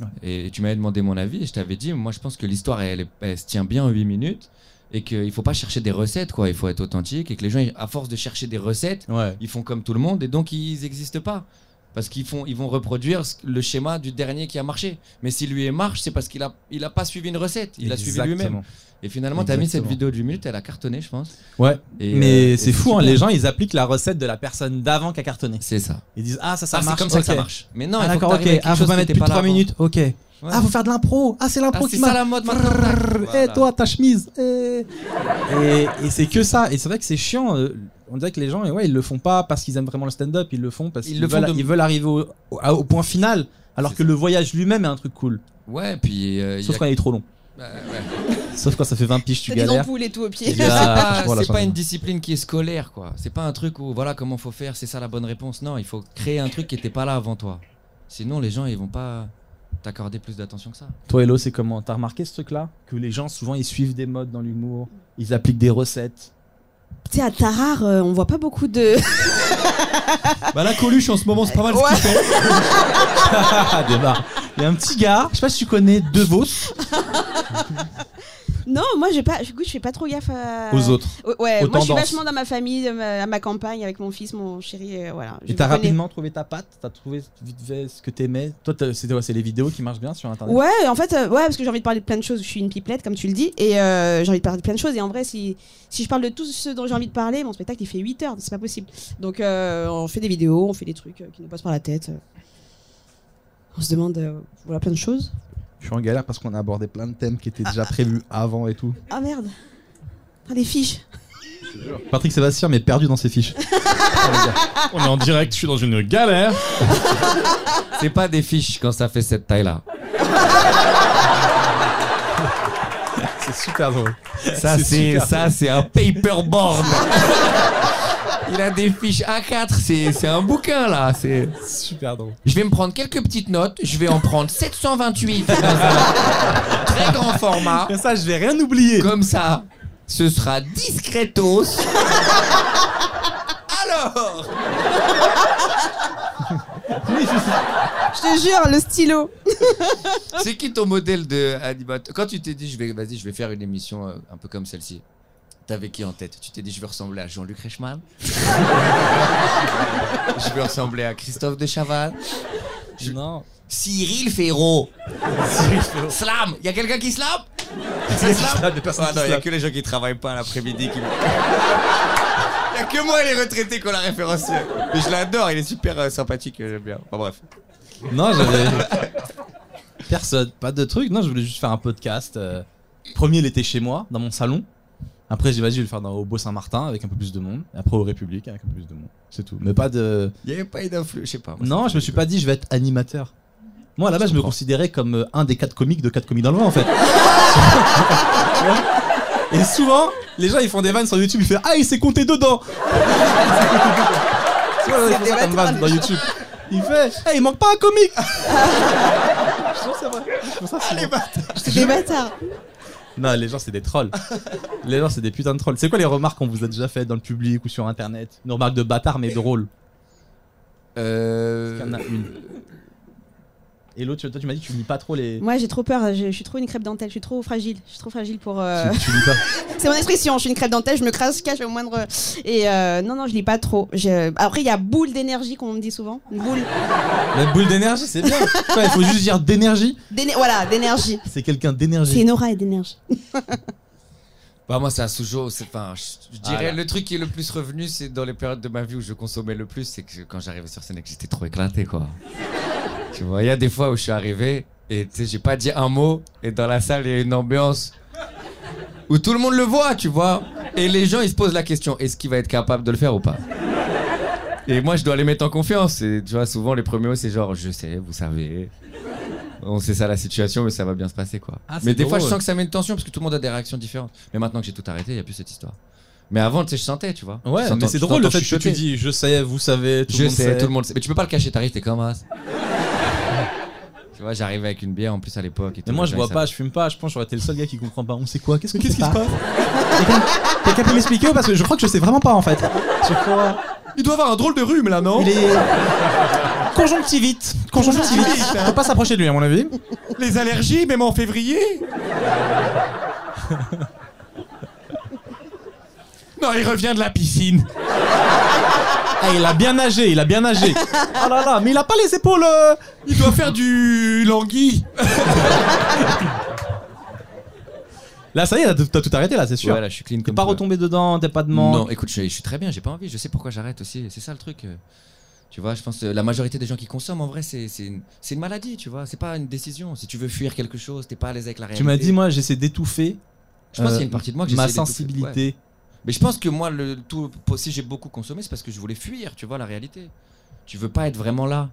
[SPEAKER 1] Ouais.
[SPEAKER 4] Et, et tu m'avais demandé mon avis, et je t'avais dit, moi je pense que l'histoire elle, est- elle se tient bien en 8 minutes, et qu'il faut pas chercher des recettes, quoi, il faut être authentique, et que les gens, ils- à force de chercher des recettes,
[SPEAKER 1] Ouais.
[SPEAKER 4] ils font comme tout le monde et donc ils n'existent pas. Parce qu'ils font, ils vont reproduire ce- le schéma du dernier qui a marché. Mais si lui il marche, c'est parce qu'il a, il a pas suivi une recette, il a suivi lui-même. Et finalement, t'as mis cette
[SPEAKER 1] Exactement.
[SPEAKER 4] vidéo du minute, elle a cartonné, je pense.
[SPEAKER 1] Ouais.
[SPEAKER 4] Et, euh,
[SPEAKER 1] Mais
[SPEAKER 4] et
[SPEAKER 1] c'est fou, hein,
[SPEAKER 4] super.
[SPEAKER 1] les gens ils appliquent la recette de la personne d'avant qui a cartonné.
[SPEAKER 4] C'est ça.
[SPEAKER 1] Ils disent ah ça ça
[SPEAKER 4] Ah, c'est
[SPEAKER 1] marche.
[SPEAKER 4] comme ça que ça
[SPEAKER 1] ok.
[SPEAKER 4] marche. Mais non,
[SPEAKER 1] Ah,
[SPEAKER 4] il faut que
[SPEAKER 1] d'accord,
[SPEAKER 4] t'arrives
[SPEAKER 1] ok.
[SPEAKER 4] avec quelque
[SPEAKER 1] Ah, faut
[SPEAKER 4] chose
[SPEAKER 1] pas
[SPEAKER 4] qui
[SPEAKER 1] mettre
[SPEAKER 4] était
[SPEAKER 1] plus de
[SPEAKER 4] là
[SPEAKER 1] 3
[SPEAKER 4] avant.
[SPEAKER 1] minutes, ok.
[SPEAKER 4] Ouais.
[SPEAKER 1] Ah, faut faire de l'impro. Ah, c'est
[SPEAKER 4] Ah,
[SPEAKER 1] l'impro
[SPEAKER 4] c'est
[SPEAKER 1] qui
[SPEAKER 4] ça
[SPEAKER 1] marche.
[SPEAKER 4] la mode maintenant.
[SPEAKER 1] Brrr,
[SPEAKER 4] Voilà.
[SPEAKER 1] Eh, toi, ta chemise. eh. Et, et c'est que ça. Et c'est vrai que c'est chiant. euh, On dirait que les gens, et ouais, ils le font pas parce qu'ils aiment vraiment le stand-up. Ils le font parce
[SPEAKER 4] Ils
[SPEAKER 1] qu'ils
[SPEAKER 4] le font
[SPEAKER 1] veulent,
[SPEAKER 4] de-
[SPEAKER 1] ils veulent arriver au, au- au point final. Alors
[SPEAKER 4] C'est
[SPEAKER 1] que
[SPEAKER 4] ça.
[SPEAKER 1] le voyage lui-même est un truc cool.
[SPEAKER 4] Ouais, puis. euh, il y
[SPEAKER 1] Sauf
[SPEAKER 4] a-
[SPEAKER 1] quand il est trop long.
[SPEAKER 4] Ouais, ouais.
[SPEAKER 1] Sauf quand ça fait 20 piges, tu
[SPEAKER 2] T'as des
[SPEAKER 1] galères.
[SPEAKER 2] ampoules et tout au pied.
[SPEAKER 1] Et là,
[SPEAKER 4] C'est pas,
[SPEAKER 1] franchement, là,
[SPEAKER 4] Ah, c'est
[SPEAKER 1] j'en
[SPEAKER 4] pas
[SPEAKER 1] ai
[SPEAKER 4] une
[SPEAKER 1] marre.
[SPEAKER 4] discipline qui est scolaire, quoi. C'est pas un truc où voilà comment faut faire, c'est ça la bonne réponse. Non, il faut créer un truc qui était pas là avant toi. Sinon, les gens ils vont pas. t'accorder plus d'attention que ça.
[SPEAKER 1] Toi, Hello, c'est comment T'as remarqué ce truc-là Que les gens, souvent, ils suivent des modes dans l'humour, ils appliquent des recettes.
[SPEAKER 2] Tu sais, à Tarare, euh, on voit pas beaucoup de.
[SPEAKER 1] Bah là, Coluche, en ce moment, c'est pas mal ce qu'il fait. Débarre. Il y a un petit gars, je sais pas si tu connais, Devos,
[SPEAKER 2] Non, moi, j'ai pas. écoute, je fais pas trop gaffe à.
[SPEAKER 1] aux autres.
[SPEAKER 2] Ouais, Ouais,
[SPEAKER 1] aux
[SPEAKER 2] moi, je suis
[SPEAKER 1] tendances.
[SPEAKER 2] vachement dans ma famille, dans ma, à ma campagne, avec mon fils, mon chéri, euh, voilà. Je
[SPEAKER 1] Et t'as
[SPEAKER 2] me connais.
[SPEAKER 1] rapidement trouvé ta patte T'as trouvé vite fait ce que t'aimais Toi, t'as- c'était ouais, c'est les vidéos qui marchent bien sur Internet
[SPEAKER 2] Ouais, en fait, euh, ouais, parce que j'ai envie de parler de plein de choses. Je suis une pipelette, comme tu le dis, et euh, j'ai envie de parler de plein de choses. Et en vrai, si, si je parle de tout ce dont j'ai envie de parler, mon spectacle, il fait 8 heures, c'est pas possible. Donc, euh, on fait des vidéos, on fait des trucs euh, qui nous passent par la tête. euh. On se demande, euh, voilà, plein de choses.
[SPEAKER 9] Je suis en galère parce qu'on a abordé plein de thèmes qui étaient déjà prévus avant et tout.
[SPEAKER 2] Ah merde Ah, les fiches
[SPEAKER 9] Patrick Sébastien mais perdu dans ses fiches.
[SPEAKER 10] On est en direct, je suis dans une galère.
[SPEAKER 4] C'est pas des fiches quand ça fait cette taille-là.
[SPEAKER 9] C'est super drôle.
[SPEAKER 4] Ça, c'est ça, c'est un paperboard. Il a des fiches A4, c'est c'est un bouquin là. C'est
[SPEAKER 9] Super drôle.
[SPEAKER 4] Je vais me prendre quelques petites notes. Je vais en prendre 728 dans un très grand format.
[SPEAKER 1] ça, je vais rien oublier
[SPEAKER 4] Comme ça, ce sera discretos. Alors,
[SPEAKER 2] Je te jure, le stylo
[SPEAKER 4] c'est qui ton modèle de animateur Quand tu t'es dit, je vais, vas-y, je vais faire une émission euh, un peu comme celle-ci. T'avais qui en tête Tu t'es dit, je veux ressembler à Jean-Luc Reichmann. je veux ressembler à Christophe de Chavannes.
[SPEAKER 1] Non.
[SPEAKER 4] Cyril Ferraud. Slam. Il y a quelqu'un qui slam C'est slam Ah non, il y a que les gens qui travaillent pas l'après-midi qui. Il y a que moi les retraités qui ont la référence. Mais je l'adore, il est super euh, sympathique, euh, j'aime bien. Enfin bref.
[SPEAKER 1] Non, j'avais. Personne, pas de truc. Non, je voulais juste faire un podcast. euh, Premier, il était chez moi, dans mon salon. Après, j'ai dit, vas-y, je vais le faire dans, au Beau-Saint-Martin avec un peu plus de monde. Et après, au République avec un peu plus de monde. C'est tout. Mais pas de.
[SPEAKER 4] Il y avait pas eu d'influence, je sais pas. moi,
[SPEAKER 1] Non,
[SPEAKER 4] ça
[SPEAKER 1] je me suis pas dit, je vais être animateur. Moi, à la base, je me considérais comme euh, un des quatre comiques de quatre comiques dans le vent, en fait. Tu vois Et souvent, les gens, ils font des vannes sur YouTube, ils font Ah, il s'est compté dedans Tu vois, ils font ça comme vanne dans YouTube. Il fait Ah, il manque pas un comique Je trouve ça vrai. Je trouve ça souvent.
[SPEAKER 2] C'est des bâtards
[SPEAKER 1] Non, les gens, c'est des trolls. les gens, c'est des putains de trolls. C'est quoi les remarques qu'on vous a déjà faites dans le public ou sur internet Une remarque de bâtard, mais drôle.
[SPEAKER 4] Euh...
[SPEAKER 1] Il y en a une. Et l'autre, tu- toi, tu m'as dit que tu lis pas trop les.
[SPEAKER 2] Moi, j'ai trop peur, je, je suis trop une crêpe dentelle, je suis trop fragile. Je suis trop fragile pour. euh,
[SPEAKER 1] Tu- tu lis pas.
[SPEAKER 2] C'est mon expression, je suis une crêpe dentelle, je me crache, cache au moindre. Et euh, non, non, je lis pas trop. Je- Après, il y a boule d'énergie qu'on me dit souvent. Une boule.
[SPEAKER 1] La boule d'énergie, c'est bien. Toi, il faut juste dire d'énergie.
[SPEAKER 2] d'éner- Voilà, d'énergie.
[SPEAKER 1] C'est quelqu'un
[SPEAKER 2] C'est
[SPEAKER 1] d'énergie.
[SPEAKER 2] une aura et d'énergie.
[SPEAKER 4] Bah moi ça a toujours, c'est- enfin, je, je dirais
[SPEAKER 1] Voilà.
[SPEAKER 4] le truc qui est le plus revenu, c'est dans les périodes de ma vie où je consommais le plus, c'est que quand j'arrivais sur scène et que j'étais trop éclaté quoi. tu vois, il y a des fois où je suis arrivé et tu sais j'ai pas dit un mot et dans la salle il y a une ambiance où tout le monde le voit, tu vois, et les gens ils se posent la question est-ce qu'il va être capable de le faire ou pas. Et moi je dois les mettre en confiance. Et tu vois souvent les premiers mots c'est genre je sais, vous savez. On sait ça la situation, mais ça va bien se passer quoi.
[SPEAKER 1] Ah, c'est
[SPEAKER 4] mais des fois je
[SPEAKER 1] drôle.
[SPEAKER 4] sens que ça met une tension parce que tout le monde a des réactions différentes. Mais maintenant que j'ai tout arrêté, il n'y a plus cette histoire. Mais avant, tu sais, je sentais, tu vois. Je
[SPEAKER 1] Ouais,
[SPEAKER 4] sentais-
[SPEAKER 1] mais c'est
[SPEAKER 4] je
[SPEAKER 1] drôle le
[SPEAKER 4] t'entends
[SPEAKER 1] fait que tu
[SPEAKER 4] chuchoter.
[SPEAKER 1] dis je sais, vous savez, tout le
[SPEAKER 4] Je
[SPEAKER 1] monde
[SPEAKER 4] sais,
[SPEAKER 1] sait.
[SPEAKER 4] tout le monde sait. Mais tu peux pas le cacher, t'arrives, t'es comme un. tu vois, j'arrivais avec une bière en plus à l'époque. et
[SPEAKER 1] Mais
[SPEAKER 4] tout,
[SPEAKER 1] moi,
[SPEAKER 4] les
[SPEAKER 1] je
[SPEAKER 4] gens,
[SPEAKER 1] bois
[SPEAKER 4] ils
[SPEAKER 1] pas, je fume pas. Je pense que j'aurais été le seul gars qui comprend pas. On sait quoi Qu'est-ce que qu'est-ce qui se passe Quelqu'un- Quelqu'un peut m'expliquer Parce que je crois que je sais vraiment pas en fait. Je crois.
[SPEAKER 4] savent. Il doit avoir un drôle de rhume là, non
[SPEAKER 1] Il est.
[SPEAKER 4] Oh.
[SPEAKER 1] Conjonctivite. Conjonctivite. Faut pas s'approcher de lui, à mon avis.
[SPEAKER 4] Les allergies, même en février Non, il revient de la piscine.
[SPEAKER 1] Ah, il a bien nagé, il a bien nagé. Oh là là, mais il a pas les épaules. euh,
[SPEAKER 4] Il doit faire du languille.
[SPEAKER 1] Là, ça y est, t'as- t'as tout arrêté là, c'est sûr.
[SPEAKER 4] Voilà, je suis clean
[SPEAKER 1] T'es
[SPEAKER 4] comme
[SPEAKER 1] pas
[SPEAKER 4] tout.
[SPEAKER 1] retombé dedans, t'es pas de manque.
[SPEAKER 4] Non, écoute, je, je suis très bien, j'ai pas envie, je sais pourquoi j'arrête aussi, c'est ça le truc. euh. Tu vois, je pense euh, la majorité des gens qui consomment, en vrai, c'est c'est une, c'est une maladie, tu vois, c'est pas une décision. Si tu veux fuir quelque chose, t'es pas à l'aise avec la réalité.
[SPEAKER 1] Tu m'as dit, moi, j'essaie d'étouffer
[SPEAKER 4] je pense qu'il y
[SPEAKER 1] euh,
[SPEAKER 4] a une partie de moi que
[SPEAKER 1] ma
[SPEAKER 4] j'essaie d'étouffer. Ouais.
[SPEAKER 1] sensibilité.
[SPEAKER 4] Mais je pense que moi, le tout, si j'ai beaucoup consommé, c'est parce que je voulais fuir, tu vois, la réalité. Tu veux pas être vraiment là.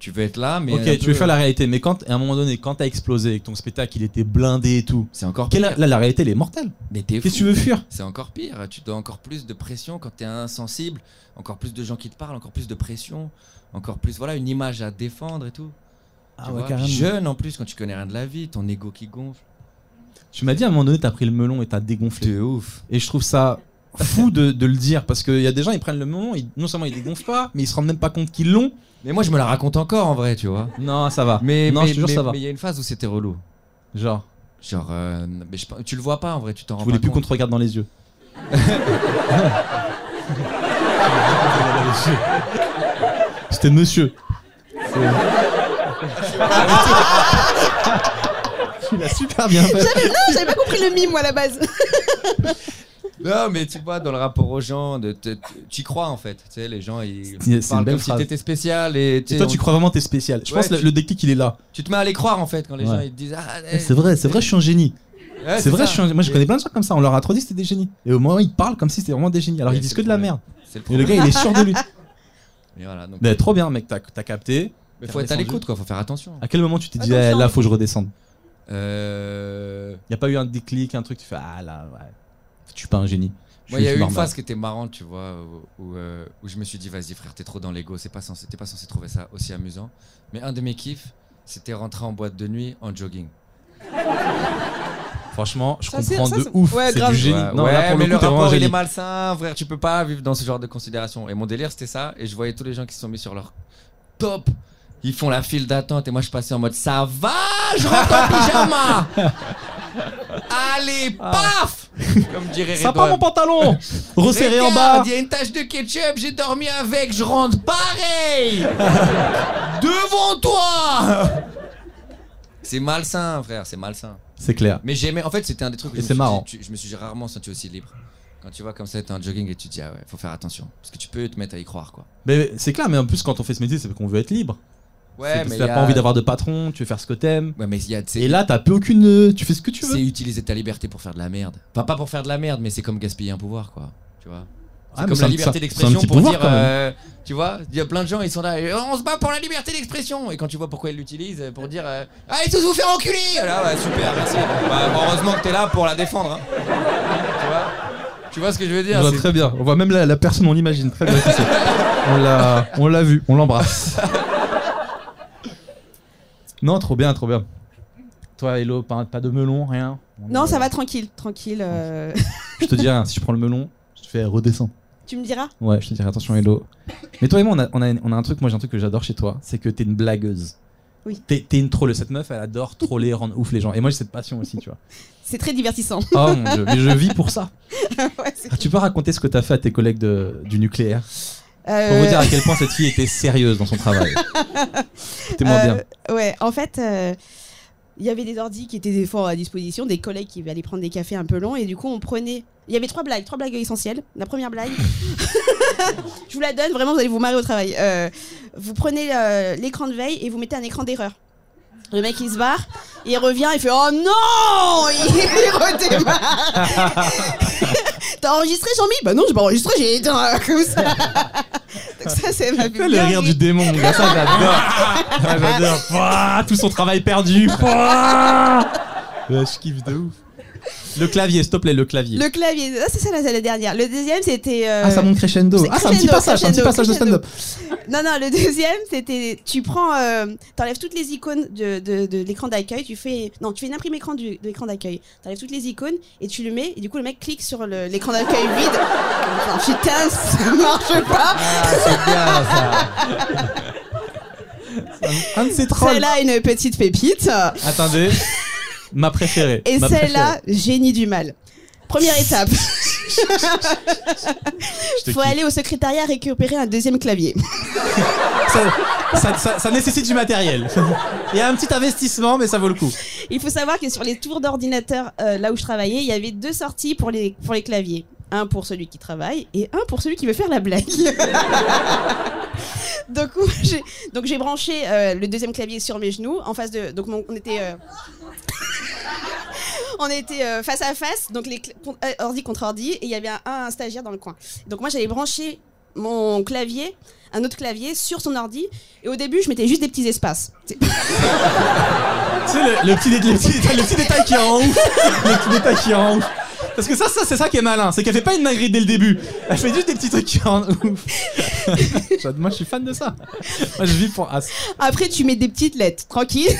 [SPEAKER 4] Tu veux être là, mais.
[SPEAKER 1] Ok,
[SPEAKER 4] un
[SPEAKER 1] tu
[SPEAKER 4] peu- euh,
[SPEAKER 1] veux faire la réalité, mais quand, à un moment donné, quand t'as explosé et que ton spectacle il était blindé et tout,
[SPEAKER 4] C'est encore
[SPEAKER 1] quelle-
[SPEAKER 4] pire.
[SPEAKER 1] là la réalité elle est mortelle.
[SPEAKER 4] Mais t'es
[SPEAKER 1] Qu'est-ce que
[SPEAKER 4] fou.
[SPEAKER 1] tu veux fuir
[SPEAKER 4] C'est encore pire. Tu dois encore plus de pression quand t'es insensible, encore plus de gens qui te parlent, encore plus de pression, encore plus, voilà, une image à défendre et tout.
[SPEAKER 1] Ah
[SPEAKER 4] tu
[SPEAKER 1] ouais,
[SPEAKER 4] vois.
[SPEAKER 1] carrément.
[SPEAKER 4] Jeune en plus, quand tu connais rien de la vie, ton ego qui gonfle.
[SPEAKER 1] Tu m'as dit à un moment donné, t'as pris le melon et t'as dégonflé.
[SPEAKER 4] De ouf.
[SPEAKER 1] Et je trouve ça fou de, de le dire parce qu'il y a des gens, ils prennent le melon, ils- non seulement ils dégonflent pas, mais ils se rendent même pas compte qu'ils l'ont.
[SPEAKER 4] Mais moi, je me la raconte encore en vrai, tu vois.
[SPEAKER 1] Non, ça va.
[SPEAKER 4] Mais
[SPEAKER 1] non,
[SPEAKER 4] mais-
[SPEAKER 1] je te jure,
[SPEAKER 4] mais-
[SPEAKER 1] ça va.
[SPEAKER 4] mais il y a une phase où c'était relou.
[SPEAKER 1] Genre,
[SPEAKER 4] Genre, euh, mais je- tu le vois pas en vrai, tu t'en
[SPEAKER 1] je
[SPEAKER 4] rends
[SPEAKER 1] voulais
[SPEAKER 4] pas
[SPEAKER 1] plus qu'on
[SPEAKER 4] compte.
[SPEAKER 1] te regarde dans les yeux. C'était monsieur. Tu l'as super bien fait.
[SPEAKER 2] Ah, J'avais pas compris le mime, moi, à la base.
[SPEAKER 4] Non, mais tu vois, dans le rapport aux gens, de- te- tu y crois en fait. Tu sais, les gens, ils
[SPEAKER 1] C'est- c'est une
[SPEAKER 4] parlent
[SPEAKER 1] belle
[SPEAKER 4] comme si
[SPEAKER 1] phrase.
[SPEAKER 4] t'étais spécial et, tu
[SPEAKER 1] Et
[SPEAKER 4] sais,
[SPEAKER 1] toi,
[SPEAKER 4] on-
[SPEAKER 1] tu crois vraiment que t'es spécial. Je
[SPEAKER 4] Ouais,
[SPEAKER 1] pense que le,
[SPEAKER 4] tu-
[SPEAKER 1] le déclic, il est là.
[SPEAKER 4] tu te mets à les croire en fait quand les
[SPEAKER 1] Ouais.
[SPEAKER 4] gens ils te disent ah, eh,
[SPEAKER 1] C'est vrai, c'est vrai, je suis un génie.
[SPEAKER 4] ouais,
[SPEAKER 1] c'est vrai,
[SPEAKER 4] ça.
[SPEAKER 1] je suis un- moi je connais plein de gens comme ça. On leur a trop dit que c'était des génies. Et au moins, ils parlent comme si c'était vraiment des génies. Alors
[SPEAKER 4] Ouais,
[SPEAKER 1] ils disent
[SPEAKER 4] c'est
[SPEAKER 1] que de
[SPEAKER 4] le
[SPEAKER 1] la
[SPEAKER 4] problème.
[SPEAKER 1] merde.
[SPEAKER 4] C'est le
[SPEAKER 1] Et le
[SPEAKER 4] problème.
[SPEAKER 1] gars, il est sûr de lui.
[SPEAKER 4] Mais voilà, donc-
[SPEAKER 1] Mais trop bien, mec, t'as t'as capté.
[SPEAKER 4] mais faut être à l'écoute quoi, faut faire attention.
[SPEAKER 1] À quel moment tu t'es dit,
[SPEAKER 2] Attention.
[SPEAKER 1] eh, là, faut que je redescende
[SPEAKER 4] Euh...
[SPEAKER 1] Y a pas eu un déclic, un truc, tu fais, ah là, ouais. Je suis pas un génie. Je
[SPEAKER 4] Moi, il y
[SPEAKER 1] suis
[SPEAKER 4] a eu une
[SPEAKER 1] normal.
[SPEAKER 4] phase qui était marrante, tu vois, où, où, euh, où je me suis dit, vas-y, frère, t'es trop dans l'ego, c'est pas censé, t'es pas censé trouver ça aussi amusant. Mais un de mes kiffs, c'était rentrer en boîte de nuit en jogging.
[SPEAKER 1] Franchement, je
[SPEAKER 2] Ça, c'est-
[SPEAKER 1] comprends
[SPEAKER 2] ça,
[SPEAKER 1] de
[SPEAKER 2] c'est-
[SPEAKER 1] ouf.
[SPEAKER 2] ouais,
[SPEAKER 1] c'est
[SPEAKER 2] grave.
[SPEAKER 1] du génie.
[SPEAKER 4] Ouais,
[SPEAKER 1] Non,
[SPEAKER 4] ouais,
[SPEAKER 1] là, pour
[SPEAKER 4] mais
[SPEAKER 1] le
[SPEAKER 4] le,
[SPEAKER 1] coup, t'es vraiment un
[SPEAKER 4] rapport, il est
[SPEAKER 1] génie.
[SPEAKER 4] malsain, frère, tu peux pas vivre dans ce genre de considération. Et mon délire, c'était ça, et je voyais tous les gens qui se sont mis sur leur top. Ils font la file d'attente et moi je passais en mode ça va, je rentre en pyjama. Allez, paf Comme dirait
[SPEAKER 1] Ah. Ça part
[SPEAKER 4] Redouane.
[SPEAKER 1] mon pantalon Resserré en bas
[SPEAKER 4] Regarde, Il y a une tache de ketchup, j'ai dormi avec, je rentre pareil Devant toi C'est malsain, frère, c'est malsain.
[SPEAKER 1] C'est clair.
[SPEAKER 4] Mais j'aimais, en fait, c'était un des trucs que
[SPEAKER 1] Et
[SPEAKER 4] je me
[SPEAKER 1] c'est
[SPEAKER 4] suis
[SPEAKER 1] marrant.
[SPEAKER 4] dit- tu- je me suis rarement senti aussi libre. Quand tu vois comme ça, t'es en jogging et tu te dis, ah ouais, faut faire attention. Parce que tu peux te mettre à y croire, quoi.
[SPEAKER 1] Mais c'est clair, mais en plus, quand on fait ce métier, c'est qu'on veut être libre. C'est
[SPEAKER 4] Ouais,
[SPEAKER 1] parce
[SPEAKER 4] mais.
[SPEAKER 1] que
[SPEAKER 4] il
[SPEAKER 1] t'as
[SPEAKER 4] y a-
[SPEAKER 1] pas envie d'avoir de patron, tu veux faire ce que t'aimes.
[SPEAKER 4] Ouais, mais il y a. c'est-
[SPEAKER 1] Et là, t'as plus aucune. euh, Tu fais ce que tu veux.
[SPEAKER 4] C'est utiliser ta liberté pour faire de la merde. Enfin, pas pour faire de la merde, mais c'est comme gaspiller un pouvoir, quoi. Tu vois
[SPEAKER 1] Ah,
[SPEAKER 4] C'est
[SPEAKER 1] mais
[SPEAKER 4] comme
[SPEAKER 1] c'est
[SPEAKER 4] la
[SPEAKER 1] un- c'est
[SPEAKER 4] liberté
[SPEAKER 1] un-
[SPEAKER 4] d'expression
[SPEAKER 1] c'est un petit
[SPEAKER 4] pour
[SPEAKER 1] pouvoir,
[SPEAKER 4] dire.
[SPEAKER 1] quand même.
[SPEAKER 4] euh, tu vois Il y a plein de gens, ils sont là. et oh, On se bat pour la liberté d'expression. Et quand tu vois pourquoi ils l'utilisent, euh, pour dire. euh, Allez, tous vous faire enculer Là, ouais, super, merci. Bah, heureusement que t'es là pour la défendre. hein. tu vois Tu vois ce que je veux
[SPEAKER 1] On
[SPEAKER 4] dire
[SPEAKER 1] voit
[SPEAKER 4] c'est-
[SPEAKER 1] très bien. On voit même la, la personne, on l'imagine. Très bien qui c'est. on l'a, on l'a vu, on l'embrasse. non, trop bien, trop bien. Toi, Hello, pas, pas de melon, rien.
[SPEAKER 2] Non, ça va tranquille, tranquille. euh,
[SPEAKER 1] Je te dis rien. Si je prends le melon, je te fais redescendre.
[SPEAKER 2] tu me diras
[SPEAKER 1] Ouais, je te dirais attention, Hello. Mais toi et moi, on a, on a- on a un truc. Moi, j'ai un truc que j'adore chez toi, c'est que t'es une blagueuse.
[SPEAKER 2] Oui.
[SPEAKER 1] T'es, t'es une trolleuse. Cette meuf, elle adore troller, rendre ouf les gens. Et moi, j'ai cette passion aussi, tu vois.
[SPEAKER 2] C'est très divertissant.
[SPEAKER 1] Oh mon dieu, mais je vis pour ça.
[SPEAKER 2] Ouais, c'est-
[SPEAKER 1] Ah, tu peux raconter ce que t'as fait à tes collègues de- du nucléaire Pour
[SPEAKER 2] Euh,
[SPEAKER 1] vous dire à quel point cette fille était sérieuse dans son travail. Écoutez-moi
[SPEAKER 2] euh,
[SPEAKER 1] bien.
[SPEAKER 2] Ouais, en fait, euh, il y avait des ordis qui étaient des fois à disposition, des collègues qui allaient prendre des cafés un peu longs, et du coup, on prenait. Il y avait trois blagues, trois blagues essentielles. La première blague, je vous la donne, vraiment, vous allez vous marrer au travail. Euh, vous prenez euh, l'écran de veille et vous mettez un écran d'erreur. Le mec il se barre, il revient, il fait Oh non Il redémarre T'as enregistré Jean-Mi Bah non, j'ai pas enregistré, j'ai éteint comme ça. Donc ça, c'est ma vie.
[SPEAKER 1] le rire du démon, mon gars, ça j'adore. Ah, j'adore. Pouah, tout son travail perdu. Pouah. Euh, je kiffe de ouf. Le clavier, s'il te plaît, le clavier.
[SPEAKER 2] Le clavier, ah, c'est ça la, la dernière. Le deuxième, c'était. euh,
[SPEAKER 1] Ah, ça monte crescendo.
[SPEAKER 2] c'est
[SPEAKER 1] Ah, c'est un petit
[SPEAKER 2] crescendo,
[SPEAKER 1] passage, c'est un petit
[SPEAKER 2] crescendo,
[SPEAKER 1] passage de stand-up.
[SPEAKER 2] Non, non, le deuxième, c'était. Tu prends. euh, T'enlèves toutes les icônes de, de- de l'écran d'accueil. Tu fais. Non, tu fais une imprime écran du, de l'écran d'accueil. T'enlèves toutes les icônes et tu le mets. Et du coup, le mec clique sur le- l'écran d'accueil vide. Enfin, putain, ça marche pas.
[SPEAKER 1] Un de ces trolls.
[SPEAKER 2] Celle-là, une petite pépite.
[SPEAKER 1] Attendez. Ma préférée.
[SPEAKER 2] Et
[SPEAKER 1] ma
[SPEAKER 2] celle-là, génie du mal. Première étape,
[SPEAKER 1] préférée. Je te
[SPEAKER 2] faut
[SPEAKER 1] kiffe.
[SPEAKER 2] aller au secrétariat récupérer un deuxième clavier.
[SPEAKER 1] Ça, ça- ça- ça nécessite du matériel. Il y a un petit investissement, mais ça vaut le coup.
[SPEAKER 2] Il faut savoir que sur les tours d'ordinateur, euh, là où je travaillais, il y avait deux sorties pour les, pour les claviers. Un pour celui qui travaille et un pour celui qui veut faire la blague. donc, moi, j'ai- donc j'ai branché euh, le deuxième clavier sur mes genoux, en face de. Donc mon- on était. euh, On était euh, face à face, donc les cl- con- euh, ordi contre ordi, et il y avait un, un stagiaire dans le coin. Donc moi j'allais brancher mon clavier, un autre clavier, sur son ordi, et au début je mettais juste des petits espaces. C'est-
[SPEAKER 1] Tu sais, le, le petit, dé- le petit détail, le petit détail qui rend ouf. Le petit détail qui rend ouf. Parce que ça, ça c'est ça qui est malin, c'est qu'elle fait pas une dinguerie dès le début. Elle fait juste des petits trucs qui rendent ouf. J'ad- Moi, je suis fan de ça. Moi, je vis pour As.
[SPEAKER 2] Après, tu mets des petites lettres, tranquille.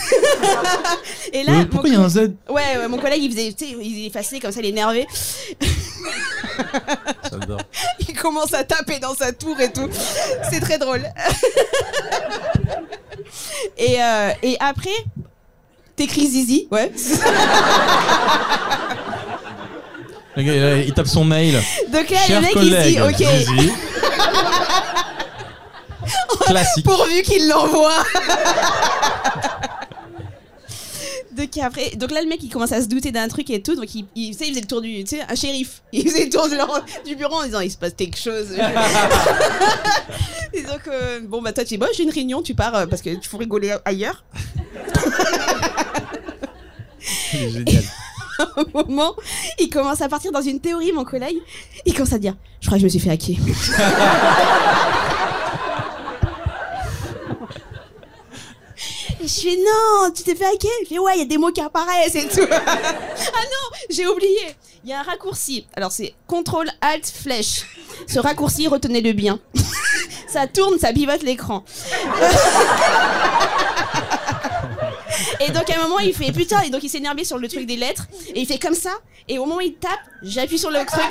[SPEAKER 2] Et là, mon
[SPEAKER 5] Euh, Pourquoi il y a un Z
[SPEAKER 2] co- ouais, ouais, mon collègue, il faisait, tu sais, il effaçait comme ça, il est énervé.
[SPEAKER 5] J'adore.
[SPEAKER 2] Il commence à taper dans sa tour et tout. C'est très drôle. et, euh, et après, t'écris Zizi, ouais.
[SPEAKER 1] Le gars, il, là, il tape son mail.
[SPEAKER 2] Donc là,
[SPEAKER 1] Cher
[SPEAKER 2] le mec,
[SPEAKER 1] collègue,
[SPEAKER 2] il dit, ok,
[SPEAKER 1] Zizi. Classique.
[SPEAKER 2] pourvu qu'il l'envoie. Donc, après, donc là, le mec, il commence à se douter d'un truc et tout. Donc, il, il, tu sais, il faisait le tour du. Tu sais, un shérif. Il faisait le tour de leur- du bureau en disant il se passe quelque chose. et donc, euh, bon, bah, toi, tu dis bon, j'ai une réunion, tu pars euh, parce que tu faut rigoler ailleurs. Génial. Au moment, il commence à partir dans une théorie, mon collègue. Il commence à dire Je crois que je me suis fait hacker. Et je fais non, tu t'es fait hacker Je fais ouais, il y a des mots qui apparaissent et tout. ah non, j'ai oublié. Il y a un raccourci. Alors c'est contrôle alt flèche. Ce raccourci, retenez-le bien. ça tourne, ça pivote l'écran. Et donc à un moment il fait putain et donc il s'est énervé sur le truc des lettres et il fait comme ça et au moment où il tape j'appuie sur le truc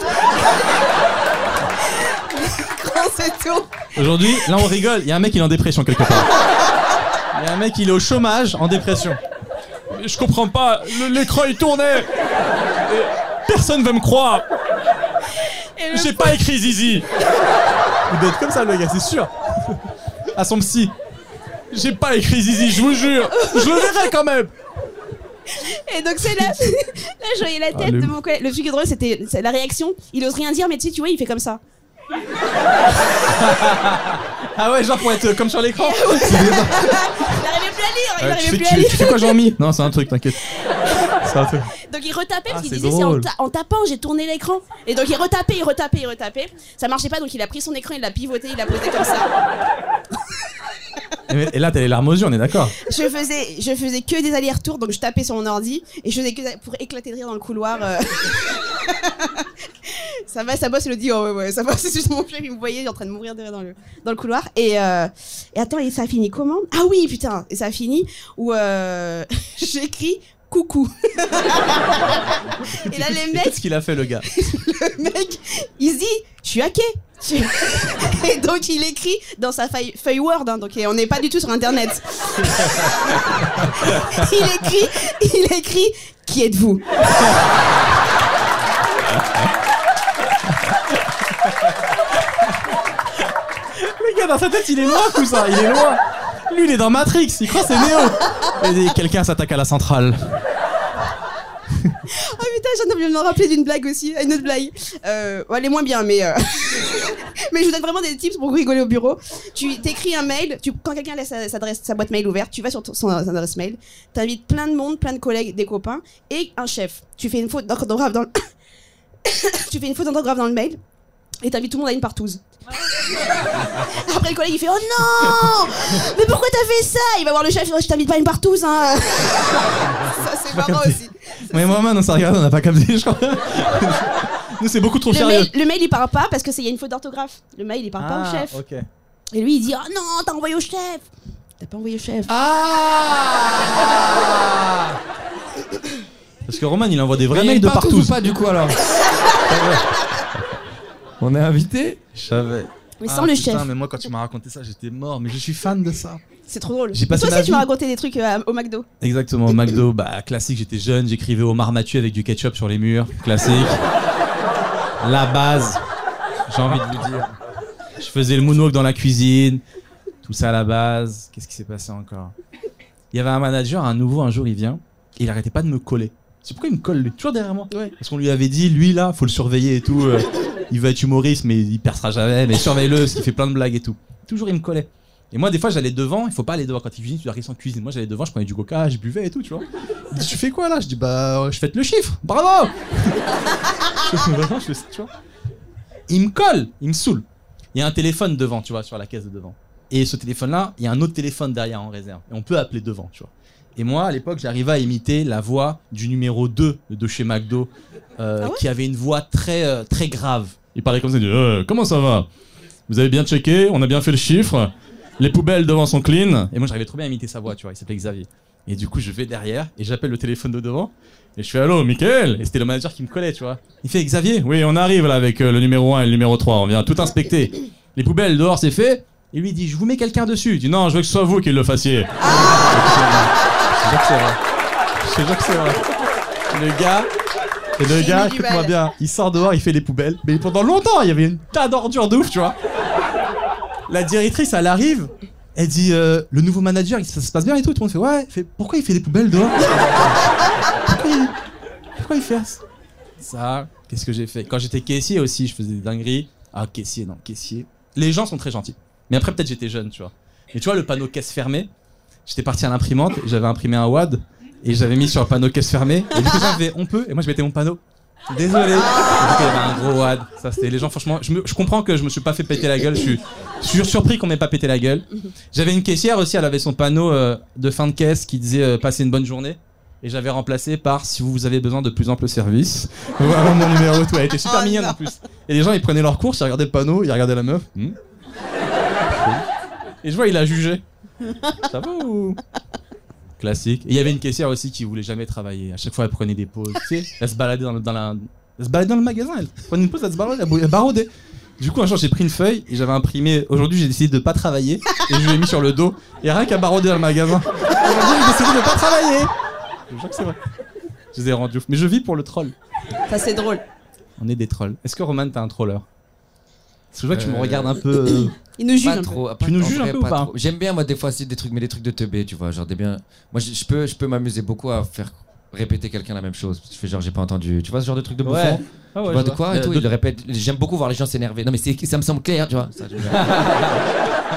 [SPEAKER 2] l'écran se tourne
[SPEAKER 1] Aujourd'hui, là, on rigole. Il y a un mec, il est en dépression quelque part. Il y a un mec, il est au chômage, en dépression.
[SPEAKER 11] Je comprends pas, le- l'écran il tournait Et Personne veut me croire
[SPEAKER 2] Et le-
[SPEAKER 11] J'ai pas écrit Zizi
[SPEAKER 1] Il doit être comme ça, le gars, c'est sûr. À son psy.
[SPEAKER 11] J'ai pas écrit Zizi, je vous jure Je le verrai quand même
[SPEAKER 2] Et donc c'est là, là je voyais la
[SPEAKER 1] Ah,
[SPEAKER 2] tête de mon collègue. Le truc qui est drôle, c'était c'est la réaction. Il ose rien dire, mais tu sais, tu vois, il fait comme ça.
[SPEAKER 1] Ah ouais, genre pour être euh, comme sur l'écran.
[SPEAKER 2] Il n'arrivait plus à lire, il
[SPEAKER 1] Euh, tu,
[SPEAKER 2] n'arrivait
[SPEAKER 1] fais,
[SPEAKER 2] plus à
[SPEAKER 1] tu-
[SPEAKER 2] lire.
[SPEAKER 1] tu fais quoi, Jean-Mi Non, c'est un truc, t'inquiète. C'est un truc.
[SPEAKER 2] Donc il retapait parce
[SPEAKER 1] Ah,
[SPEAKER 2] qu'il
[SPEAKER 1] c'est
[SPEAKER 2] disait c'est en,
[SPEAKER 1] drôle.
[SPEAKER 2] ta- en tapant, j'ai tourné l'écran. Et donc il retapait, il retapait, il retapait. Ça marchait pas, donc il a pris son écran, il l'a pivoté, il l'a posé comme ça.
[SPEAKER 1] Et mais- Et là, t'as les larmes aux yeux, on est d'accord.
[SPEAKER 2] Je faisais, je faisais que des allers-retours, donc je tapais sur mon ordi et je faisais que ça- pour éclater de rire dans le couloir. euh. ça va, ça bosse, il le dit, oh ouais, ouais, ça va, c'est juste mon chef, il me voyait, il est en train de mourir de rire dans le, dans le couloir. Et, euh, et attends, et ça a fini comment Ah oui, putain, et ça a fini où euh, j'écris coucou. et là, les
[SPEAKER 1] Et
[SPEAKER 2] mecs,
[SPEAKER 1] Qu'est-ce qu'il a fait, le gars
[SPEAKER 2] le mec, il se dit, je suis hacké. et donc, il écrit dans sa feuille, feuille Word, hein, donc on n'est pas du tout sur Internet. il écrit, il écrit, qui êtes-vous
[SPEAKER 1] Le gars, dans sa tête, il est loin, cousin, il est loin. Lui, il est dans Matrix, il croit c'est Néo. Et il dit, quelqu'un s'attaque à la centrale.
[SPEAKER 2] Oh putain, j'ai envie de me rappeler d'une blague aussi, une autre blague. Euh, ouais, elle est moins bien, mais. euh, mais je vous donne vraiment des tips pour rigoler au bureau. Tu t'écris un mail, tu, quand quelqu'un laisse sa, sa adresse- sa boîte mail ouverte, tu vas sur ton- son, son adresse mail, t'invites plein de monde, plein de collègues, des copains et un chef. Tu fais une faute d'orthographe dans le. tu fais une faute d'orthographe dans le mail. Et t'invites tout le monde à une partouze. Après le collègue il fait Oh non Mais pourquoi t'as fait ça Il va voir le chef, Oh, je t'invite pas à une partouze hein Ça c'est marrant aussi.
[SPEAKER 1] Mais Mohamed, on s'est regardé, on n'a pas capté, je crois. Nous, c'est beaucoup trop
[SPEAKER 2] Le
[SPEAKER 1] sérieux. Ah,
[SPEAKER 2] mail, le mail, il parle pas parce que c'est il y a une faute d'orthographe. Le mail il parle pas au chef.
[SPEAKER 1] ok.
[SPEAKER 2] Et lui il dit ah non t'as envoyé au chef. T'as pas envoyé au chef.
[SPEAKER 1] Parce que Roman, Ah il envoie des vrais
[SPEAKER 4] Mais il y a
[SPEAKER 1] mails
[SPEAKER 4] une
[SPEAKER 1] de
[SPEAKER 4] partouze
[SPEAKER 1] partout.
[SPEAKER 4] ou pas du coup alors On est invité
[SPEAKER 1] Je savais.
[SPEAKER 2] mais
[SPEAKER 1] Ah,
[SPEAKER 2] sans le
[SPEAKER 1] putain,
[SPEAKER 2] chef.
[SPEAKER 1] mais moi, quand tu m'as raconté ça, j'étais mort, mais je suis fan de ça.
[SPEAKER 2] C'est trop drôle.
[SPEAKER 1] J'ai
[SPEAKER 2] Toi
[SPEAKER 1] passé ma
[SPEAKER 2] aussi
[SPEAKER 1] vie-
[SPEAKER 2] tu m'as raconté des trucs euh, au McDo.
[SPEAKER 1] Exactement, au McDo, bah classique, j'étais jeune, j'écrivais au marmatu avec du ketchup sur les murs, classique. La base, j'ai envie de vous dire. Je faisais le moonwalk dans la cuisine, tout ça à la base. Qu'est-ce qui s'est passé encore Il y avait un manager, un nouveau, un jour il vient, et il arrêtait pas de me coller. C'est pourquoi il me colle, lui, toujours derrière moi.
[SPEAKER 2] Ouais.
[SPEAKER 1] Parce qu'on lui avait dit, lui là, faut le surveiller et tout. euh, il va être humoriste, mais il percera jamais, mais surveille-le, parce qu'il fait plein de blagues et tout. Toujours il me collait. Et moi, des fois, j'allais devant. Il faut pas aller devant quand tu cuisines, tu dois rester en cuisine. Moi, j'allais devant, je prenais du coca, je buvais et tout, tu vois. Il dit, tu fais quoi là Je dis, bah, euh, je fête le chiffre. Bravo Je fais, Vraiment, je fais ça, tu vois. Il me colle, il me saoule. Il y a un téléphone devant, tu vois, sur la caisse de devant. Et ce téléphone-là, il y a un autre téléphone derrière en réserve. Et on peut appeler devant, tu vois. Et moi, à l'époque, j'arrivais à imiter la voix du numéro 2 de chez McDo, euh,
[SPEAKER 2] Ah ouais
[SPEAKER 1] qui avait une voix très, euh, très grave.
[SPEAKER 11] Il parlait comme ça, il dit Euh, Comment ça va Vous avez bien checké, on a bien fait le chiffre, les poubelles devant sont clean.
[SPEAKER 1] Et moi, j'arrivais trop bien à imiter sa voix, tu vois. Il s'appelait Xavier. Et du coup, je vais derrière et j'appelle le téléphone de devant. Et je fais Allô, Michael Et c'était le manager qui me collait, tu vois. Il fait Xavier
[SPEAKER 11] Oui, on arrive là avec euh, le numéro 1 et le numéro 3, on vient tout inspecter. Les poubelles dehors, c'est fait.
[SPEAKER 1] Et lui, il dit Je vous mets quelqu'un dessus.
[SPEAKER 11] Il dit Non, je veux que ce soit vous qui le fassiez.
[SPEAKER 2] Ah.
[SPEAKER 1] Je te jure que c'est vrai. Je te jure que c'est vrai. Le gars. Et le
[SPEAKER 2] J'ai
[SPEAKER 1] gars,
[SPEAKER 2] mis du
[SPEAKER 1] écoute-moi
[SPEAKER 2] mal.
[SPEAKER 1] bien, il sort dehors, il fait les poubelles. Mais pendant longtemps, il y avait une tas d'ordures de ouf, tu vois. La directrice, elle arrive, elle dit euh, Le nouveau manager, il- ça se passe bien et tout. Tout le monde fait Ouais, Elle fait, pourquoi il fait des poubelles dehors pourquoi, il, pourquoi il fait ça Ça, qu'est-ce que j'ai fait Quand j'étais caissier aussi, je faisais des dingueries. Ah, caissier, non, caissier. Les gens sont très gentils. Mais après, peut-être j'étais jeune, tu vois. Mais tu vois, le panneau caisse fermée, j'étais parti à l'imprimante, j'avais imprimé un WAD et j'avais mis sur un panneau caisse fermée. Et du coup, j'avais on peut, et moi je mettais mon panneau. Désolé. Et du coup, il y avait un gros wad. Ça, c'était les gens, franchement. Je, me- je comprends que je me suis pas fait péter la gueule. Je suis, je suis surpris qu'on m'ait pas pété la gueule. J'avais une caissière aussi, elle avait son panneau euh, de fin de caisse qui disait euh, passez une bonne journée. Et j'avais remplacé par si vous avez besoin de plus ample service. Voilà mon numéro, tout. Elle était super
[SPEAKER 2] Oh
[SPEAKER 1] mignonne
[SPEAKER 2] non.
[SPEAKER 1] en plus. Et les gens, ils prenaient leurs courses, ils regardaient le panneau, ils regardaient la meuf. Hmm. Et je vois, il a jugé. Ça va ou Classique. Et il y avait une caissière aussi qui voulait jamais travailler. À chaque fois, elle prenait des pauses. Tu sais, elle se baladait dans, le- dans la, elle se baladait dans le magasin. Elle prenait une pause, elle se baladait, elle bou- elle baraudait. Du coup, un jour, j'ai pris une feuille et j'avais imprimé. Aujourd'hui, j'ai décidé de pas travailler et je l'ai mis sur le dos. Et rien qu'à barauder dans le magasin. Aujourd'hui, j'ai décidé de pas travailler. Je vous jure que c'est vrai. Je les ai rendus ouf. Mais je vis pour le troll.
[SPEAKER 2] Ça, c'est drôle.
[SPEAKER 1] On est des trolls. Est-ce que Roman, t'as un troller Parce que je vois que tu me
[SPEAKER 4] Euh,
[SPEAKER 1] regardes un peu. euh,
[SPEAKER 2] Il nous juge
[SPEAKER 4] Pas
[SPEAKER 2] un peu.
[SPEAKER 4] trop.
[SPEAKER 1] Tu
[SPEAKER 4] pas-
[SPEAKER 1] nous
[SPEAKER 4] en
[SPEAKER 1] juges un
[SPEAKER 4] vrai,
[SPEAKER 1] peu ou pas
[SPEAKER 4] trop. J'aime bien, moi, des fois, c'est des trucs, mais des trucs de teubé, tu vois. Genre, des biens. Moi, je je peux, je peux m'amuser beaucoup à faire répéter quelqu'un la même chose. Je fais genre, j'ai pas entendu. Tu vois ce genre de truc de bouffon
[SPEAKER 1] Ouais.
[SPEAKER 6] Ah
[SPEAKER 4] Tu
[SPEAKER 6] ouais,
[SPEAKER 4] vois
[SPEAKER 6] je
[SPEAKER 4] de
[SPEAKER 6] vois.
[SPEAKER 4] quoi et
[SPEAKER 1] Euh,
[SPEAKER 4] tout,
[SPEAKER 1] de-
[SPEAKER 4] il le répète. J'aime beaucoup voir les gens s'énerver. Non, mais c'est- ça me semble clair, tu vois. Ça, j'aime bien.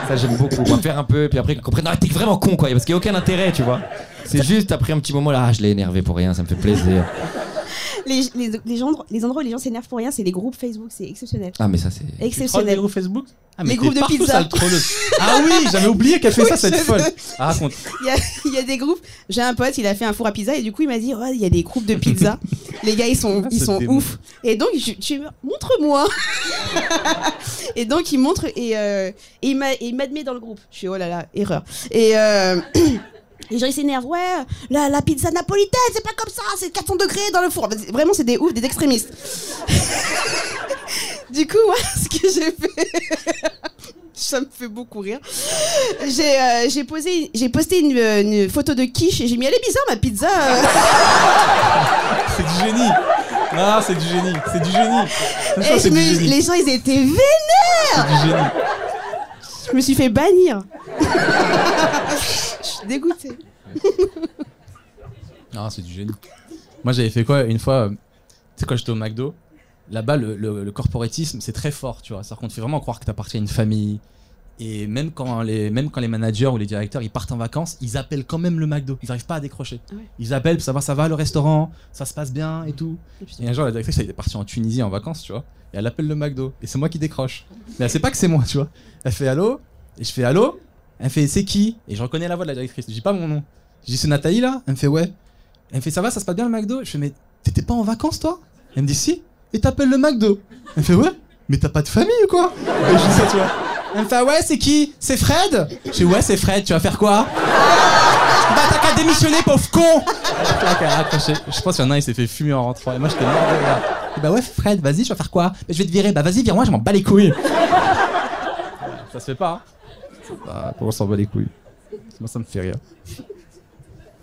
[SPEAKER 4] Ça, j'aime beaucoup. On va faire un peu, et puis après, qu'ils comprennent. Non, t'es vraiment con, quoi. Parce qu'il n'y a aucun intérêt, tu vois. C'est juste après un petit moment là, ah, je l'ai énervé pour rien, ça me fait plaisir.
[SPEAKER 2] Les, les, les, gens- les endroits où les gens s'énervent pour rien, c'est les groupes Facebook, c'est exceptionnel.
[SPEAKER 4] Ah, mais ça, c'est.
[SPEAKER 1] trolls des
[SPEAKER 2] Exceptionnel.
[SPEAKER 1] groupes Facebook ah,
[SPEAKER 2] Les
[SPEAKER 1] t'es
[SPEAKER 2] groupes de
[SPEAKER 1] partout,
[SPEAKER 2] pizza.
[SPEAKER 1] sale trolleuse. Ah oui, j'avais oublié qu'elle fait ça, cette
[SPEAKER 2] je-
[SPEAKER 1] folle. Ah, raconte.
[SPEAKER 2] Il y, a, il y a des groupes. J'ai un pote, il a fait un four à pizza et du coup, il m'a dit Ouais, il y a des groupes de pizza. les gars, ils sont, ils
[SPEAKER 1] ce
[SPEAKER 2] sont
[SPEAKER 1] démon.
[SPEAKER 2] ouf. Et donc, je, tu montre-moi. et donc, il montre et, euh, et il m'a- et il m'admet dans le groupe. Je suis Oh là là, erreur. Et. euh, Les gens ils s'énervent, ouais, la, la pizza napolitaine, c'est pas comme ça, c'est 400 degrés dans le four. Enfin, c'est- Vraiment, c'est des ouf, des extrémistes. du coup, moi, ce que j'ai fait, ça me fait beaucoup rire. J'ai euh, j'ai posé, j'ai posté une, euh, une photo de quiche et j'ai mis elle est bizarre ma pizza. euh.
[SPEAKER 1] Ah, C'est du génie. Ah, c'est du génie. C'est du génie. Franchement,
[SPEAKER 2] et je
[SPEAKER 1] c'est du
[SPEAKER 2] me-
[SPEAKER 1] génie.
[SPEAKER 2] les gens ils étaient vénères.
[SPEAKER 1] C'est du génie.
[SPEAKER 2] Je me suis fait bannir. je suis dégoûtée.
[SPEAKER 1] Ah, c'est du génie. Moi, j'avais fait quoi une fois euh, Tu sais, quand j'étais au McDo, là-bas, le, le- le corporatisme, c'est très fort, tu vois. C'est-à-dire qu'on te fait vraiment croire que t'appartiens à une famille. Et même quand, les, même quand les managers ou les directeurs ils partent en vacances, ils appellent quand même le McDo. Ils n'arrivent pas à décrocher.
[SPEAKER 2] Ah ouais.
[SPEAKER 1] Ils appellent pour savoir ça va le restaurant, ça se passe bien et tout. Et un jour, la directrice, elle est partie en Tunisie en vacances, tu vois. Et elle appelle le McDo. Et c'est moi qui décroche. Mais elle sait pas que c'est moi, tu vois. Elle fait allô. Et je fais allô. Elle fait c'est qui Et je reconnais la voix de la directrice. Je dis pas mon nom. Je dis c'est Nathalie là Elle me fait ouais. Elle me fait ça va, ça se passe bien le McDo Je fais mais t'étais pas en vacances toi Elle me dit si. Et t'appelles le McDo Elle me fait ouais. Mais t'as pas de famille ou quoi Et je dis ça, tu vois. Elle me fait ah ouais, c'est qui C'est Fred Je dis ouais, c'est Fred, tu vas faire quoi Bah t'as qu'à démissionner, pauvre con Clac, elle a raccroché. Je pense qu'il y en a un, il s'est fait fumer en rentrant. Et moi j'étais mort de rire. Et Bah ouais, Fred, vas-y, je vais faire quoi Bah, Je vais te virer. Bah vas-y, vire-moi, je m'en bats les couilles. ça se fait pas, hein Bah, on s'en bat les couilles. Moi ça me fait rire.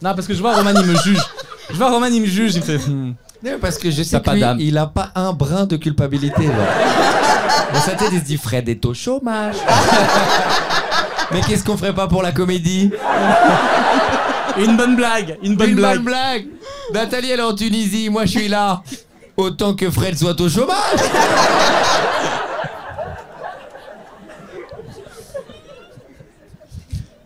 [SPEAKER 1] Non, parce que je vois Roman, il me juge. Je vois Roman, il me juge, il me fait. hmm.
[SPEAKER 4] Non, parce que je
[SPEAKER 1] T'as
[SPEAKER 4] sais
[SPEAKER 1] pas
[SPEAKER 4] pas
[SPEAKER 1] d'âme.
[SPEAKER 4] il a pas un brin de culpabilité. Là. Dans sa tête, il se dit Fred est au chômage. Mais qu'est-ce qu'on ferait pas pour la comédie
[SPEAKER 1] Une bonne blague, une bonne
[SPEAKER 4] Une
[SPEAKER 1] blague.
[SPEAKER 4] bonne blague Nathalie, elle est en Tunisie, moi je suis là. Autant que Fred soit au chômage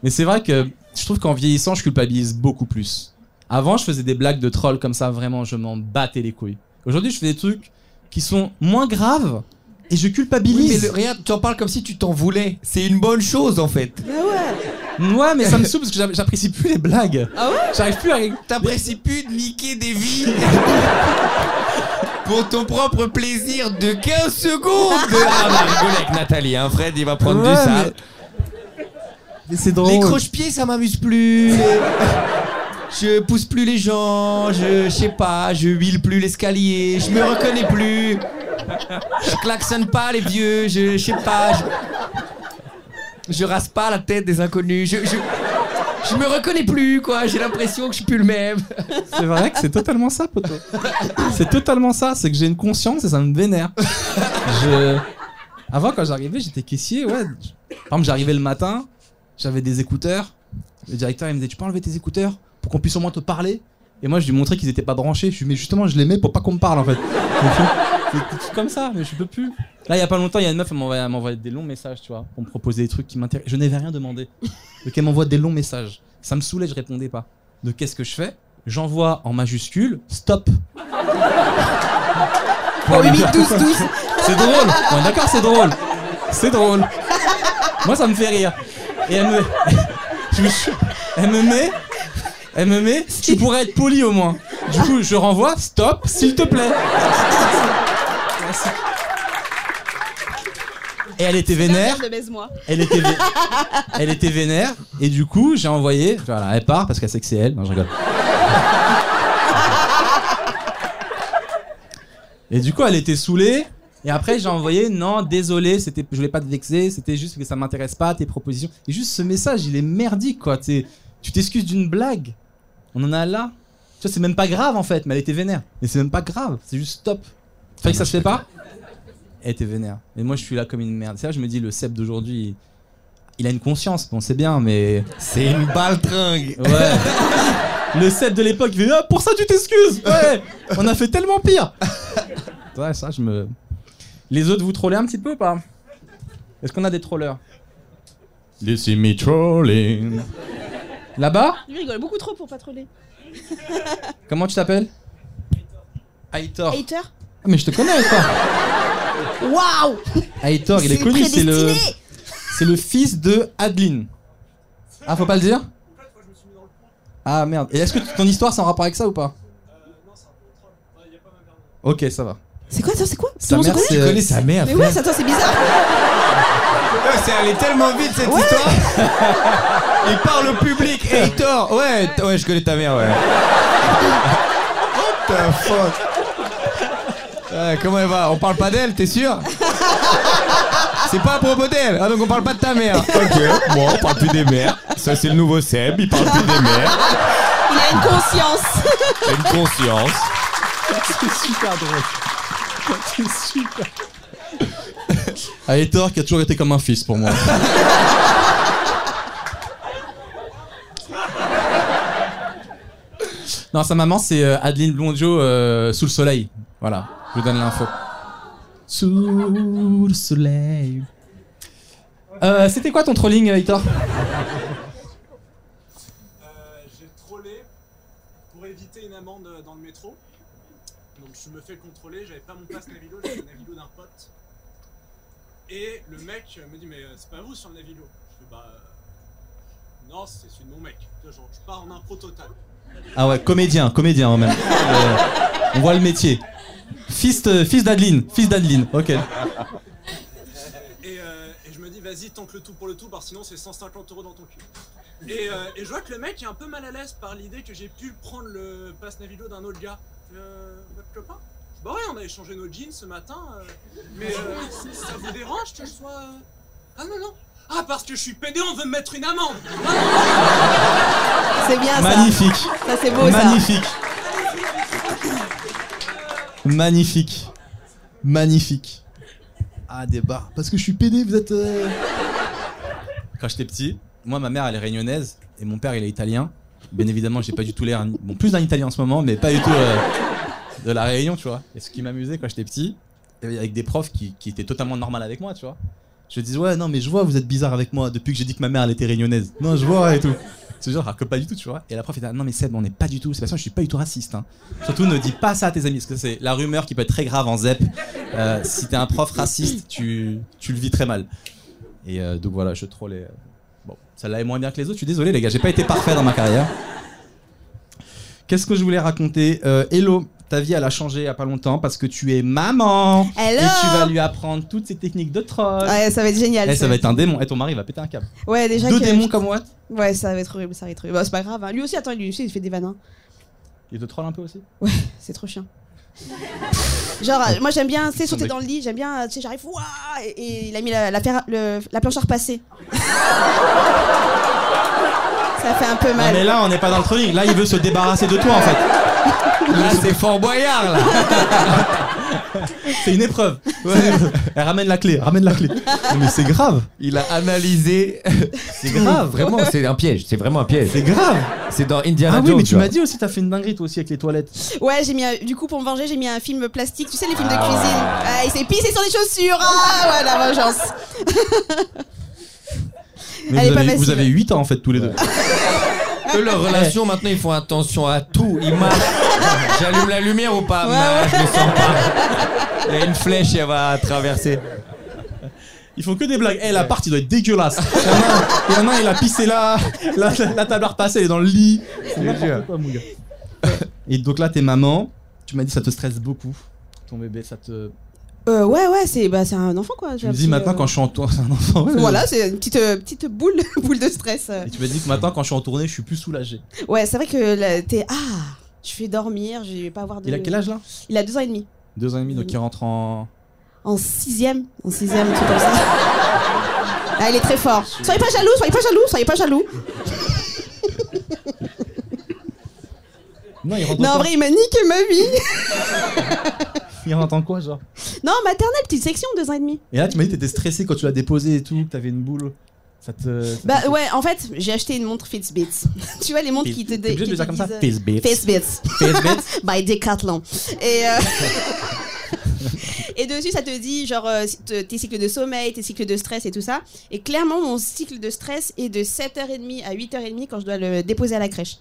[SPEAKER 1] Mais c'est vrai que je trouve qu'en vieillissant, je culpabilise beaucoup plus. Avant, je faisais des blagues de troll comme ça, vraiment, je m'en battais les couilles. Aujourd'hui, je fais des trucs qui sont moins graves et je
[SPEAKER 4] Oui,
[SPEAKER 1] culpabilise.
[SPEAKER 4] mais le- regarde, tu en parles comme si tu t'en voulais. C'est une bonne chose en fait.
[SPEAKER 2] Bah ouais.
[SPEAKER 1] Ouais, mais ça me saoule parce que j'a- j'apprécie plus les blagues.
[SPEAKER 2] Ah ouais
[SPEAKER 1] J'arrive plus à.
[SPEAKER 4] T'apprécies plus de niquer des vies pour ton propre plaisir de 15 secondes Ah, on a rigolé avec Nathalie, hein. Fred, il va prendre
[SPEAKER 1] Ouais,
[SPEAKER 4] du sale.
[SPEAKER 1] Mais c'est drôle.
[SPEAKER 4] Les croche-pieds, ça m'amuse plus. je pousse plus les gens, je je sais pas, je huile plus l'escalier, je me reconnais plus. Je klaxonne pas les vieux, je je sais pas. Je, je rase pas la tête des inconnus, je, je, je me reconnais plus, quoi. J'ai l'impression que je suis plus le même.
[SPEAKER 1] C'est vrai que c'est totalement ça, poto. C'est totalement ça. C'est que j'ai une conscience et ça me vénère. Je... Avant, quand j'arrivais, j'étais caissier. Ouais. Par exemple, j'arrivais le matin, j'avais des écouteurs. Le directeur, il me disait Tu peux enlever tes écouteurs pour qu'on puisse au moins te parler Et moi, je lui montrais qu'ils étaient pas branchés. Je lui dis Mais justement, je les mets pour pas qu'on me parle, en fait. C'est des trucs comme ça, mais je peux plus. Là, il y a pas longtemps, il y a une meuf, elle m'envoyait- elle m'envoyait des longs messages, tu vois, pour me proposer des trucs qui m'intéressent. Je n'avais rien demandé. Donc, elle m'envoie des longs messages. Ça me saoulait, je répondais pas. Donc, qu'est-ce que je fais J'envoie en majuscule stop.
[SPEAKER 2] Oh, 8, 12, 12.
[SPEAKER 1] C'est drôle. Ouais, D'accord, c'est drôle. C'est drôle. Moi, ça me fait rire. Et elle me, je me suis- elle me met, elle me met. Tu pourrais être poli au moins. Du coup, je renvoie. Stop, s'il te plaît. Merci. Et elle était vénère.
[SPEAKER 2] Merde, baise-moi.
[SPEAKER 1] Elle était, vé- elle était vénère et du coup j'ai envoyé. Voilà, elle part parce qu'elle sait que c'est elle. Non, je rigole. Et du coup elle était saoulée et après j'ai envoyé non désolé c'était je voulais pas te vexer c'était juste que ça m'intéresse pas tes propositions et juste ce message il est merdique quoi t'es- tu t'excuses d'une blague on en a là tu vois c'est même pas grave en fait mais elle était vénère mais c'est même pas grave c'est juste stop tu fais que ça se fait pas elle était vénère. Mais moi, je suis là comme une merde. C'est là que je me dis, le CEP d'aujourd'hui, il- il a une conscience. Bon, c'est bien, mais.
[SPEAKER 4] C'est une baltringue.
[SPEAKER 1] Ouais. le CEP de l'époque, il fait Ah, pour ça, tu t'excuses Ouais On a fait tellement pire Ouais, ça, je me. Les autres, vous trollez un petit peu ou pas Est-ce qu'on a des trolleurs
[SPEAKER 11] This is me trolling.
[SPEAKER 1] Là-bas
[SPEAKER 2] Lui rigole beaucoup trop pour pas troller.
[SPEAKER 1] Comment tu t'appelles Aitor.
[SPEAKER 2] Hater
[SPEAKER 1] Ah, mais je te connais, Aitor
[SPEAKER 2] Waouh
[SPEAKER 1] Aitor, il est
[SPEAKER 2] C'est
[SPEAKER 1] connu, c'est le.
[SPEAKER 2] prédestiné.
[SPEAKER 1] C'est le fils de Adeline. Ah, faut pas le dire Ah merde. Et est-ce que t- ton histoire c'est en rapport avec ça ou pas
[SPEAKER 4] Euh,
[SPEAKER 1] Ok, ça va.
[SPEAKER 2] C'est quoi, ça C'est quoi Tout
[SPEAKER 1] Sa
[SPEAKER 2] le monde se
[SPEAKER 1] mère,
[SPEAKER 2] connaît
[SPEAKER 1] c'est-
[SPEAKER 4] sa mère.
[SPEAKER 2] Mais ouais, ça, attends, c'est bizarre.
[SPEAKER 4] c'est allé tellement vite cette histoire. Il parle au public. Hey Thor, ouais, t- ouais, je connais ta mère, ouais. What the fuck? Ouais, comment elle va On parle pas d'elle, t'es sûr C'est pas à propos d'elle. Ah donc on parle pas de ta mère.
[SPEAKER 11] Ok, bon, on parle plus des mères. Ça, c'est le nouveau Seb, il parle plus des mères.
[SPEAKER 2] Il a une conscience.
[SPEAKER 11] Une conscience.
[SPEAKER 1] Aitor Ah, qui a toujours été comme un fils pour moi. non, sa maman c'est euh, Adeline Blondio euh, sous le soleil. Voilà, je vous donne l'info. Sous le soleil. Euh, C'était quoi ton trolling, Aitor
[SPEAKER 12] Euh, j'ai trollé pour éviter une amende dans le métro. Donc je me fais contrôler, j'avais pas mon passe Navilo, j'avais le Navilo d'un pote. Et le mec me dit mais euh, c'est pas vous sur le Navilo. Je fais bah euh, non c'est celui de mon mec. Tu vois, genre, je pars en impro total.
[SPEAKER 1] Ah ouais, comédien, comédien hein, même. Euh, on voit le métier. Fils, de- fils d'Adeline, fils d'Adeline, ok.
[SPEAKER 2] Ah,
[SPEAKER 12] Et, euh, et je me dis vas-y tente le tout pour le tout parce que sinon c'est 150 euros dans ton cul. Et, euh, et je vois que le mec est un peu mal à l'aise par l'idée que j'ai pu prendre le passe Navilo d'un autre gars. Euh, votre copain Bah ouais, on a échangé nos jeans ce matin. euh, mais euh, c- ça vous dérange que je sois... euh, Ah non, non. Ah, parce que je suis pédé, on veut me mettre une amende.
[SPEAKER 2] C'est bien ça.
[SPEAKER 1] Magnifique,
[SPEAKER 2] Ça, c'est beau ça.
[SPEAKER 1] magnifique. Magnifique. Magnifique. Ah, des bars. Parce que je suis PD, vous êtes. euh, Quand j'étais petit, moi, ma mère, elle est réunionnaise et mon père, il est italien. Bien évidemment, j'ai pas du tout l'air. un- Bon, plus d'un italien en ce moment, mais pas du tout euh, de la Réunion, tu vois. Et ce qui m'amusait quand j'étais petit, euh, avec des profs qui, qui étaient totalement normal avec moi, tu vois. Je disais, ouais, non, mais je vois, vous êtes bizarre avec moi depuis que j'ai dit que ma mère, elle était réunionnaise. Non, je vois et tout. C'est genre, alors que pas du tout, tu vois. Et la prof était, ah, non, mais Seb, on n'est pas du tout. C'est parce que je suis pas du tout raciste. hein. Surtout, ne dis pas ça à tes amis, parce que c'est la rumeur qui peut être très grave en ZEP. Euh, si t'es un prof raciste, tu, tu le vis très mal. Et euh, donc voilà, je trollais. euh, Bon, Ça l'avait moins bien que les autres. Je suis désolé, les gars, j'ai pas été parfait dans ma carrière. Qu'est-ce que je voulais raconter Euh, Hello, ta vie, elle a changé il y a pas longtemps parce que tu es maman.
[SPEAKER 2] Hello
[SPEAKER 1] Et tu vas lui apprendre toutes ces techniques de troll.
[SPEAKER 2] Ouais, ça va être génial.
[SPEAKER 1] Eh, ça va être un démon. Et ton mari va péter un câble.
[SPEAKER 2] Ouais, déjà
[SPEAKER 1] Deux
[SPEAKER 2] que-
[SPEAKER 1] démons comme moi.
[SPEAKER 2] Ouais, ça va être horrible, ça va être horrible. Bah, c'est pas grave. hein. Lui aussi, attends, lui aussi, il fait des vannes. hein.
[SPEAKER 1] Et te troll un peu aussi.
[SPEAKER 2] C'est trop chiant. Genre, euh, moi j'aime bien, tu sais, sauter dans le lit, j'aime bien, euh, tu sais, j'arrive, ouah, et, et il a mis la, la, fer- le- la planche à repasser. ça fait un peu
[SPEAKER 1] Non,
[SPEAKER 2] mal.
[SPEAKER 1] Ah, mais là, on n'est pas dans le trolling. Là, il veut se débarrasser de toi en fait.
[SPEAKER 4] Là, c'est Fort Boyard, là.
[SPEAKER 1] C'est une épreuve. Elle Eh, ramène la clé, ramène la clé.
[SPEAKER 5] Non, mais c'est grave.
[SPEAKER 4] Il a analysé.
[SPEAKER 1] C'est grave.
[SPEAKER 4] Vraiment, c'est un piège. C'est vraiment un piège.
[SPEAKER 5] C'est grave.
[SPEAKER 4] C'est dans Indiana
[SPEAKER 1] Ah oui,
[SPEAKER 4] Jones,
[SPEAKER 1] mais tu
[SPEAKER 4] vois.
[SPEAKER 1] m'as dit aussi, t'as fait une dinguerie toi aussi avec les toilettes.
[SPEAKER 2] Ouais, j'ai mis, un- du coup, pour me venger, j'ai mis un film plastique, tu sais, les films de cuisine. Ah, il s'est pissé sur les chaussures, ah, ouais, la vengeance.
[SPEAKER 1] Mais
[SPEAKER 2] Elle est
[SPEAKER 1] vous,
[SPEAKER 2] pas
[SPEAKER 1] avez, vous
[SPEAKER 2] facile.
[SPEAKER 1] avez 8 ans en fait, tous les deux.
[SPEAKER 4] Eux, leur relation, maintenant, ils font attention à tout. Ils marchent. J'allume la lumière ou pas Non, je le sens pas. Il y a une flèche, elle va traverser.
[SPEAKER 1] Ils font que des blagues. Eh, la part, il doit être dégueulasse. Il y en a un- Il y en a un, il a pissé là. La, la- la table à repasser, elle est dans le lit. C'est n'importe quoi, mon gars. Et donc là, t'es maman. Tu m'as dit, ça te stresse beaucoup. Ton bébé, ça te.
[SPEAKER 2] Euh, ouais, ouais, c'est bah, c'est un enfant quoi.
[SPEAKER 1] Tu me dis maintenant quand je suis en tournée. C'est un enfant. ouais,
[SPEAKER 2] euh, Voilà, c'est une petite, euh, petite boule, boule de stress. euh.
[SPEAKER 1] ouais. Et tu m'as dit que maintenant, quand je suis en tournée, je suis plus soulagé.
[SPEAKER 2] Ouais, c'est vrai que là, t'es, ah, je vais dormir, je vais pas avoir de.
[SPEAKER 1] Il a quel âge là
[SPEAKER 2] Il a deux ans et demi.
[SPEAKER 1] Deux ans et demi, donc il rentre en.
[SPEAKER 2] En sixième. En sixième, tout comme ça. Ah, il est très fort. Soyez pas jaloux, soyez pas jaloux, soyez pas jaloux.
[SPEAKER 1] Non, il rentre
[SPEAKER 2] Non,
[SPEAKER 1] en
[SPEAKER 2] en
[SPEAKER 1] quoi
[SPEAKER 2] vrai, il m'a niqué ma vie.
[SPEAKER 1] Il rentre en quoi, genre
[SPEAKER 2] Non, maternelle, petite section, deux ans et demi.
[SPEAKER 1] Et là, tu m'as dit que t'étais stressé quand tu l'as déposé et tout, que t'avais une boule. Ça te. ça te-
[SPEAKER 2] Bah ouais, en fait, j'ai acheté une montre Fitbits. tu vois, les montres qui te,
[SPEAKER 1] T'es obligé de
[SPEAKER 2] qui
[SPEAKER 1] le dire
[SPEAKER 2] te
[SPEAKER 1] comme ça
[SPEAKER 2] disent, euh,
[SPEAKER 1] Fitbit.
[SPEAKER 2] Fitbits.
[SPEAKER 1] Fitbit.
[SPEAKER 2] By Decathlon. Et, euh, et dessus, ça te dit, genre, euh, si te- tes cycles de sommeil, tes cycles de stress et tout ça. Et clairement, mon cycle de stress est de 7h30 à 8h30 quand je dois le déposer à la crèche.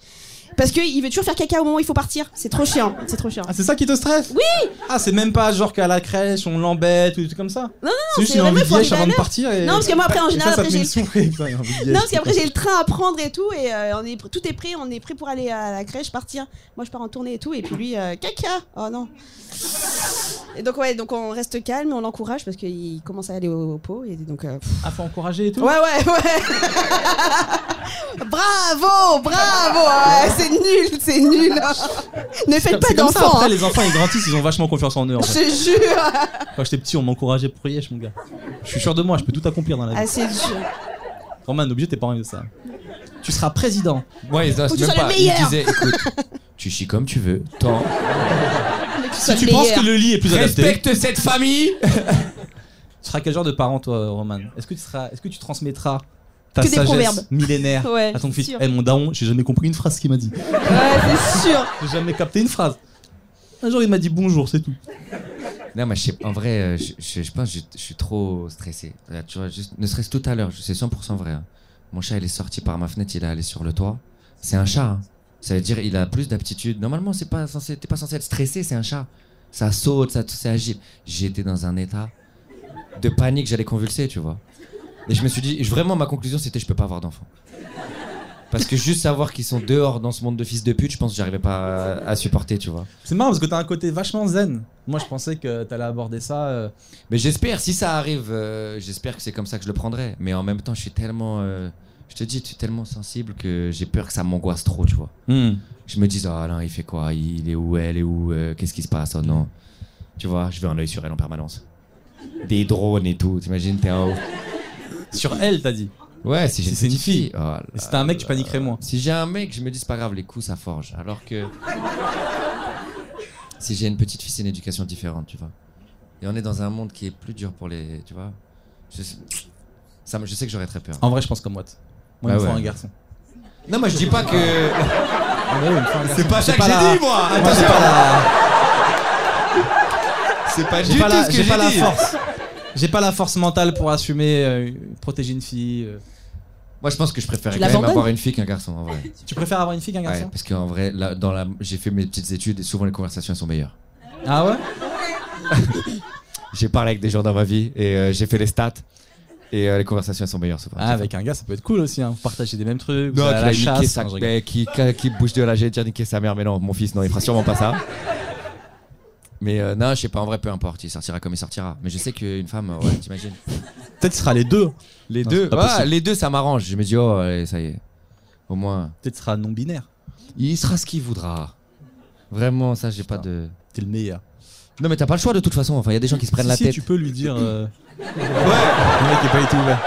[SPEAKER 2] Parce qu'il veut toujours faire caca au moment où il faut partir. C'est trop chiant. C'est trop chiant.
[SPEAKER 1] Ah, c'est ça qui te stresse Oui Ah, c'est même pas genre qu'à la crèche, on l'embête ou des trucs comme ça Non, non, non, c'est juste
[SPEAKER 2] c'est
[SPEAKER 1] qu'il a envie de
[SPEAKER 2] vraiment, faut
[SPEAKER 1] vieille
[SPEAKER 2] arriver
[SPEAKER 1] avant
[SPEAKER 2] à
[SPEAKER 1] de
[SPEAKER 2] l'heure.
[SPEAKER 1] partir. Et...
[SPEAKER 2] Non, parce que moi, après, en
[SPEAKER 1] et
[SPEAKER 2] général,
[SPEAKER 1] ça, ça
[SPEAKER 2] après,
[SPEAKER 1] te met une
[SPEAKER 2] j'ai le-
[SPEAKER 1] souffrée, putain, il a envie de vieille.
[SPEAKER 2] Non, parce qu'après j'ai le train à prendre et tout, et euh, on est, pr- tout est prêt, on est prêt pour aller à la crèche, partir. Moi je pars en tournée et tout, et puis lui, euh, caca Oh non Et donc ouais, donc on reste calme, on l'encourage parce qu'il commence à aller au, au pot, et donc... euh, pff.
[SPEAKER 1] Ah, faut encourager et tout
[SPEAKER 2] Ouais, ouais, ouais Bravo, bravo ah ouais, C'est nul, c'est nul Ne faites pas
[SPEAKER 1] C'est comme ça,
[SPEAKER 2] d'enfants,
[SPEAKER 1] après,
[SPEAKER 2] hein.
[SPEAKER 1] les enfants, ils grandissent, ils ont vachement confiance en eux. En
[SPEAKER 2] je
[SPEAKER 1] fait.
[SPEAKER 2] te jure
[SPEAKER 1] Quand j'étais petit, on m'encourageait pour Yesh, mon gars. Je suis sûr de moi, je peux tout accomplir dans la
[SPEAKER 2] Ah
[SPEAKER 1] vie.
[SPEAKER 2] c'est dur
[SPEAKER 1] Romain, n'obligez tes parents de ça. Tu seras président.
[SPEAKER 4] Ouais, ça,
[SPEAKER 2] Faut
[SPEAKER 4] c'est
[SPEAKER 2] que tu sois
[SPEAKER 4] même pas.
[SPEAKER 2] le
[SPEAKER 4] Il
[SPEAKER 2] meilleur.
[SPEAKER 4] disait, écoute, tu chies comme tu veux. Tant.
[SPEAKER 1] Si tu penses que le lit est plus adapté,
[SPEAKER 4] Respecte cette famille.
[SPEAKER 1] tu seras quel genre de parent, toi, Roman Est-ce que tu seras, est-ce que tu transmettras ta
[SPEAKER 2] Que des proverbes.
[SPEAKER 1] sagesse millénaire
[SPEAKER 2] Ouais,
[SPEAKER 1] à ton fils
[SPEAKER 2] sûr.
[SPEAKER 1] Eh, mon daron, j'ai jamais compris une phrase qu'il m'a dit.
[SPEAKER 2] Ouais, c'est sûr
[SPEAKER 1] J'ai jamais capté une phrase. Un jour, il m'a dit bonjour, c'est tout.
[SPEAKER 4] Non, mais je sais- en vrai, euh, je, je- je pense que je, je suis trop stressé. Là, tu vois, juste, ne serait-ce tout à l'heure, je- c'est 100% vrai. hein. Mon chat, il est sorti par ma fenêtre, il est allé sur le toit. C'est un chat. hein. Ça veut dire il a plus d'aptitude. Normalement, c'est pas censé, t'es pas censé être stressé, c'est un chat. Ça saute, ça, c'est agile. J'étais dans un état de panique, j'allais convulser, tu vois. Et je me suis dit, vraiment, ma conclusion, c'était je peux pas avoir d'enfant. Parce que juste savoir qu'ils sont dehors dans ce monde de fils de pute, je pense que j'arrivais pas à- à supporter, tu vois.
[SPEAKER 1] C'est marrant parce que t'as un côté vachement zen. Moi, je pensais que t'allais aborder ça. euh,
[SPEAKER 4] Mais j'espère, si ça arrive, euh, j'espère que c'est comme ça que je le prendrai. Mais en même temps, je suis tellement. euh, je te dis, je suis tellement sensible que j'ai peur que ça m'angoisse trop, tu vois. Je me dis, oh Alain, il fait quoi Il est où Elle est où Euh, Qu'est-ce qui se passe Oh non. Tu vois, je vais un œil sur elle en permanence. Des drones et tout, t'imagines, t'es en haut.
[SPEAKER 1] Sur elle, t'as dit.
[SPEAKER 4] Ouais, si j'ai
[SPEAKER 1] Si c'est une
[SPEAKER 4] petite
[SPEAKER 1] fille.
[SPEAKER 4] oh là
[SPEAKER 1] Et si t'as un mec, tu
[SPEAKER 4] là.
[SPEAKER 1] paniquerais moins.
[SPEAKER 4] Si j'ai un mec, je me dis, c'est pas grave, les coups, ça forge. Alors que. si j'ai une petite fille, c'est une éducation différente, tu vois. Et on est dans un monde qui est plus dur pour les. Tu vois Je sais, ça, me- je sais que j'aurais très peur.
[SPEAKER 1] En vrai, je pense comme Watt. Moi, il
[SPEAKER 4] Bah
[SPEAKER 1] me faut
[SPEAKER 4] ouais.
[SPEAKER 1] un garçon.
[SPEAKER 4] Non, moi, je dis pas que. C'est pas
[SPEAKER 1] C'est
[SPEAKER 4] ça que
[SPEAKER 1] pas la-
[SPEAKER 4] j'ai dit, moi
[SPEAKER 1] Moi, Ah, j'ai
[SPEAKER 4] Attention
[SPEAKER 1] pas la,
[SPEAKER 4] C'est pas
[SPEAKER 1] j'ai
[SPEAKER 4] du
[SPEAKER 1] pas
[SPEAKER 4] tout
[SPEAKER 1] la-
[SPEAKER 4] ce que
[SPEAKER 1] j'ai
[SPEAKER 4] j'ai
[SPEAKER 1] pas la
[SPEAKER 4] dit.
[SPEAKER 1] force. J'ai pas la force mentale pour assumer, euh, protéger une fille. euh.
[SPEAKER 4] Moi, je pense que je préférais
[SPEAKER 2] Tu
[SPEAKER 4] quand même
[SPEAKER 2] l'abandonnes
[SPEAKER 4] avoir une fille qu'un garçon, en vrai.
[SPEAKER 1] Tu préfères avoir une fille qu'un
[SPEAKER 4] Ouais,
[SPEAKER 1] garçon
[SPEAKER 4] parce qu'en vrai, là, dans la... j'ai fait mes petites études et souvent les conversations elles sont meilleures.
[SPEAKER 1] Ah ouais
[SPEAKER 4] J'ai parlé avec des gens dans ma vie et euh, j'ai fait les stats. Et euh, les conversations elles sont meilleures souvent.
[SPEAKER 1] Ah, avec un gars, ça peut être cool aussi. Hein. Vous partagez des mêmes trucs. vous
[SPEAKER 4] Non,
[SPEAKER 1] allez à
[SPEAKER 4] qui
[SPEAKER 1] la
[SPEAKER 4] a niqué
[SPEAKER 1] chasse.
[SPEAKER 4] sa
[SPEAKER 1] Non, je rigole.
[SPEAKER 4] mais qui, qui- qui bouge de la j'allais dire niquer sa mère, mais non, mon fils, non, il fera sûrement pas ça. Mais euh, non, je sais pas, en vrai, peu importe, il sortira comme il sortira. Mais je sais qu'une femme, euh, ouais, t'imagines.
[SPEAKER 5] Peut-être ce sera les deux.
[SPEAKER 4] Les
[SPEAKER 1] Non,
[SPEAKER 4] deux,
[SPEAKER 1] c'est pas
[SPEAKER 4] ouais,
[SPEAKER 1] possible.
[SPEAKER 4] les deux, ça m'arrange. Je me dis, oh, allez, ça y est. Au moins,
[SPEAKER 1] Peut-être ce sera non binaire.
[SPEAKER 4] il sera ce qu'il voudra. Vraiment, ça, j'ai pas de.
[SPEAKER 1] T'es le meilleur.
[SPEAKER 4] Non, mais t'as pas le choix de toute façon. Enfin, il y a des gens qui se prennent
[SPEAKER 5] si,
[SPEAKER 4] la
[SPEAKER 5] si,
[SPEAKER 4] tête.
[SPEAKER 5] tu peux lui dire. euh, Le mec est pas été ouvert.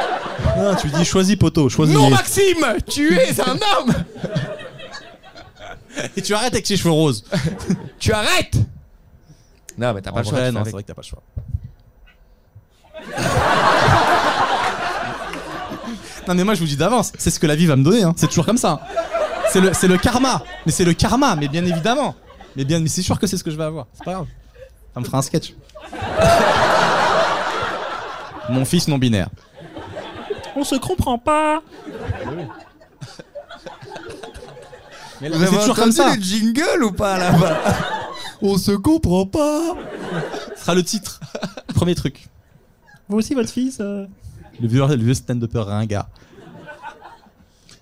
[SPEAKER 5] Non, tu dis choisis poteau, choisis.
[SPEAKER 4] Maxime, tu es un homme
[SPEAKER 1] Et tu arrêtes avec ses cheveux roses.
[SPEAKER 4] Tu arrêtes Non, mais t'as
[SPEAKER 1] En
[SPEAKER 4] pas le choix.
[SPEAKER 1] vrai, non,
[SPEAKER 4] tu fais
[SPEAKER 1] c'est
[SPEAKER 4] avec.
[SPEAKER 1] vrai que t'as pas le choix. non, mais moi je vous dis d'avance, c'est ce que la vie va me donner, hein. c'est toujours comme ça. C'est le, c'est le karma, mais c'est le karma, mais bien évidemment. Mais bien, mais c'est sûr que c'est ce que je vais avoir, c'est pas grave. Ça me fera un sketch. Mon fils non binaire.
[SPEAKER 6] On se comprend pas.
[SPEAKER 1] Mais
[SPEAKER 4] Vous
[SPEAKER 1] c'est
[SPEAKER 4] avez
[SPEAKER 1] toujours comme
[SPEAKER 4] entendu
[SPEAKER 1] ça.
[SPEAKER 4] le jingle ou pas là-bas
[SPEAKER 5] On se comprend pas.
[SPEAKER 1] Ce sera le titre. Premier truc.
[SPEAKER 6] Vous aussi, votre fils euh,
[SPEAKER 1] Le vieux, le vieux stand-upper ringard.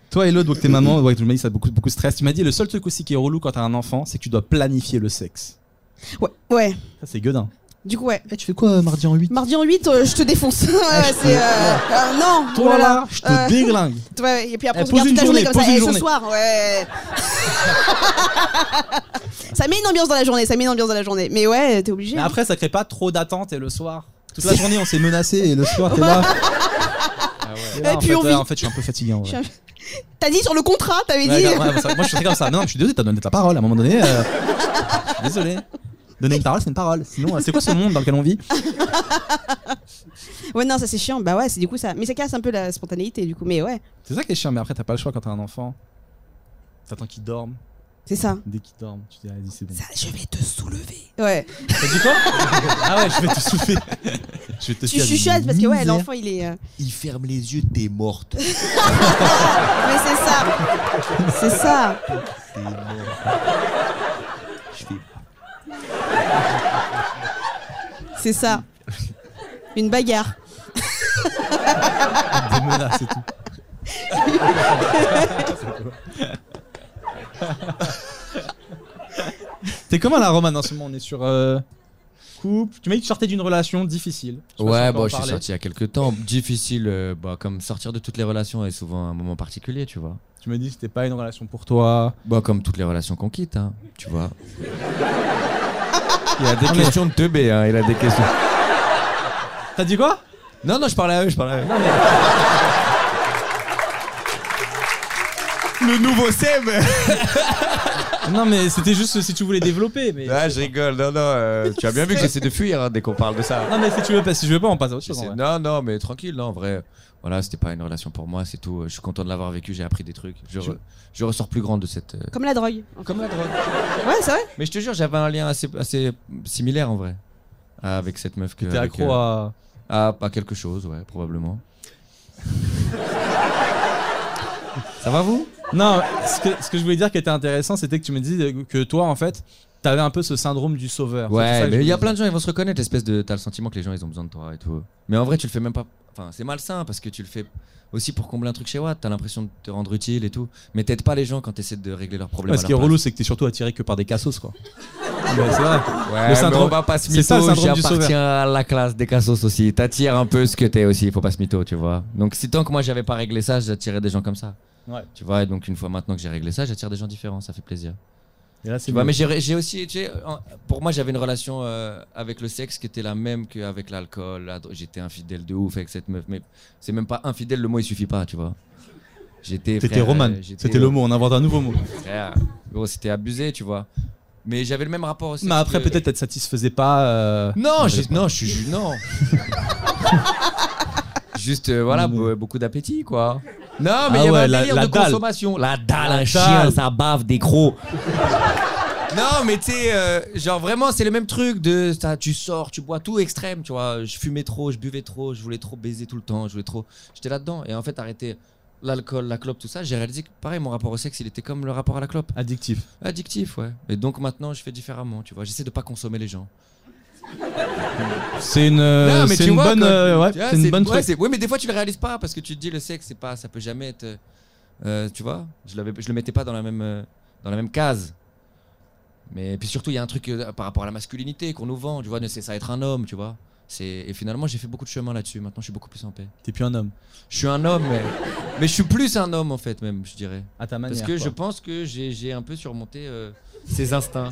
[SPEAKER 1] Toi et l'autre, donc tes mamans, ouais, tu m'as dit ça a beaucoup, beaucoup de stress. Tu m'as dit le seul truc aussi qui est relou quand t'as un enfant, c'est que tu dois planifier le sexe.
[SPEAKER 2] Ouais, ouais.
[SPEAKER 1] Ça c'est gueudin.
[SPEAKER 2] Du coup, ouais.
[SPEAKER 5] tu fais quoi mardi en 8
[SPEAKER 2] Mardi en 8, euh, je te défonce. Ouais,
[SPEAKER 1] Ah,
[SPEAKER 2] c'est. euh, euh, non, oh
[SPEAKER 1] Toi là, je te
[SPEAKER 2] Euh,
[SPEAKER 1] déglingue.
[SPEAKER 2] ouais, et puis après,
[SPEAKER 1] Eh,
[SPEAKER 2] on se
[SPEAKER 1] pose
[SPEAKER 2] regarde
[SPEAKER 1] une
[SPEAKER 2] toute la journée,
[SPEAKER 1] journée,
[SPEAKER 2] comme
[SPEAKER 1] pose
[SPEAKER 2] ça.
[SPEAKER 1] une
[SPEAKER 2] Eh,
[SPEAKER 1] journée.
[SPEAKER 2] ce soir, ouais. ça met une ambiance dans la journée, ça met une ambiance dans la journée. Mais ouais, t'es obligé.
[SPEAKER 1] Mais après, ça crée pas trop d'attente et le soir. Toute
[SPEAKER 5] La journée on s'est menacé et le soir t'es là.
[SPEAKER 1] Et là,
[SPEAKER 2] Et
[SPEAKER 1] en
[SPEAKER 2] puis
[SPEAKER 1] fait,
[SPEAKER 2] on
[SPEAKER 1] Ah ouais,
[SPEAKER 2] vit.
[SPEAKER 1] en fait, je suis un peu fatigué. en vrai.
[SPEAKER 2] Je T'as dit sur le contrat, t'avais
[SPEAKER 1] Ouais,
[SPEAKER 2] dit.
[SPEAKER 1] regarde, ouais, c'est vrai que moi, je suis très comme ça. Non, non, je suis désolé, t'as donné ta parole à un moment donné. euh, je suis désolé. Donner une parole, c'est une parole. Sinon, euh, c'est quoi ce monde dans lequel on vit
[SPEAKER 2] Ouais, non, ça c'est chiant. Bah ouais, c'est du coup ça. Mais ça casse un peu la spontanéité, du coup. Mais ouais,
[SPEAKER 1] C'est ça qui est chiant, mais après, t'as pas le choix quand t'as un enfant. T'attends qu'il dorme.
[SPEAKER 2] c'est ça.
[SPEAKER 1] Dès qu'il dorme, tu dis, ah, vas-y, c'est bon.
[SPEAKER 2] Ça, je vais te soulever. Ouais.
[SPEAKER 1] T'as dit quoi Ah ouais, je vais te souffler. Je vais te
[SPEAKER 2] Tu
[SPEAKER 1] faire une
[SPEAKER 2] chuchotes parce que ouais,
[SPEAKER 1] misère.
[SPEAKER 2] l'enfant il est. euh,
[SPEAKER 4] Il ferme les yeux, t'es morte.
[SPEAKER 2] Mais c'est ça. C'est ça. C'est ça. Une bagarre.
[SPEAKER 1] Des menaces et tout. T'es comment la Romane en ce moment On est sur euh, couple. Tu m'as dit que tu sortais d'une relation difficile. Je sais pas si
[SPEAKER 4] Ouais,
[SPEAKER 1] on peut en
[SPEAKER 4] bon, je suis
[SPEAKER 1] parler.
[SPEAKER 4] sorti il y a quelques temps. Difficile, euh, bah, comme sortir de toutes les relations est souvent un moment particulier, tu vois.
[SPEAKER 1] Tu m'as dit que c'était pas une relation pour toi.
[SPEAKER 4] Bah, comme toutes les relations qu'on quitte, hein, tu vois.
[SPEAKER 1] Il y a des
[SPEAKER 4] Question de teubé, hein, il a des questions.
[SPEAKER 1] T'as dit quoi
[SPEAKER 4] Non, non, je parlais à eux, je parlais à eux. Le nouveau Seb
[SPEAKER 1] Non, mais c'était juste si tu voulais développer. Mais...
[SPEAKER 4] Ah, je rigole, non, non, euh, tu as bien vu que j'essaie de fuir hein, dès qu'on parle de ça.
[SPEAKER 1] Non, mais si tu veux pas, si je veux pas, on passe à autre chose. en
[SPEAKER 4] J'essaie-
[SPEAKER 1] vrai.
[SPEAKER 4] Non, non, mais tranquille, non, en vrai. Voilà, c'était pas une relation pour moi, c'est tout. Je suis content de l'avoir vécu, j'ai appris des trucs. Je, re- je ressors plus grand de cette. euh,
[SPEAKER 2] Comme la drogue.
[SPEAKER 4] Comme la drogue.
[SPEAKER 2] Ouais, c'est vrai.
[SPEAKER 4] Mais je te jure, j'avais un lien assez, assez similaire en vrai. Ah, Avec cette meuf que.
[SPEAKER 1] T'es
[SPEAKER 4] avec,
[SPEAKER 1] accro
[SPEAKER 4] euh,
[SPEAKER 1] à.
[SPEAKER 4] à. à quelque chose, ouais, probablement. Ça va vous
[SPEAKER 1] Non, ce que, ce que je voulais dire qui était intéressant, c'était que tu me dis que toi, en fait, t'avais un peu ce syndrome du sauveur. C'est ça
[SPEAKER 4] Ouais,
[SPEAKER 1] que
[SPEAKER 4] mais
[SPEAKER 1] je
[SPEAKER 4] il y a
[SPEAKER 1] voulais
[SPEAKER 4] plein de gens, ils vont se reconnaître, l'espèce de. T'as le sentiment que les gens, ils ont besoin de toi et tout. Mais en vrai, tu le fais même pas. Enfin, c'est malsain parce que tu le fais aussi pour combler un truc chez Watt. T'as l'impression de te rendre utile et tout. Mais t'aides pas les gens quand t'essaies de régler leurs problèmes.
[SPEAKER 1] Ouais,
[SPEAKER 4] à
[SPEAKER 1] ce qui est
[SPEAKER 4] leur
[SPEAKER 1] relou, c'est que t'es surtout attiré que par des cassos, quoi. Ouais, c'est vrai.
[SPEAKER 4] place. Ouais,
[SPEAKER 1] le
[SPEAKER 4] mais
[SPEAKER 1] syndrome-
[SPEAKER 4] on va pas se
[SPEAKER 1] c'est ça, le
[SPEAKER 4] mytho,
[SPEAKER 1] syndrome du
[SPEAKER 4] j'appartiens à la classe des cassos aussi. T'attires un peu ce que t'es aussi, faut pas se mytho, tu vois. Donc, si tant que moi j'avais pas réglé ça, j'attirais des gens comme ça.
[SPEAKER 1] Ouais.
[SPEAKER 4] Tu vois, et donc une fois maintenant que j'ai réglé ça, j'attire des gens différents, ça fait plaisir.
[SPEAKER 1] Et là, c'est
[SPEAKER 4] Tu vois,
[SPEAKER 1] mieux.
[SPEAKER 4] mais j'ai j'ai aussi, tu sais, en- pour moi, j'avais une relation euh, avec le sexe qui était la même qu'avec l'alcool. la dro- J'étais infidèle de ouf avec cette meuf, mais c'est même pas infidèle, le mot il suffit pas, tu vois. J'étais.
[SPEAKER 1] T'étais
[SPEAKER 4] frère,
[SPEAKER 1] romane.
[SPEAKER 4] euh, j'étais-
[SPEAKER 1] C'était le mot, on invente un nouveau mot.
[SPEAKER 4] frère. Gros, c'était abusé, tu vois. Mais j'avais le même rapport aussi.
[SPEAKER 1] Mais après, peut-être, elle te satisfaisait pas. euh,
[SPEAKER 4] Non, j'ai- non, je suis ju- non. Juste, euh, voilà,
[SPEAKER 1] Mais-
[SPEAKER 4] be- beaucoup d'appétit, quoi. Non, mais
[SPEAKER 1] Ah
[SPEAKER 4] il y avait
[SPEAKER 1] ouais,
[SPEAKER 4] un
[SPEAKER 1] la-
[SPEAKER 4] délire
[SPEAKER 1] la
[SPEAKER 4] de
[SPEAKER 1] dalle.
[SPEAKER 4] consommation. La dalle, un
[SPEAKER 1] La
[SPEAKER 4] chien,
[SPEAKER 1] dalle.
[SPEAKER 4] ça bave des crocs. non, mais tu sais, euh, genre vraiment, c'est le même truc de ça, tu sors, tu bois tout extrême, tu vois. Je fumais trop, je buvais trop, je voulais trop baiser tout le temps, je voulais trop. J'étais là-dedans. Et en fait, arrêter l'alcool, la clope, tout ça, j'ai réalisé que pareil, mon rapport au sexe, il était comme le rapport à la clope.
[SPEAKER 1] Addictif.
[SPEAKER 4] Addictif, ouais. Et donc maintenant, je fais différemment, tu vois. J'essaie de pas consommer les gens.
[SPEAKER 1] C'est une, euh,
[SPEAKER 4] Non, mais
[SPEAKER 1] c'est
[SPEAKER 4] tu
[SPEAKER 1] une
[SPEAKER 4] vois,
[SPEAKER 1] bonne,
[SPEAKER 4] quand-
[SPEAKER 1] euh, ouais,
[SPEAKER 4] tu vois,
[SPEAKER 1] c'est une bonne
[SPEAKER 4] ouais,
[SPEAKER 1] truc.
[SPEAKER 4] c'est- ouais, mais des fois tu le réalises pas parce que tu te dis le sexe c'est pas ça peut jamais être euh, tu vois, je l'avais je le mettais pas dans la même euh, dans la même case. Mais puis surtout il y a un truc euh, par rapport à la masculinité qu'on nous vend, tu vois, ne c'est ça être un homme, tu vois. C'est et finalement j'ai fait beaucoup de chemin là-dessus, maintenant je suis beaucoup plus en paix.
[SPEAKER 1] T'es plus un homme.
[SPEAKER 4] Je suis un homme mais, mais je suis plus un homme en fait même, je dirais.
[SPEAKER 1] À ta
[SPEAKER 4] Parce
[SPEAKER 1] manière.
[SPEAKER 4] que je pense que j'ai j'ai un peu surmonté euh, ces instincts.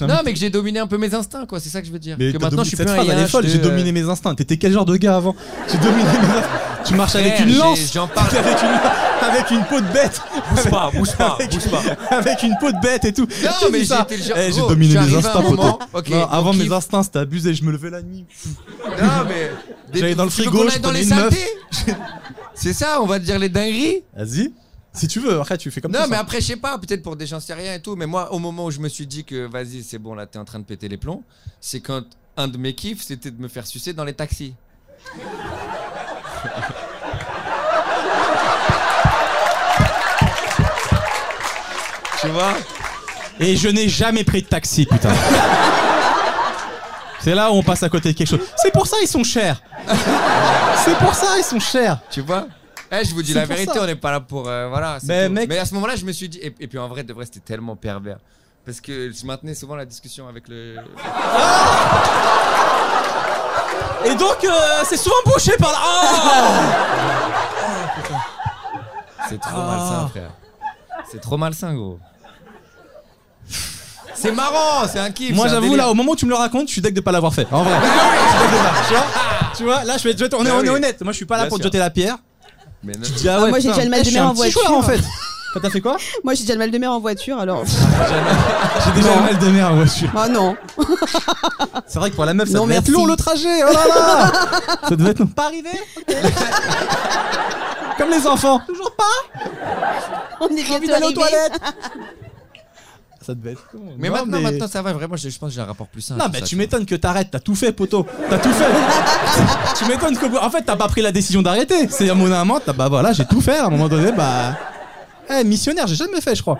[SPEAKER 4] Non, mais que j'ai dominé un peu mes instincts, quoi. C'est ça que je veux dire.
[SPEAKER 1] Mais
[SPEAKER 4] que
[SPEAKER 1] t'as
[SPEAKER 4] maintenant,
[SPEAKER 1] dominé-
[SPEAKER 4] je suis
[SPEAKER 1] cette
[SPEAKER 4] plus un
[SPEAKER 1] phrase, elle est
[SPEAKER 4] IH
[SPEAKER 1] folle.
[SPEAKER 4] de,
[SPEAKER 1] J'ai
[SPEAKER 4] euh,
[SPEAKER 1] dominé mes instincts. T'étais quel genre de gars avant J'ai dominé mes instincts. Tu marches avec
[SPEAKER 4] Frère,
[SPEAKER 1] une
[SPEAKER 4] Eh, j'ai-
[SPEAKER 1] lance.
[SPEAKER 4] J'en parle.
[SPEAKER 1] T'es avec une, avec une peau de bête.
[SPEAKER 4] Bouge pas, bouge pas, bouge pas.
[SPEAKER 1] Avec une peau de bête et tout.
[SPEAKER 4] Non,
[SPEAKER 1] Tu
[SPEAKER 4] mais
[SPEAKER 1] dis ça.
[SPEAKER 4] j'étais le genre.
[SPEAKER 1] Eh, J'ai
[SPEAKER 4] gros,
[SPEAKER 1] dominé
[SPEAKER 4] j'arrive
[SPEAKER 1] mes
[SPEAKER 4] à un
[SPEAKER 1] instincts,
[SPEAKER 4] moment,
[SPEAKER 1] poteau.
[SPEAKER 4] ok,
[SPEAKER 1] Non, avant
[SPEAKER 4] on
[SPEAKER 1] mes
[SPEAKER 4] kiffe.
[SPEAKER 1] instincts, c'était abusé. Je me levais la nuit.
[SPEAKER 4] Non, mais. des-
[SPEAKER 1] J'allais dans le
[SPEAKER 4] tu veux
[SPEAKER 1] frigo,
[SPEAKER 4] qu'on
[SPEAKER 1] je
[SPEAKER 4] aille dans
[SPEAKER 1] prenais
[SPEAKER 4] les
[SPEAKER 1] une meuf.
[SPEAKER 4] saletés C'est ça, on va te dire les dingueries.
[SPEAKER 1] Vas-y. Si tu veux, après tu fais comme
[SPEAKER 4] Non,
[SPEAKER 1] ça.
[SPEAKER 4] mais après, je sais pas, peut-être pour des gens c'est rien et tout, mais moi, au moment où je me suis dit que vas-y, c'est bon, là, t'es en train de péter les plombs, c'est quand un de mes kiffs, c'était de me faire sucer dans les taxis. tu vois
[SPEAKER 1] Et je n'ai jamais pris de taxi, putain. C'est là où on passe à côté de quelque chose. C'est pour ça ils sont chers. C'est pour ça ils sont chers.
[SPEAKER 4] Tu vois Eh, je vous dis
[SPEAKER 1] C'est
[SPEAKER 4] la
[SPEAKER 1] pour
[SPEAKER 4] vérité,
[SPEAKER 1] ça.
[SPEAKER 4] on n'est pas là pour. euh, voilà. c'est
[SPEAKER 1] Mais
[SPEAKER 4] tout.
[SPEAKER 1] mec-
[SPEAKER 4] mais à ce moment-là, je me suis dit. Et, et puis en vrai, de vrai, c'était tellement pervers. Parce que je maintenais souvent la discussion avec le.
[SPEAKER 1] Et donc euh, c'est souvent bouché par là.
[SPEAKER 4] C'est trop
[SPEAKER 1] Ah.
[SPEAKER 4] malsain, frère. C'est trop malsain, gros. C'est marrant, c'est un kiff.
[SPEAKER 1] Moi
[SPEAKER 4] c'est un
[SPEAKER 1] j'avoue
[SPEAKER 4] délire.
[SPEAKER 1] là au moment où tu me le racontes, je suis deg de pas l'avoir fait. En vrai. Je suis deg de pas, tu, vois Tu vois, là je vais te jeter- on est,
[SPEAKER 4] Bah
[SPEAKER 1] on est
[SPEAKER 4] oui.
[SPEAKER 1] honnête. Moi je suis pas là
[SPEAKER 4] Bien
[SPEAKER 1] pour te
[SPEAKER 4] sûr.
[SPEAKER 1] jeter la pierre.
[SPEAKER 4] Mais non,
[SPEAKER 1] Tu te dis, ah
[SPEAKER 2] Ah,
[SPEAKER 1] ouais,
[SPEAKER 2] moi, j'ai
[SPEAKER 1] putain,
[SPEAKER 2] déjà le mal
[SPEAKER 1] eh,
[SPEAKER 2] de
[SPEAKER 1] je suis
[SPEAKER 2] mer
[SPEAKER 1] un
[SPEAKER 2] en
[SPEAKER 1] petit joueur, en
[SPEAKER 2] voiture.
[SPEAKER 1] fait. Toi, T'as fait quoi
[SPEAKER 2] Moi, j'ai déjà le mal de mer en voiture, alors.
[SPEAKER 1] J'ai déjà le mal de mer en voiture.
[SPEAKER 2] Ah non.
[SPEAKER 1] C'est vrai que pour la meuf ça
[SPEAKER 2] Non,
[SPEAKER 1] devait être
[SPEAKER 2] merci.
[SPEAKER 1] long le trajet. Oh là là Ça devait être long. Pas arrivé Comme les enfants. Toujours pas
[SPEAKER 2] On est bientôt
[SPEAKER 1] d'aller aux
[SPEAKER 2] arrivé.
[SPEAKER 1] toilettes. Ça devait être con.
[SPEAKER 4] mais
[SPEAKER 1] Non,
[SPEAKER 4] maintenant,
[SPEAKER 1] mais-
[SPEAKER 4] maintenant, ça va. Vraiment, je, je pense que j'ai un rapport plus sain.
[SPEAKER 1] Non,
[SPEAKER 4] à tout
[SPEAKER 1] mais
[SPEAKER 4] Ah, ça,
[SPEAKER 1] tu m'étonnes que t'arrêtes, t'as tout fait, poteau. T'as tout fait. tu m'étonnes qu'au bout. En fait, t'as pas pris la décision d'arrêter. C'est à mon moment, t'as. Bah voilà, j'ai tout fait. À un moment donné, bah. Eh, missionnaire, j'ai jamais fait, je crois.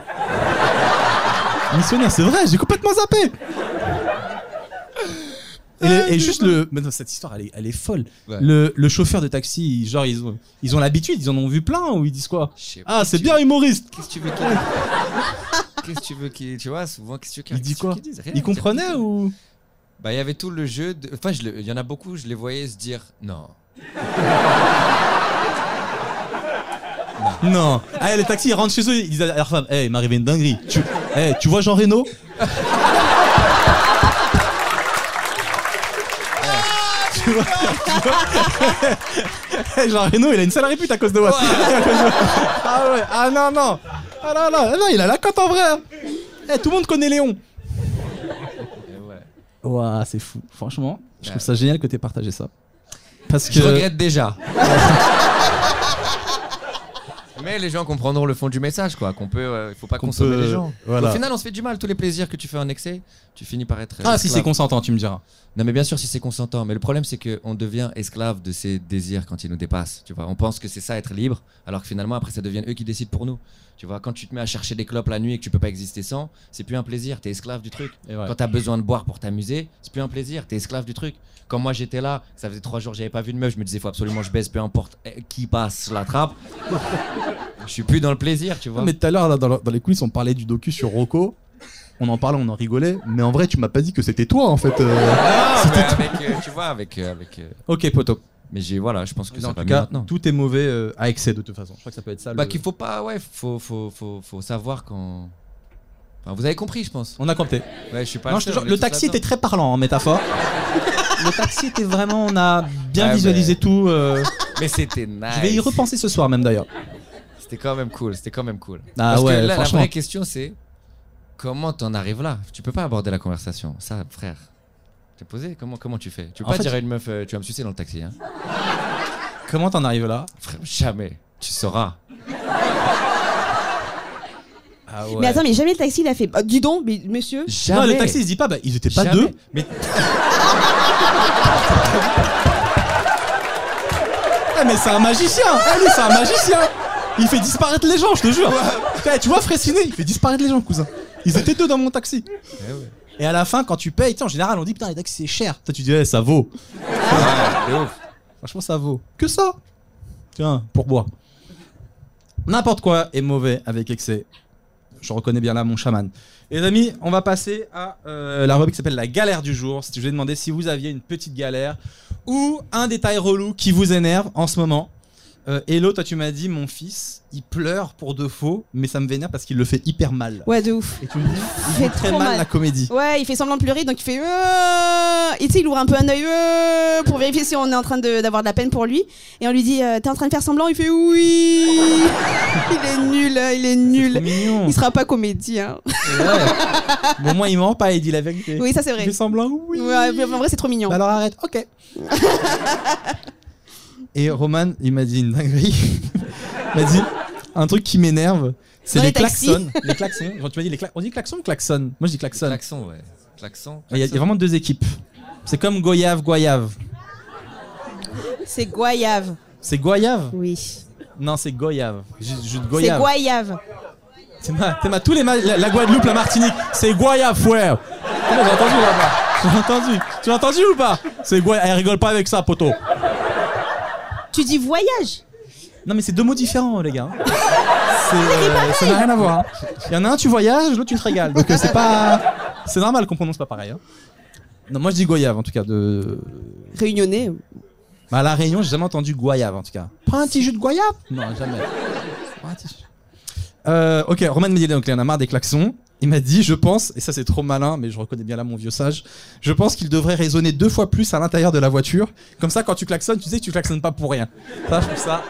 [SPEAKER 1] missionnaire, c'est vrai, j'ai complètement zappé. Et, le- et juste le. Mais non, cette histoire, elle est, elle est folle.
[SPEAKER 4] Ah, Ouais.
[SPEAKER 1] Le, le chauffeur de taxi, il- genre, ils ont ils ont l'habitude, ils en ont vu plein, ou ils disent quoi
[SPEAKER 4] Je sais pas,
[SPEAKER 1] Ah, c'est bien humoriste.
[SPEAKER 4] Qu'est-ce que tu veux qu'il. Qu'est-ce que tu veux qu'il. Tu vois, souvent, qu'est-ce que tu veux
[SPEAKER 1] Il dit
[SPEAKER 4] qu'est-ce que
[SPEAKER 1] quoi
[SPEAKER 4] tu veux qu'il dise Rien,
[SPEAKER 1] Il comprenait ou
[SPEAKER 4] Bah, il y avait tout le jeu. De... Enfin, je le- il y en a beaucoup, je les voyais se dire non.
[SPEAKER 1] Non. Ah, les taxis, ils rentrent chez eux, ils disent à leur femme, Eh, il m'est arrivé une dinguerie. Tu, eh, tu vois Jean Reno Tu vois- tu vois Eh, Jean Reno, il a une sale répute à cause de moi. ah ouais, ah non, non. Ah non, non, non, il a la cote en vrai. hein. Eh, tout le monde connaît Léon.
[SPEAKER 4] Et ouais.
[SPEAKER 1] Ouah, c'est fou. Franchement, je trouve
[SPEAKER 4] Ouais.
[SPEAKER 1] ça génial que t'aies partagé ça. Parce que.
[SPEAKER 4] Je regrette déjà. Mais les gens comprendront le fond du message, quoi. Qu'on peut, euh, faut pas
[SPEAKER 1] Qu'on
[SPEAKER 4] consommer
[SPEAKER 1] peut-
[SPEAKER 4] les gens.
[SPEAKER 1] voilà.
[SPEAKER 4] Au final, on se fait du mal. Tous les plaisirs que tu fais en excès, tu finis par être.
[SPEAKER 1] Ah, si c'est
[SPEAKER 4] esclave.
[SPEAKER 1] consentant, tu me diras.
[SPEAKER 4] Non, mais bien sûr, si c'est consentant. Mais le problème, c'est qu'on devient esclave de ses désirs quand ils nous dépassent. Tu vois, on pense que c'est ça être libre, alors que finalement, après, ça devient eux qui décident pour nous. Tu vois, quand tu te mets à chercher des clopes la nuit et que tu peux pas exister sans, c'est plus un plaisir. T'es esclave du truc.
[SPEAKER 1] Et ouais.
[SPEAKER 4] Quand t'as besoin de boire pour t'amuser, c'est plus un plaisir, t'es esclave du truc. Quand moi j'étais là, ça faisait trois jours que j'avais pas vu de meuf, je me disais faut absolument que je baisse, peu importe eh, qui passe, je l'attrape. je suis plus dans le plaisir, tu vois.
[SPEAKER 1] Non, mais tout à l'heure, là, dans, le- dans les coulisses, on parlait du docu sur Rocco. On en parlait, on en rigolait. Mais en vrai, tu m'as pas dit que c'était toi, en fait. euh.
[SPEAKER 4] Ah, mais avec, euh, tu vois, avec. euh, avec euh,
[SPEAKER 1] Ok, poto.
[SPEAKER 4] Mais j'ai, voilà, je pense que
[SPEAKER 1] Mais
[SPEAKER 4] ça
[SPEAKER 1] en
[SPEAKER 4] va
[SPEAKER 1] tout
[SPEAKER 4] mieux
[SPEAKER 1] cas,
[SPEAKER 4] maintenant.
[SPEAKER 1] tout est mauvais euh, à excès, de toute façon. Je crois que ça peut être ça.
[SPEAKER 4] Bah,
[SPEAKER 1] le-
[SPEAKER 4] qu'il faut pas, ouais, faut, faut, faut, faut savoir quand. Enfin, vous avez compris, je pense.
[SPEAKER 1] On a compté.
[SPEAKER 4] Ouais, je suis pas.
[SPEAKER 1] Non,
[SPEAKER 4] le
[SPEAKER 1] je te
[SPEAKER 4] seul,
[SPEAKER 1] jure,
[SPEAKER 4] on est
[SPEAKER 1] le
[SPEAKER 4] tous
[SPEAKER 1] taxi
[SPEAKER 4] là-dedans.
[SPEAKER 1] était très parlant en métaphore. le taxi était vraiment. On a bien
[SPEAKER 4] Ouais,
[SPEAKER 1] visualisé
[SPEAKER 4] mais-
[SPEAKER 1] tout. euh,
[SPEAKER 4] Mais c'était nice.
[SPEAKER 1] Je vais y repenser ce soir, même d'ailleurs.
[SPEAKER 4] C'était quand même cool, c'était quand même cool.
[SPEAKER 1] Ah
[SPEAKER 4] Parce
[SPEAKER 1] ouais,
[SPEAKER 4] que là, la
[SPEAKER 1] franchement.
[SPEAKER 4] vraie question c'est comment t'en arrives là Tu peux pas aborder la conversation, ça, frère. T'es posé Comment comment tu fais Tu peux
[SPEAKER 1] En
[SPEAKER 4] pas
[SPEAKER 1] fait,
[SPEAKER 4] dire à une meuf euh, tu vas me sucer dans le taxi, hein
[SPEAKER 1] Comment t'en arrives là
[SPEAKER 4] Frère, jamais. Tu sauras.
[SPEAKER 1] Ah ouais.
[SPEAKER 2] Mais attends, mais jamais le taxi l'a fait. Ah, dis donc, mais monsieur.
[SPEAKER 4] Jamais.
[SPEAKER 1] non, le taxi, il se dit pas, bah, ils étaient pas
[SPEAKER 4] Jamais.
[SPEAKER 1] deux.
[SPEAKER 4] Mais
[SPEAKER 1] Eh, mais c'est un magicien Eh, lui, c'est un magicien Il fait disparaître les gens, je te jure Eh, Tu vois, Fressinet, il fait disparaître les gens, cousin. Ils étaient deux dans mon taxi.
[SPEAKER 4] Eh ouais.
[SPEAKER 1] Et à la fin, quand tu payes, tu sais, en général, on dit putain, les decks c'est cher. Toi, tu dis, eh, ça vaut. Franchement, ça vaut. Que ça Tiens, pour boire. N'importe quoi est mauvais avec excès. Je reconnais bien là mon chaman. Les amis, on va passer à euh, la rubrique qui s'appelle la galère du jour. Je vais demander si vous aviez une petite galère ou un détail relou qui vous énerve en ce moment. Euh, Hello, toi tu m'as dit mon fils, il pleure pour de faux, mais ça me vénère parce qu'il le fait hyper mal.
[SPEAKER 2] Ouais, de ouf.
[SPEAKER 1] Et tu me dis, il
[SPEAKER 2] fait
[SPEAKER 1] joue très
[SPEAKER 2] trop
[SPEAKER 1] mal,
[SPEAKER 2] mal.
[SPEAKER 1] la comédie.
[SPEAKER 2] Ouais, il fait semblant de pleurer, donc il fait. Euh... Et tu sais, il ouvre un peu un œil euh... pour vérifier si on est en train de- d'avoir de, la peine pour lui. Et on lui dit euh, T'es en train de faire semblant Il fait Oui Il est nul, hein, il est
[SPEAKER 13] C'est
[SPEAKER 2] nul.
[SPEAKER 13] mignon.
[SPEAKER 2] Il sera pas comédien.
[SPEAKER 1] Bon, moi il ment pas, il dit la vérité.
[SPEAKER 2] Oui, ça c'est
[SPEAKER 1] Il
[SPEAKER 2] vrai.
[SPEAKER 1] fait semblant, oui.
[SPEAKER 2] Ouais, mais en vrai, c'est trop mignon.
[SPEAKER 1] Bah alors arrête, ok. Et Roman, il m'a dit une dinguerie. il m'a dit un truc qui m'énerve. C'est
[SPEAKER 2] Dans
[SPEAKER 1] les,
[SPEAKER 2] les taxis.
[SPEAKER 1] klaxons. Les klaxons. Genre, tu m'as dit les kla- On dit klaxon ou klaxon Moi je dis klaxon.
[SPEAKER 4] Klaxon, ouais. Klaxon.
[SPEAKER 1] Il y, a- il y a vraiment deux équipes. C'est comme Goyave, Goyave.
[SPEAKER 2] C'est Goyave.
[SPEAKER 1] C'est Goyave
[SPEAKER 2] Oui.
[SPEAKER 1] Non, c'est Goyave. Ju- ju-
[SPEAKER 2] C'est
[SPEAKER 1] Goyave.
[SPEAKER 2] Goyave.
[SPEAKER 1] C'est ma, c'est ma- tous les ma- la, la Guadeloupe, la Martinique, c'est Guaya, frère. J'ai entendu là-bas. J'ai entendu. Tu l'as entendu ou pas C'est Guaya. Elle rigole pas avec ça, poteau.
[SPEAKER 2] Tu dis voyage
[SPEAKER 1] Non, mais c'est deux mots différents, les gars. C'est, euh, ça n'a rien à voir. hein. Il y en a un, tu voyages, l'autre, tu te régales. Donc euh, c'est pas. C'est normal qu'on prononce pas pareil. hein. Non, moi je dis goyave en tout cas. De...
[SPEAKER 2] Réunionnais.
[SPEAKER 1] Bah, à La Réunion, j'ai jamais entendu goyave en tout cas. Pas un petit jus de goyave Non, jamais. Pas un petit jus. Euh, ok, Roman m'a dit donc il en a marre des klaxons. Il m'a dit, je pense, et ça c'est trop malin, mais je reconnais bien là mon vieux sage, je pense qu'il devrait résonner deux fois plus à l'intérieur de la voiture. Comme ça, quand tu klaxonnes, tu sais que tu klaxonnes pas pour rien. Ça, je trouve ça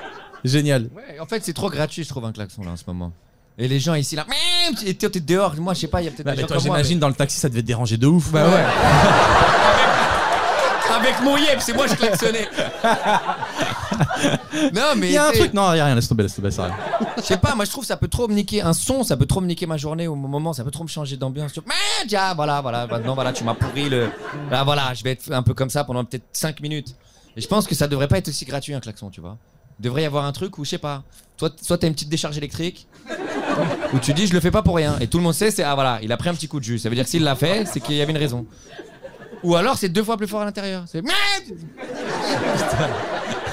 [SPEAKER 1] génial.
[SPEAKER 4] Ouais, en fait, c'est trop gratuit, je trouve, un klaxon là en ce moment. Et les gens ici là, Mmm et toi, t'es dehors, moi je sais pas, il y a peut-être
[SPEAKER 1] Bah,
[SPEAKER 4] des
[SPEAKER 1] mais
[SPEAKER 4] gens
[SPEAKER 1] toi,
[SPEAKER 4] comme moi,
[SPEAKER 1] j'imagine dans le taxi, ça devait te déranger de ouf.
[SPEAKER 4] Bah ouais. mais- Avec mon yep, c'est moi je klaxonnais. non, mais
[SPEAKER 1] Il y a un
[SPEAKER 4] t'sais,
[SPEAKER 1] truc. Non, il y a rien, laisse tomber, laisse tomber, ça arrive.
[SPEAKER 4] je sais pas, moi je trouve ça peut trop me niquer un son, ça peut trop me niquer ma journée au moment, ça peut trop me changer d'ambiance. Tu vois, Mmm, tiens, voilà, voilà, maintenant voilà, tu m'as pourri le. Là, voilà, je vais être un peu comme ça pendant peut-être 5 minutes. Et je pense que ça devrait pas être aussi gratuit un klaxon, tu vois. Devrait y avoir un truc où je sais pas, toi, soit t'as une petite décharge électrique, où tu dis je le fais pas pour rien et tout le monde sait c'est ah voilà il a pris un petit coup de jus ça veut dire que s'il l'a fait c'est qu'il y avait une raison ou alors c'est deux fois plus fort à l'intérieur c'est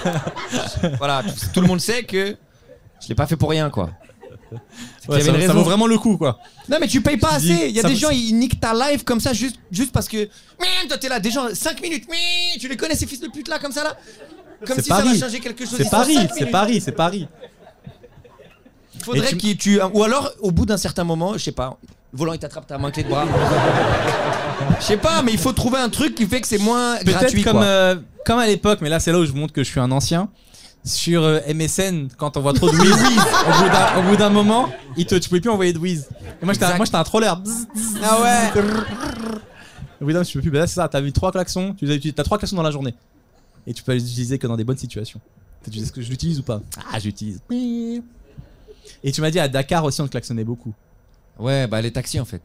[SPEAKER 4] voilà tout, tout le monde sait que je l'ai pas fait pour rien quoi C'est qu'il y
[SPEAKER 1] Ouais,
[SPEAKER 4] avait
[SPEAKER 1] ça,
[SPEAKER 4] une
[SPEAKER 1] ça
[SPEAKER 4] raison.
[SPEAKER 1] vaut vraiment le coup, quoi.
[SPEAKER 4] non mais tu payes pas
[SPEAKER 1] Tu dis,
[SPEAKER 4] assez il y a
[SPEAKER 1] ça
[SPEAKER 4] des
[SPEAKER 1] vaut-
[SPEAKER 4] gens ils niquent ta live comme ça juste juste parce que Merde, toi t'es là des gens 5 minutes Merde, tu les connais ces fils de pute là comme ça là comme
[SPEAKER 1] C'est
[SPEAKER 4] si
[SPEAKER 1] Paris.
[SPEAKER 4] ça va changer quelque chose ils
[SPEAKER 1] C'est
[SPEAKER 4] sont
[SPEAKER 1] Paris,
[SPEAKER 4] cinq
[SPEAKER 1] c'est
[SPEAKER 4] minutes.
[SPEAKER 1] Paris, c'est Paris.
[SPEAKER 4] Il faudrait
[SPEAKER 1] Et tu-
[SPEAKER 4] qu'il tu ou alors au bout d'un certain moment, je sais pas, le volant il t'attrape ta main clé de bras. Je sais pas, mais il faut trouver un truc qui fait que c'est moins gratuit
[SPEAKER 1] Peut-être comme,
[SPEAKER 4] quoi.
[SPEAKER 1] euh, comme à l'époque, mais là, c'est là où je vous montre que je suis un ancien. Sur euh, MSN, quand on voit trop de whiz, au bout d'un- au bout d'un moment, il te, tu pouvais plus envoyer de whiz. Et moi, j'étais un-
[SPEAKER 4] Exact.
[SPEAKER 1] moi, j'étais un troller. Ah ouais. Au bout d'un moment, tu peux plus. Bah, là, c'est ça. T'as vu trois klaxons. Tu les as utilisés- T'as trois klaxons dans la journée. Et tu peux les utiliser que dans des bonnes situations. Tu dis, est-ce que je l'utilise ou pas Ah, j'utilise. Et tu m'as dit à Dakar aussi, on te klaxonnait beaucoup.
[SPEAKER 4] Ouais, bah les taxis en fait.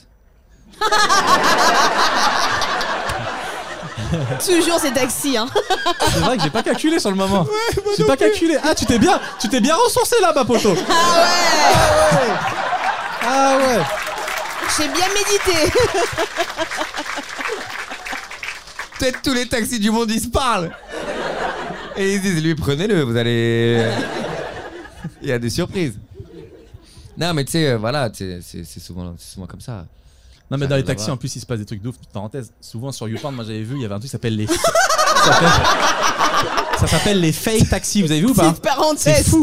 [SPEAKER 2] Toujours ces taxis, hein.
[SPEAKER 1] C'est vrai que j'ai pas calculé sur le moment. j'ai pas calculé. Ah, tu t'es bien, tu t'es bien ressourcé là-bas, poto. Ah ouais. Ah ouais.
[SPEAKER 2] J'ai bien médité.
[SPEAKER 4] Peut-être tous les taxis du monde ils se parlent. Et ils disent lui prenez-le, vous allez euh, Il y a des surprises. Non mais tu sais euh, voilà, tu sais, c'est c'est souvent c'est souvent comme ça.
[SPEAKER 1] Non mais dans les
[SPEAKER 4] Ça,
[SPEAKER 1] taxis
[SPEAKER 4] là-bas.
[SPEAKER 1] en plus il se passe des trucs de ouf. Petite Parenthèse. Souvent sur YouPorn, moi j'avais vu, il y avait un truc qui s'appelle les. ça s'appelle- ça s'appelle les fake taxis. Vous avez vu ou pas
[SPEAKER 2] Petite parenthèse.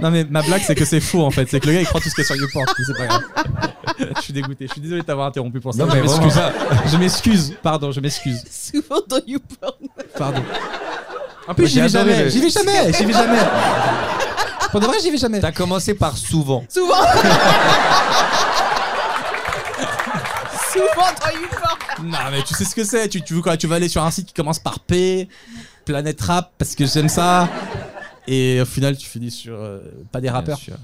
[SPEAKER 1] Non mais ma blague c'est que c'est faux en fait. C'est que le gars il croit tout ce qu'il y a sur YouPorn. Mais C'est pas grave. je suis dégoûté. Je suis désolé de t'avoir interrompu pour ça.
[SPEAKER 4] Non,
[SPEAKER 1] je
[SPEAKER 4] mais vraiment.
[SPEAKER 1] m'excuse. Je m'excuse. Pardon, je m'excuse.
[SPEAKER 2] Souvent dans YouPorn.
[SPEAKER 1] Pardon. En plus,
[SPEAKER 4] Moi,
[SPEAKER 1] j'y
[SPEAKER 4] j'ai
[SPEAKER 1] vais
[SPEAKER 4] adoré
[SPEAKER 1] jamais.
[SPEAKER 4] le-
[SPEAKER 1] J'y vais jamais. J'y vais jamais. Pour de vrai, j'y vais jamais.
[SPEAKER 4] T'as commencé par souvent.
[SPEAKER 2] Souvent. Souvent dans YouPorn.
[SPEAKER 1] Non, mais tu sais ce que c'est. Tu, tu veux quoi Tu vas aller sur un site qui commence par P, Planète Rap, parce que j'aime ça. Et au final, tu finis sur euh, pas des rappeurs.
[SPEAKER 4] sûr.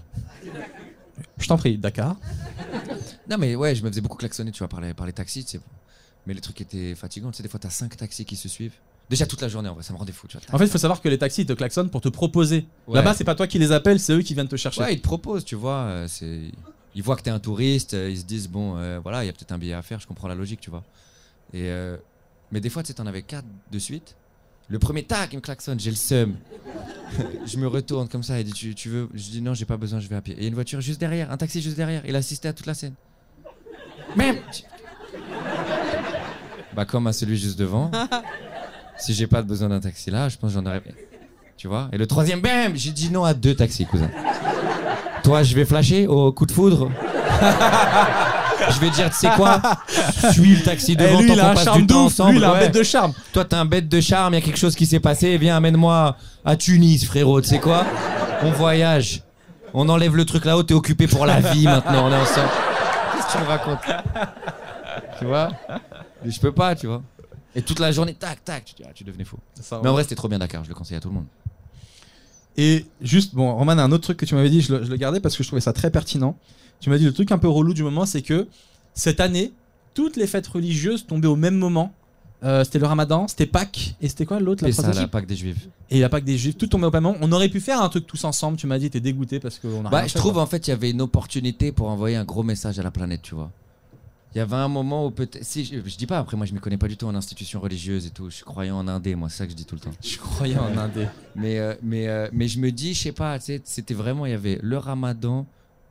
[SPEAKER 1] Je t'en prie, Dakar.
[SPEAKER 4] Non mais ouais, je me faisais beaucoup klaxonner, tu vois, par les, par les taxis, tu sais. Mais les trucs étaient fatigants, tu sais, des fois t'as 5 taxis qui se suivent. Déjà toute la journée, en vrai, ça me rendait fou, tu vois.
[SPEAKER 1] En fait, il faut savoir que les taxis ils te klaxonnent pour te proposer.
[SPEAKER 4] Ouais.
[SPEAKER 1] Là-bas, c'est pas toi qui les appelles, c'est eux qui viennent te chercher.
[SPEAKER 4] Ouais, ils te proposent, tu vois, euh, c'est... Ils voient que t'es un touriste, euh, ils se disent, bon, euh, voilà, il y a peut-être un billet à faire, je comprends la logique, tu vois. Et euh, mais des fois, tu sais, t'en avais quatre de suite. Le premier, tac, il me klaxonne, j'ai le seum. je me retourne comme ça, il dit, tu, tu veux Je dis, non, j'ai pas besoin, je vais à pied. Et il y a une voiture juste derrière, un taxi juste derrière, il assistait à toute la scène. Même Bah, comme à celui juste devant. si j'ai pas besoin d'un taxi là, je pense que j'en aurais. Tu vois Et le troisième, bam J'ai dit non à deux taxis, cousin. Toi, je vais flasher au coup de foudre. je vais dire, tu sais quoi Suis le taxi
[SPEAKER 5] Eh,
[SPEAKER 4] devant,
[SPEAKER 5] lui,
[SPEAKER 4] tant
[SPEAKER 5] il a
[SPEAKER 4] qu'on
[SPEAKER 5] un
[SPEAKER 4] passe
[SPEAKER 5] charme
[SPEAKER 4] du
[SPEAKER 5] de
[SPEAKER 4] temps
[SPEAKER 5] ouf.
[SPEAKER 4] ensemble.
[SPEAKER 5] Lui, il a un
[SPEAKER 4] ouais.
[SPEAKER 5] bête de charme.
[SPEAKER 4] Toi, t'es un bête de charme, il y a quelque chose qui s'est passé, viens, amène-moi à Tunis, frérot, tu sais quoi On voyage. On enlève le truc là-haut, t'es occupé pour la vie maintenant, on est ensemble. Qu'est-ce que tu me racontes Tu vois Mais Je peux pas, tu vois. Et toute la journée, tac, tac, tu, dis, ah, tu devenais fou. Mais en vrai, c'était trop bien Dakar, je le conseille à tout le monde.
[SPEAKER 1] Et juste, bon, Roman, un autre truc que tu m'avais dit, je le, je le gardais parce que je trouvais ça très pertinent. Tu m'as dit le truc un peu relou du moment, c'est que cette année, toutes les fêtes religieuses tombaient au même moment. Euh, c'était le ramadan, c'était Pâques, et c'était quoi l'autre la
[SPEAKER 4] Pessa,
[SPEAKER 1] troisième
[SPEAKER 4] la Pâque des Juifs.
[SPEAKER 1] Et la Pâque des Juifs, tout tombait au même moment. On aurait pu faire un truc tous ensemble, tu m'as dit, t'es dégoûté parce qu'on a
[SPEAKER 4] Bah,
[SPEAKER 1] rien
[SPEAKER 4] je
[SPEAKER 1] fait,
[SPEAKER 4] trouve
[SPEAKER 1] quoi.
[SPEAKER 4] en fait il y avait une opportunité pour envoyer un gros message à la planète, tu vois. Il y avait un moment où peut-être. Si, je, je dis pas, après moi je m'y connais pas du tout en institutions religieuses et tout. Je suis croyant en indé, moi, c'est ça que je dis tout le temps.
[SPEAKER 1] Je croyais en indé.
[SPEAKER 4] Mais, euh, mais, euh, mais je me dis, je sais pas, tu sais, c'était vraiment, il y avait le ramadan,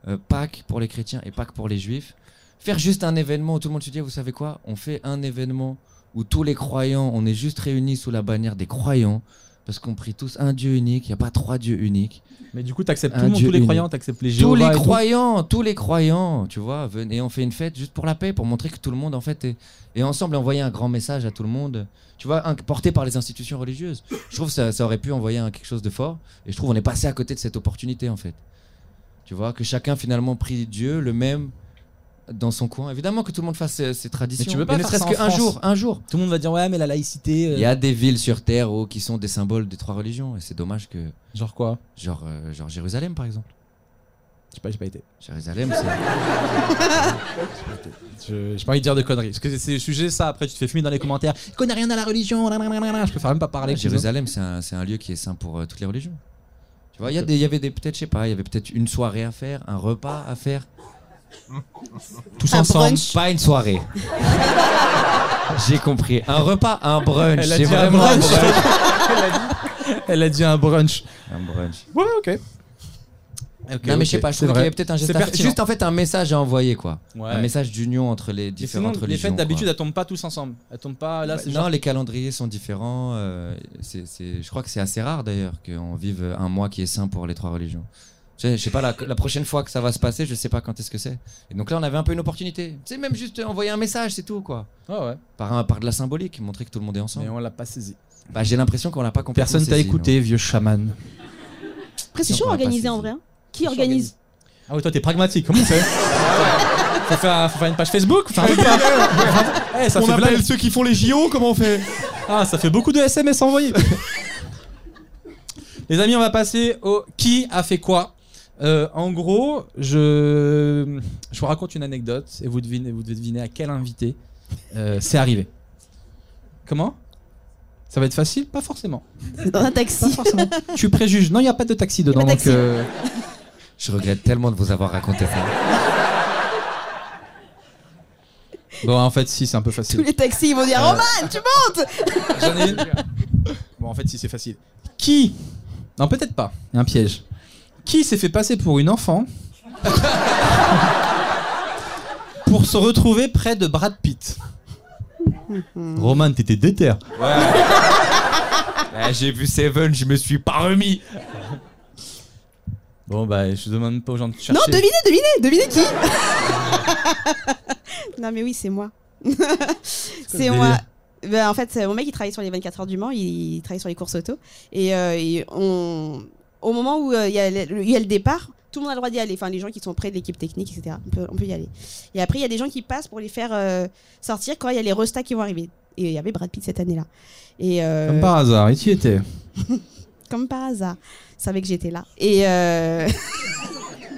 [SPEAKER 4] euh, Pâques pour les chrétiens et Pâques pour les juifs. Faire juste un événement où tout le monde se dit, vous savez quoi, on fait un événement où tous les croyants, on est juste réunis sous la bannière des croyants, parce qu'on prie tous un Dieu unique, il n'y a pas trois dieux uniques.
[SPEAKER 1] Mais du coup, t'acceptes
[SPEAKER 4] Un
[SPEAKER 1] tout le monde,
[SPEAKER 4] Dieu
[SPEAKER 1] tous les
[SPEAKER 4] unique.
[SPEAKER 1] croyants, t'acceptes les
[SPEAKER 4] tous
[SPEAKER 1] Jéhovah
[SPEAKER 4] les
[SPEAKER 1] et tout.
[SPEAKER 4] croyants, tous les croyants, tu vois, venez, et on fait une fête juste pour la paix, pour montrer que tout le monde, en fait, est, est ensemble et envoyer un grand message à tout le monde, tu vois, un- porté par les institutions religieuses. Je trouve que ça, ça aurait pu envoyer un- quelque chose de fort, et je trouve qu'on est passé à côté de cette opportunité, en fait. Tu vois, que chacun finalement prie Dieu, le même, dans son coin. Évidemment que tout le monde fasse ses, ses traditions,
[SPEAKER 1] veux pas
[SPEAKER 4] ne
[SPEAKER 1] faire
[SPEAKER 4] serait-ce
[SPEAKER 1] ça en
[SPEAKER 4] qu'un
[SPEAKER 1] France.
[SPEAKER 4] jour, un jour.
[SPEAKER 1] Tout le monde va dire, ouais, mais la laïcité. euh,
[SPEAKER 4] Il y a des villes sur Terre où, qui sont des symboles des trois religions, et c'est dommage que,
[SPEAKER 1] Genre quoi
[SPEAKER 4] genre, euh, genre Jérusalem, par exemple.
[SPEAKER 1] J'ai pas, j'ai pas été.
[SPEAKER 4] Jérusalem, c'est...
[SPEAKER 1] Je- J'ai pas envie de dire de conneries. Parce que c'est le sujet, ça, après, tu te fais fumer dans les commentaires. Il connaît rien à la religion, blablabla. je préfère même pas parler.
[SPEAKER 4] Ah, Jérusalem, c'est un, c'est un lieu qui est saint pour euh, toutes les religions. Tu vois, il y, a des- il y avait des- peut-être, je sais pas, il y avait peut-être une soirée à faire, un repas à faire. Tous
[SPEAKER 2] Un
[SPEAKER 4] ensemble,
[SPEAKER 2] brunch.
[SPEAKER 4] pas une soirée. J'ai compris. Un repas, un brunch.
[SPEAKER 1] Elle a
[SPEAKER 4] C'est
[SPEAKER 1] dit un
[SPEAKER 4] vraiment un
[SPEAKER 1] brunch.
[SPEAKER 4] brunch.
[SPEAKER 1] Elle a dit un brunch.
[SPEAKER 4] Un brunch.
[SPEAKER 1] Ouais, ok.
[SPEAKER 4] non, mais je sais pas, je
[SPEAKER 1] c'est
[SPEAKER 4] trouve qu'il y
[SPEAKER 1] vrai.
[SPEAKER 4] avait peut-être un geste
[SPEAKER 1] C'est
[SPEAKER 4] à faire.
[SPEAKER 1] pertinent.
[SPEAKER 4] Juste en fait un message à envoyer, quoi.
[SPEAKER 1] Ouais.
[SPEAKER 4] Un message d'union entre les
[SPEAKER 1] Mais
[SPEAKER 4] différentes
[SPEAKER 1] Ah, sinon, les
[SPEAKER 4] religions.
[SPEAKER 1] fêtes
[SPEAKER 4] quoi.
[SPEAKER 1] d'habitude, elles tombent pas tous ensemble. Elles tombent pas là.
[SPEAKER 4] Bah,
[SPEAKER 1] c'est
[SPEAKER 4] non,
[SPEAKER 1] genre-
[SPEAKER 4] les calendriers sont différents. euh, c'est- c'est- je crois que c'est assez rare d'ailleurs qu'on vive un mois qui est sain pour les trois religions. Je sais- je sais pas, la, la prochaine fois que ça va se passer, je sais pas quand est-ce que c'est. Et donc là, on avait un peu une opportunité. Tu sais, même juste euh, envoyer un message, c'est tout quoi.
[SPEAKER 1] Ah Ouais, ouais.
[SPEAKER 4] Par, un, par de la symbolique, montrer que tout le monde est ensemble.
[SPEAKER 1] Mais on l'a pas saisi.
[SPEAKER 4] Bah, J'ai l'impression qu'on l'a pas complètement
[SPEAKER 1] Personne t'a
[SPEAKER 4] saisi,
[SPEAKER 1] écouté, vieux chaman.
[SPEAKER 2] Après, c'est
[SPEAKER 4] Non,
[SPEAKER 2] chaud
[SPEAKER 4] on va pas
[SPEAKER 2] organisé
[SPEAKER 4] saisir.
[SPEAKER 2] en vrai. hein. Qui organise
[SPEAKER 1] Ah oui, toi, t'es pragmatique. Comment c'est faut, faire, faut faire une page Facebook faut faire un truc. Eh, ça
[SPEAKER 5] On
[SPEAKER 1] fait blague.
[SPEAKER 5] appelle ceux qui font les JO, comment on fait
[SPEAKER 1] Ah, ça fait beaucoup de SMS envoyés. Les amis, on va passer au qui a fait quoi. Euh, en gros, je, je vous raconte une anecdote et vous, devinez, vous devez deviner à quel invité euh, c'est arrivé. Comment Ça va être facile Pas forcément.
[SPEAKER 2] dans un
[SPEAKER 1] Pas
[SPEAKER 2] taxi
[SPEAKER 1] forcément. tu préjuges. Non, il n'y a pas de taxi dedans.
[SPEAKER 2] pas de
[SPEAKER 1] donc,
[SPEAKER 2] taxi.
[SPEAKER 1] euh,
[SPEAKER 4] non. Je regrette tellement de vous avoir raconté ça.
[SPEAKER 1] euh, Bon, en fait, si, c'est un peu
[SPEAKER 2] Tous
[SPEAKER 1] facile.
[SPEAKER 2] les taxis ils vont dire
[SPEAKER 1] Euh,
[SPEAKER 2] Roman, tu montes
[SPEAKER 1] J'en ai une. Bon, en fait, si, c'est facile. Qui Non, peut-être pas. Il y a un piège. Qui s'est fait passer pour une enfant pour se retrouver près de Brad Pitt
[SPEAKER 5] Roman, t'étais déter.
[SPEAKER 4] J'ai vu Seven, je me suis pas remis.
[SPEAKER 1] Bon, bah, je demande pas aux gens de chercher.
[SPEAKER 2] Non, devinez, devinez, devinez qui Non, mais oui, c'est moi. c'est
[SPEAKER 1] le
[SPEAKER 2] moi.
[SPEAKER 1] délire
[SPEAKER 2] Ben, en fait, euh, mon mec, il travaille sur les 24 heures du Mans, il, il travaille sur les courses auto. Et, euh, et on... au moment où euh, il y, a le- il y a le départ, tout le monde a le droit d'y aller. Enfin, les gens qui sont près de l'équipe technique, etc. On peut, on peut y aller. Et après, il y a des gens qui passent pour les faire euh, sortir quand il y a les restas qui vont arriver. Et il y avait Brad Pitt cette année-là. Et, euh,
[SPEAKER 1] Comme par hasard, et tu y étais.
[SPEAKER 2] comme par hasard. Il savait que j'étais là. Et. euh,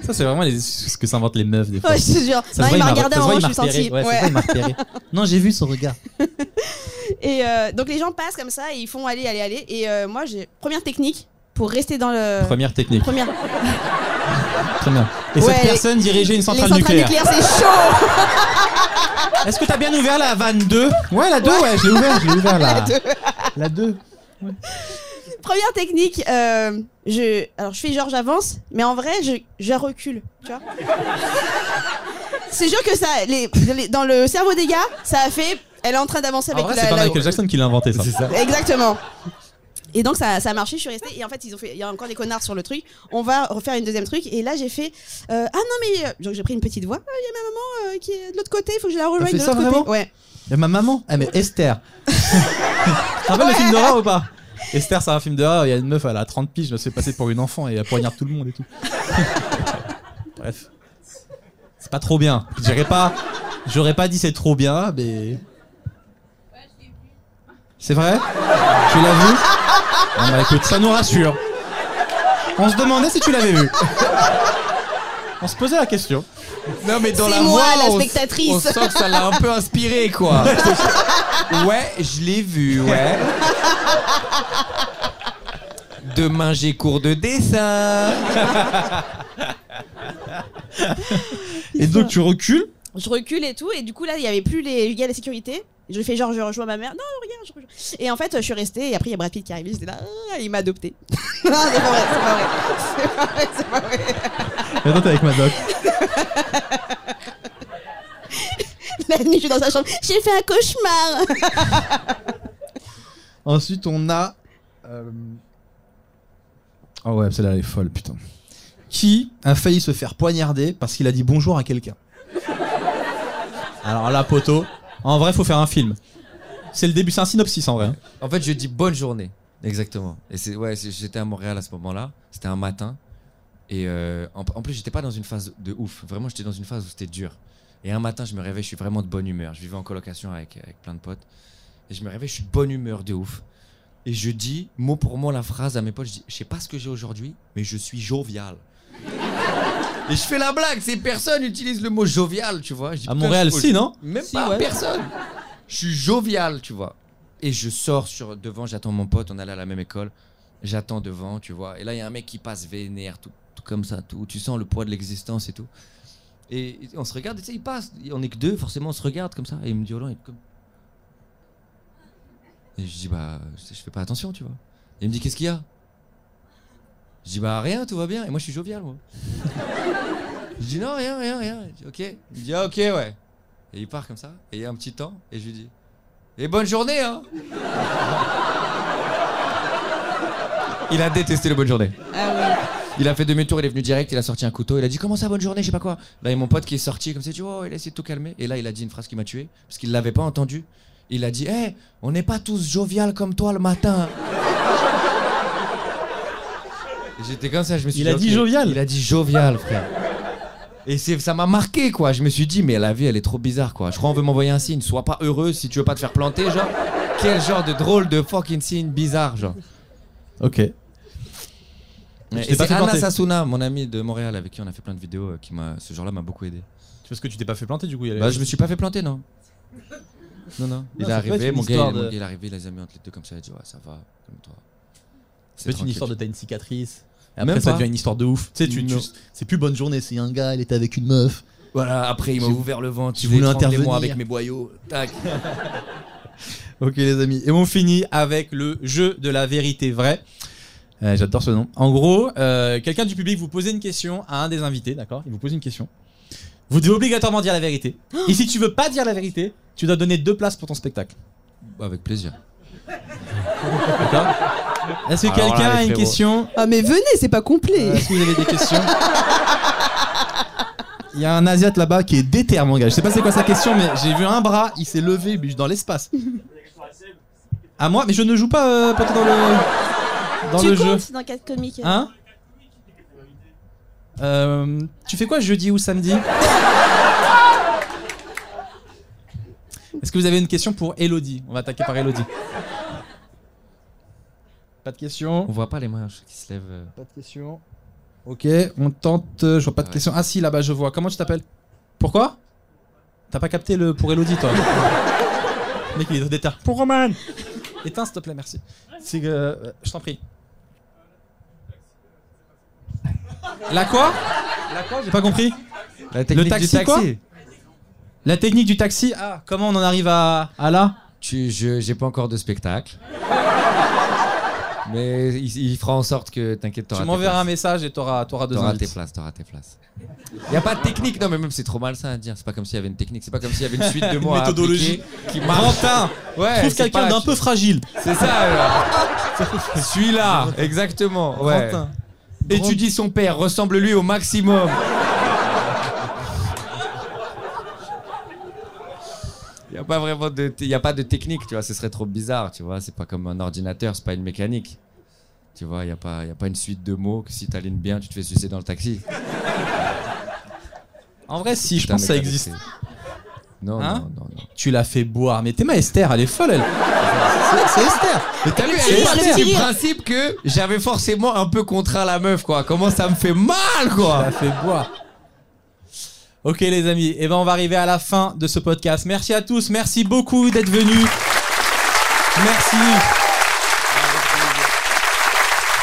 [SPEAKER 1] Ça, c'est vraiment les... ce que s'inventent les meufs des fois.
[SPEAKER 2] Ouais, je te jure.
[SPEAKER 1] Ça se
[SPEAKER 2] Non,
[SPEAKER 1] voit,
[SPEAKER 2] il m'a
[SPEAKER 1] il
[SPEAKER 2] regardé
[SPEAKER 1] ça se
[SPEAKER 2] un
[SPEAKER 1] voit,
[SPEAKER 2] moment,
[SPEAKER 1] il
[SPEAKER 2] je
[SPEAKER 1] m'a
[SPEAKER 2] suis sortie.
[SPEAKER 1] repéré. Ouais, ça se
[SPEAKER 2] Ouais.
[SPEAKER 1] voit, il m'a repéré. Non, j'ai vu son regard.
[SPEAKER 2] Et euh, donc les gens passent comme ça et ils font aller, aller, aller. Et euh, moi, j'ai première technique pour rester dans le.
[SPEAKER 1] Première technique.
[SPEAKER 2] Première.
[SPEAKER 1] Très bien. Et
[SPEAKER 2] Ouais,
[SPEAKER 1] cette
[SPEAKER 2] les-
[SPEAKER 1] personne dirigeait une
[SPEAKER 2] Les
[SPEAKER 1] centrale
[SPEAKER 2] centrales
[SPEAKER 1] nucléaire.
[SPEAKER 2] nucléaires, c'est chaud
[SPEAKER 1] Est-ce que t'as bien ouvert la vanne 2 Ouais, la 2, ouais, je l'ai ouvert, je l'ai ouvert la. La 2.
[SPEAKER 2] Première technique, euh, je, alors je fais genre j'avance, mais en vrai, je, je recule, tu vois. c'est sûr que ça, les, les- dans le cerveau des gars, ça a fait, elle est en train d'avancer
[SPEAKER 1] En
[SPEAKER 2] avec
[SPEAKER 1] vrai,
[SPEAKER 2] la-
[SPEAKER 1] c'est pas
[SPEAKER 2] la-
[SPEAKER 1] Michael Jackson qui l'a inventé ça.
[SPEAKER 2] Exactement. Et donc ça, ça a marché, je suis restée. Et en fait, ils ont fait, il y a encore des connards sur le truc. On va refaire une deuxième truc. Et là, j'ai fait, euh, ah non mais, euh, donc j'ai pris une petite voix. Euh, Il y a ma maman euh, qui est de l'autre côté. Il faut que je la rejoigne
[SPEAKER 1] fait
[SPEAKER 2] de
[SPEAKER 1] ça
[SPEAKER 2] l'autre côté.
[SPEAKER 1] vraiment
[SPEAKER 2] ouais.
[SPEAKER 1] Et ma maman Ah, mais Esther Tu te rappelles le film d'horreur ou pas Esther, c'est un film d'horreur, il y a une meuf, elle a 30 piges, elle se fait passer pour une enfant et elle poignarde tout le monde et tout. Bref. C'est pas trop bien. J'aurais pas, j'aurais pas dit c'est trop bien, mais. C'est vrai Tu l'as vu Ah bah écoute, ça nous rassure. On se demandait si tu l'avais vu. On se posait la question.
[SPEAKER 4] Non, mais dans
[SPEAKER 2] C'est
[SPEAKER 4] la
[SPEAKER 2] moi,
[SPEAKER 4] voix,
[SPEAKER 2] la
[SPEAKER 4] on s-
[SPEAKER 2] spectatrice.
[SPEAKER 4] On sent que ça l'a un peu inspiré, quoi. ouais, je l'ai vu, ouais. Demain, j'ai cours de dessin.
[SPEAKER 1] Et donc tu recules
[SPEAKER 2] Je recule et tout. Et du coup là, il y avait plus les gars de la sécurité. Je fais genre, je rejoins ma mère. Non, regarde. Je rejoins. Et en fait, je suis restée. Et après, il y a Brad Pitt qui arrive. J'étais là, ah, il m'a adoptée. non, c'est pas vrai, c'est pas vrai. C'est pas vrai, c'est pas vrai.
[SPEAKER 1] Et toi t'es avec ma doc.
[SPEAKER 2] La nuit, je suis dans sa chambre. J'ai fait un cauchemar.
[SPEAKER 1] Ensuite, on a. euh, Oh ouais, celle-là, elle est folle, putain. Qui a failli se faire poignarder parce qu'il a dit bonjour à quelqu'un Alors là, poteau, en vrai, faut faire un film. C'est le début, c'est un synopsis en vrai. hein.
[SPEAKER 4] En fait, je dis bonne journée. Exactement. Et c'est ouais, c'est- j'étais à Montréal à ce moment-là. C'était un matin. Et euh, en, en plus, j'étais pas dans une phase de ouf. Vraiment, j'étais dans une phase où c'était dur. Et un matin, je me réveille, je suis vraiment de bonne humeur. Je vivais en colocation avec, avec plein de potes. Et je me réveille, je suis de bonne humeur de ouf. Et je dis, mot pour mot, la phrase à mes potes. Je dis, je sais pas ce que j'ai aujourd'hui, mais je suis jovial. Et je fais la blague. Ces personnes utilisent le mot jovial, tu vois. Je dis,
[SPEAKER 1] À
[SPEAKER 4] putain,
[SPEAKER 1] Montréal,
[SPEAKER 4] je-
[SPEAKER 1] Ah, si, non
[SPEAKER 4] Même pas personne. Je suis jovial, tu vois. Et je sors sur devant, j'attends mon pote, on allait à la même école. J'attends devant, tu vois. Et là, il y a un mec qui passe vénère, tout, tout comme ça, tout. Tu sens le poids de l'existence et tout. Et on se regarde, et tu sais, il passe. On est que deux, forcément, on se regarde comme ça. Et il me dit, Roland, il est comme. Et je dis, bah, je je fais pas attention, tu vois. Et il me dit, qu'est-ce qu'il y a Je dis, bah, rien, tout va bien. Et moi, je suis jovial, moi. je dis, non, rien, rien, rien. Il dit, ok. Il me dit, ah, ok, ouais. Et il part comme ça, et il y a un petit temps, et je lui dis Et bonne journée, hein Il a détesté le bonne journée.
[SPEAKER 2] Ah
[SPEAKER 4] Il a fait demi-tour, il est venu direct, il a sorti un couteau, il a dit Comment ça, bonne journée, je sais pas quoi. Là, il y a mon pote qui est sorti comme ça, tu vois, oh, il a essayé de tout calmer. Et là, il a dit une phrase qui m'a tué, parce qu'il l'avait pas entendu. Il a dit Hé, on n'est pas tous jovial comme toi le matin. Et J'étais comme ça, je me suis
[SPEAKER 1] Il a dit
[SPEAKER 4] ok.
[SPEAKER 1] jovial.
[SPEAKER 4] Il a dit jovial, frère. Et c'est- ça m'a marqué quoi. Je me suis dit mais la vie elle est trop bizarre quoi. Je crois on veut m'envoyer un signe. Sois pas heureux si tu veux pas te faire planter genre. Quel genre de drôle de fucking signe bizarre genre.
[SPEAKER 1] Ok. Je
[SPEAKER 4] Et
[SPEAKER 1] t'ai pas
[SPEAKER 4] c'est
[SPEAKER 1] fait
[SPEAKER 4] Anna
[SPEAKER 1] planter.
[SPEAKER 4] Sasuna, mon ami de Montréal avec qui on a fait plein de vidéos, euh, qui m'a ce genre-là m'a beaucoup aidé.
[SPEAKER 1] Tu parce que tu t'es pas fait planter du coup. il y a-
[SPEAKER 4] Bah je me suis pas fait planter non. Non non. Il
[SPEAKER 1] ça
[SPEAKER 4] est
[SPEAKER 1] peut être
[SPEAKER 4] arrivé,
[SPEAKER 1] une
[SPEAKER 4] mon gars,
[SPEAKER 1] histoire
[SPEAKER 4] il-
[SPEAKER 1] de-
[SPEAKER 4] mon gars, il est arrivé, il les a mis entre les deux comme ça. Il a dit ouais ça va, comme toi.
[SPEAKER 1] C'est une histoire de t'as une cicatrice. Et après,
[SPEAKER 4] Même
[SPEAKER 1] ça
[SPEAKER 4] pas.
[SPEAKER 1] devient une histoire de ouf. Tu sais, tu, tu-
[SPEAKER 4] Non.
[SPEAKER 1] c'est plus bonne journée, c'est un gars, il était avec une meuf.
[SPEAKER 4] Voilà après il m'a ouvert le ventre.
[SPEAKER 1] tu
[SPEAKER 4] il a
[SPEAKER 1] voulais
[SPEAKER 4] étranglé moi
[SPEAKER 1] intervenir.
[SPEAKER 4] avec mes boyaux. Tac.
[SPEAKER 1] Ok les amis, et on finit avec le jeu de la vérité vraie. Euh, J'adore ce nom. En gros, euh, quelqu'un du public vous posez une question à un des invités, d'accord Il vous pose une question. Vous devez obligatoirement dire la vérité. Et si tu veux pas dire la vérité, tu dois donner deux places pour ton spectacle.
[SPEAKER 4] Avec plaisir.
[SPEAKER 1] D'accord Est-ce que
[SPEAKER 4] Alors là,
[SPEAKER 1] quelqu'un
[SPEAKER 4] les
[SPEAKER 1] a une
[SPEAKER 4] frérots.
[SPEAKER 1] question
[SPEAKER 2] Ah mais venez, c'est pas complet.
[SPEAKER 1] Est-ce que vous avez des questions Il y a un asiate là-bas qui est déter, mon gars. Je sais pas c'est quoi sa question, mais j'ai vu un bras, il s'est levé, mais je suis dans l'espace. À moi, mais je ne joue pas euh, poteau dans le dans
[SPEAKER 2] tu
[SPEAKER 1] le jeu.
[SPEAKER 2] comptes dans 4 comiques. euh.
[SPEAKER 1] Hein Euh, Tu fais quoi jeudi ou samedi Est-ce que vous avez une question pour Elodie On va attaquer par Elodie. Pas de question
[SPEAKER 4] On voit pas les mains qui se lèvent. euh.
[SPEAKER 1] Pas de question. Ok, on tente. euh, Je vois pas de
[SPEAKER 4] Ouais.
[SPEAKER 1] question. Ah si, là-bas, je vois. Comment tu t'appelles Pourquoi T'as pas capté le pour Elodie, toi Mec, il est déter.
[SPEAKER 14] Pour Roman.
[SPEAKER 1] Éteins, s'il te plaît, merci. C'est que. euh, Je t'en prie. La quoi
[SPEAKER 5] J'ai pas compris.
[SPEAKER 4] La technique
[SPEAKER 5] Le taxi,
[SPEAKER 4] du taxi.
[SPEAKER 5] quoi La technique du taxi. Ah, comment on en arrive à, à là
[SPEAKER 4] Tu, je, j'ai pas encore de spectacle. Mais il, il fera en sorte que t'inquiète, t'auras
[SPEAKER 1] Tu
[SPEAKER 4] tes
[SPEAKER 1] m'enverras un
[SPEAKER 4] places.
[SPEAKER 1] message et t'auras t'auras deux
[SPEAKER 4] T'auras
[SPEAKER 1] invites.
[SPEAKER 4] tes places, t'auras tes places. Y a pas de technique, non mais même c'est trop malsain à dire. C'est pas comme s'il y avait une technique, c'est pas comme s'il y avait une suite de mots à
[SPEAKER 5] méthodologie.
[SPEAKER 4] appliquer qui marche.
[SPEAKER 1] Quentin,
[SPEAKER 4] Ouais,
[SPEAKER 5] Trouve
[SPEAKER 4] c'est
[SPEAKER 5] quelqu'un
[SPEAKER 4] pas-
[SPEAKER 5] d'un peu fragile.
[SPEAKER 4] C'est ça. alors. Celui-là, exactement. Ouais.
[SPEAKER 5] Quentin.
[SPEAKER 4] Étudie son père, ressemble-lui au maximum. Il n'y a pas vraiment de, t- y a pas de technique, tu vois, ce serait trop bizarre, tu vois, c'est pas comme un ordinateur, c'est pas une mécanique. Tu vois, il n'y a, pas- y a pas une suite de mots que si t'alignes bien, tu te fais sucer dans le taxi.
[SPEAKER 1] En vrai, si, je
[SPEAKER 4] Putain,
[SPEAKER 1] pense que ça
[SPEAKER 4] mécanique,
[SPEAKER 1] existe.
[SPEAKER 4] c'est- Non,
[SPEAKER 1] Hein
[SPEAKER 4] non, non, non.
[SPEAKER 1] Tu l'as fait boire, mais t'es ma Esther, elle est folle, elle. C'est- C'est Esther.
[SPEAKER 4] Mais t'as vu,
[SPEAKER 2] petit
[SPEAKER 4] elle est
[SPEAKER 2] rire, le
[SPEAKER 4] partie
[SPEAKER 2] petit
[SPEAKER 4] du
[SPEAKER 2] rire.
[SPEAKER 4] principe que j'avais forcément un peu contraint la meuf, quoi. Comment ça me fait mal, quoi
[SPEAKER 1] Elle fait boire. Ok les amis, et ben on va arriver à la fin de ce podcast. Merci à tous, merci beaucoup d'être venus. Merci.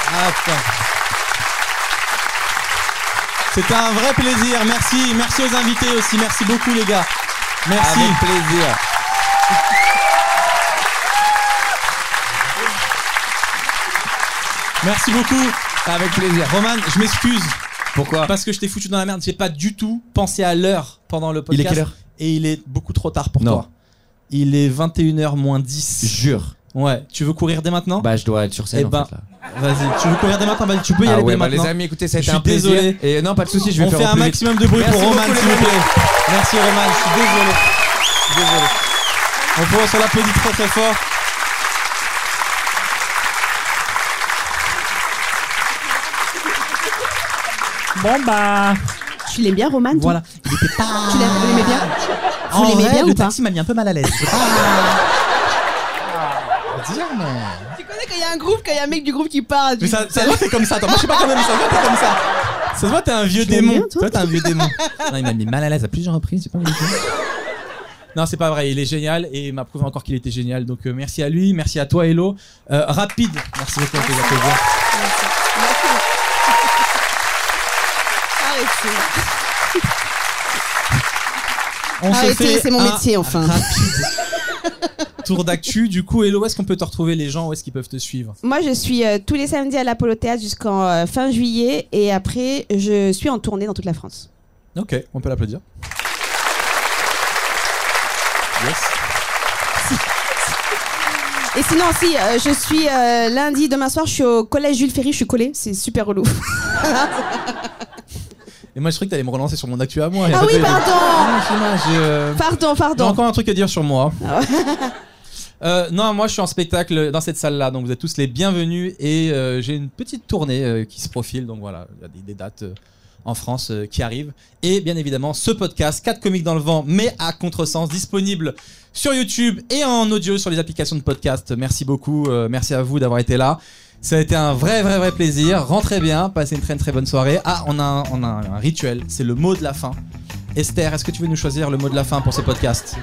[SPEAKER 1] Ah, putain. C'était un vrai plaisir. Merci, merci aux invités aussi. Merci beaucoup les gars. Merci.
[SPEAKER 4] Avec plaisir.
[SPEAKER 1] Merci beaucoup. Avec plaisir. Roman, je m'excuse
[SPEAKER 4] Pourquoi
[SPEAKER 1] parce que je t'ai foutu dans la merde. J'ai pas du tout pensé à l'heure pendant le podcast.
[SPEAKER 4] heure
[SPEAKER 1] Et il est beaucoup trop tard pour
[SPEAKER 4] Non.
[SPEAKER 1] toi. Il est 21h moins 10.
[SPEAKER 4] Jure.
[SPEAKER 1] Ouais, tu veux courir dès maintenant
[SPEAKER 4] Bah, je dois être sur scène
[SPEAKER 1] Eh ben,
[SPEAKER 4] en fait, là.
[SPEAKER 1] Vas-y, tu veux courir dès maintenant Vas-y, tu peux y
[SPEAKER 4] Ah
[SPEAKER 1] aller
[SPEAKER 4] ouais,
[SPEAKER 1] dès
[SPEAKER 4] bah, les
[SPEAKER 1] maintenant.
[SPEAKER 4] amis, écoutez, ça a
[SPEAKER 1] Je
[SPEAKER 4] été
[SPEAKER 1] suis
[SPEAKER 4] un plaisir.
[SPEAKER 1] désolé.
[SPEAKER 4] Et non, pas de souci, je vais
[SPEAKER 1] On
[SPEAKER 4] faire
[SPEAKER 1] fait
[SPEAKER 4] au
[SPEAKER 1] un
[SPEAKER 4] plus vite.
[SPEAKER 1] maximum de bruit
[SPEAKER 4] Merci
[SPEAKER 1] pour Roman,
[SPEAKER 4] beaucoup, les
[SPEAKER 1] s'il vous
[SPEAKER 4] amis.
[SPEAKER 1] plaît. Merci Roman, je suis désolé. Je suis désolé. On peut on l'applaudit très très fort.
[SPEAKER 6] Bon bah.
[SPEAKER 2] Tu l'aimes bien, Roman toi
[SPEAKER 5] Voilà. Il était pas.
[SPEAKER 2] Tu l'aimes- vous l'aimez bien Vous
[SPEAKER 5] En
[SPEAKER 1] Oh,
[SPEAKER 2] l'aimez
[SPEAKER 5] vrai,
[SPEAKER 2] bien
[SPEAKER 5] le
[SPEAKER 2] ou pas
[SPEAKER 5] taxi m'a mis un peu mal à l'aise.
[SPEAKER 2] Tu connais quand il y a un groupe, quand il y a un mec du groupe qui part.
[SPEAKER 1] Mais ça, ça se voit, t'es comme ça. Attends, moi je sais pas quand même, ça se voit, t'es comme ça. Ça se voit, t'es un vieux
[SPEAKER 2] l'aimes
[SPEAKER 1] démon.
[SPEAKER 2] bien, toi
[SPEAKER 1] t'es un vieux démon. Non, il m'a mis mal à l'aise à plusieurs reprises, j'ai pas envie de dire. Non, c'est pas vrai, il est génial et il m'a prouvé encore qu'il était génial. Donc euh, merci à lui, merci à toi, Hello. Euh, rapide, merci beaucoup, on peut les applaudir.
[SPEAKER 2] Arrêtez.
[SPEAKER 1] On se
[SPEAKER 2] Arrêtez,
[SPEAKER 1] fait
[SPEAKER 2] c'est mon
[SPEAKER 1] un
[SPEAKER 2] métier, enfin.
[SPEAKER 1] rapide Tour d'actu, du coup, Hello, où est-ce qu'on peut te retrouver les gens Où est-ce qu'ils peuvent te suivre
[SPEAKER 2] Moi, je suis euh, tous les samedis à l'Apollo Théâtre jusqu'en euh, fin juillet et après, je suis en tournée dans toute la France.
[SPEAKER 1] Ok, on peut l'applaudir.
[SPEAKER 2] Et sinon, si, euh, je suis euh, lundi, demain soir, je suis au collège Jules Ferry, je suis collée, c'est super relou.
[SPEAKER 1] Et moi, je croyais que t'allais me relancer sur mon actu à moi. Et
[SPEAKER 2] Ah
[SPEAKER 1] après,
[SPEAKER 2] oui, pardon
[SPEAKER 1] j'ai- j'ai- j'ai-
[SPEAKER 2] Pardon,
[SPEAKER 1] J'ai
[SPEAKER 2] pardon.
[SPEAKER 1] encore un truc à dire sur moi. Euh, non, moi je suis en spectacle dans cette salle-là, donc vous êtes tous les bienvenus et euh, j'ai une petite tournée euh, qui se profile, donc voilà, il y a des, des dates euh, en France euh, qui arrivent. Et bien évidemment, ce podcast, 4 comiques dans le vent, mais à contresens, disponible sur YouTube et en audio sur les applications de podcast. Merci beaucoup, euh, merci à vous d'avoir été là. Ça a été un vrai, vrai, vrai plaisir. Rentrez bien, passez une très, très bonne soirée. Ah, on a un, on a un rituel, c'est le mot de la fin. Esther, est-ce que tu veux nous choisir le mot de la fin pour ce podcast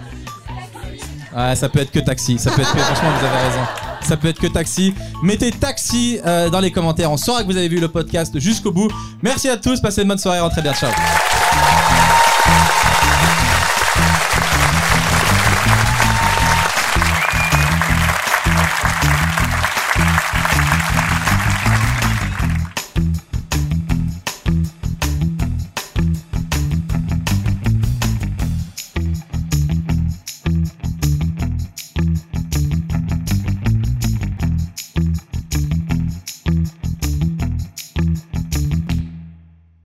[SPEAKER 1] Ouais, ça peut être que taxi. Ça peut être que, franchement, vous avez raison. Ça peut être que taxi. Mettez taxi euh, dans les commentaires. On saura que vous avez vu le podcast jusqu'au bout. Merci à tous. Passez une bonne soirée. Rentrez bien. Ciao.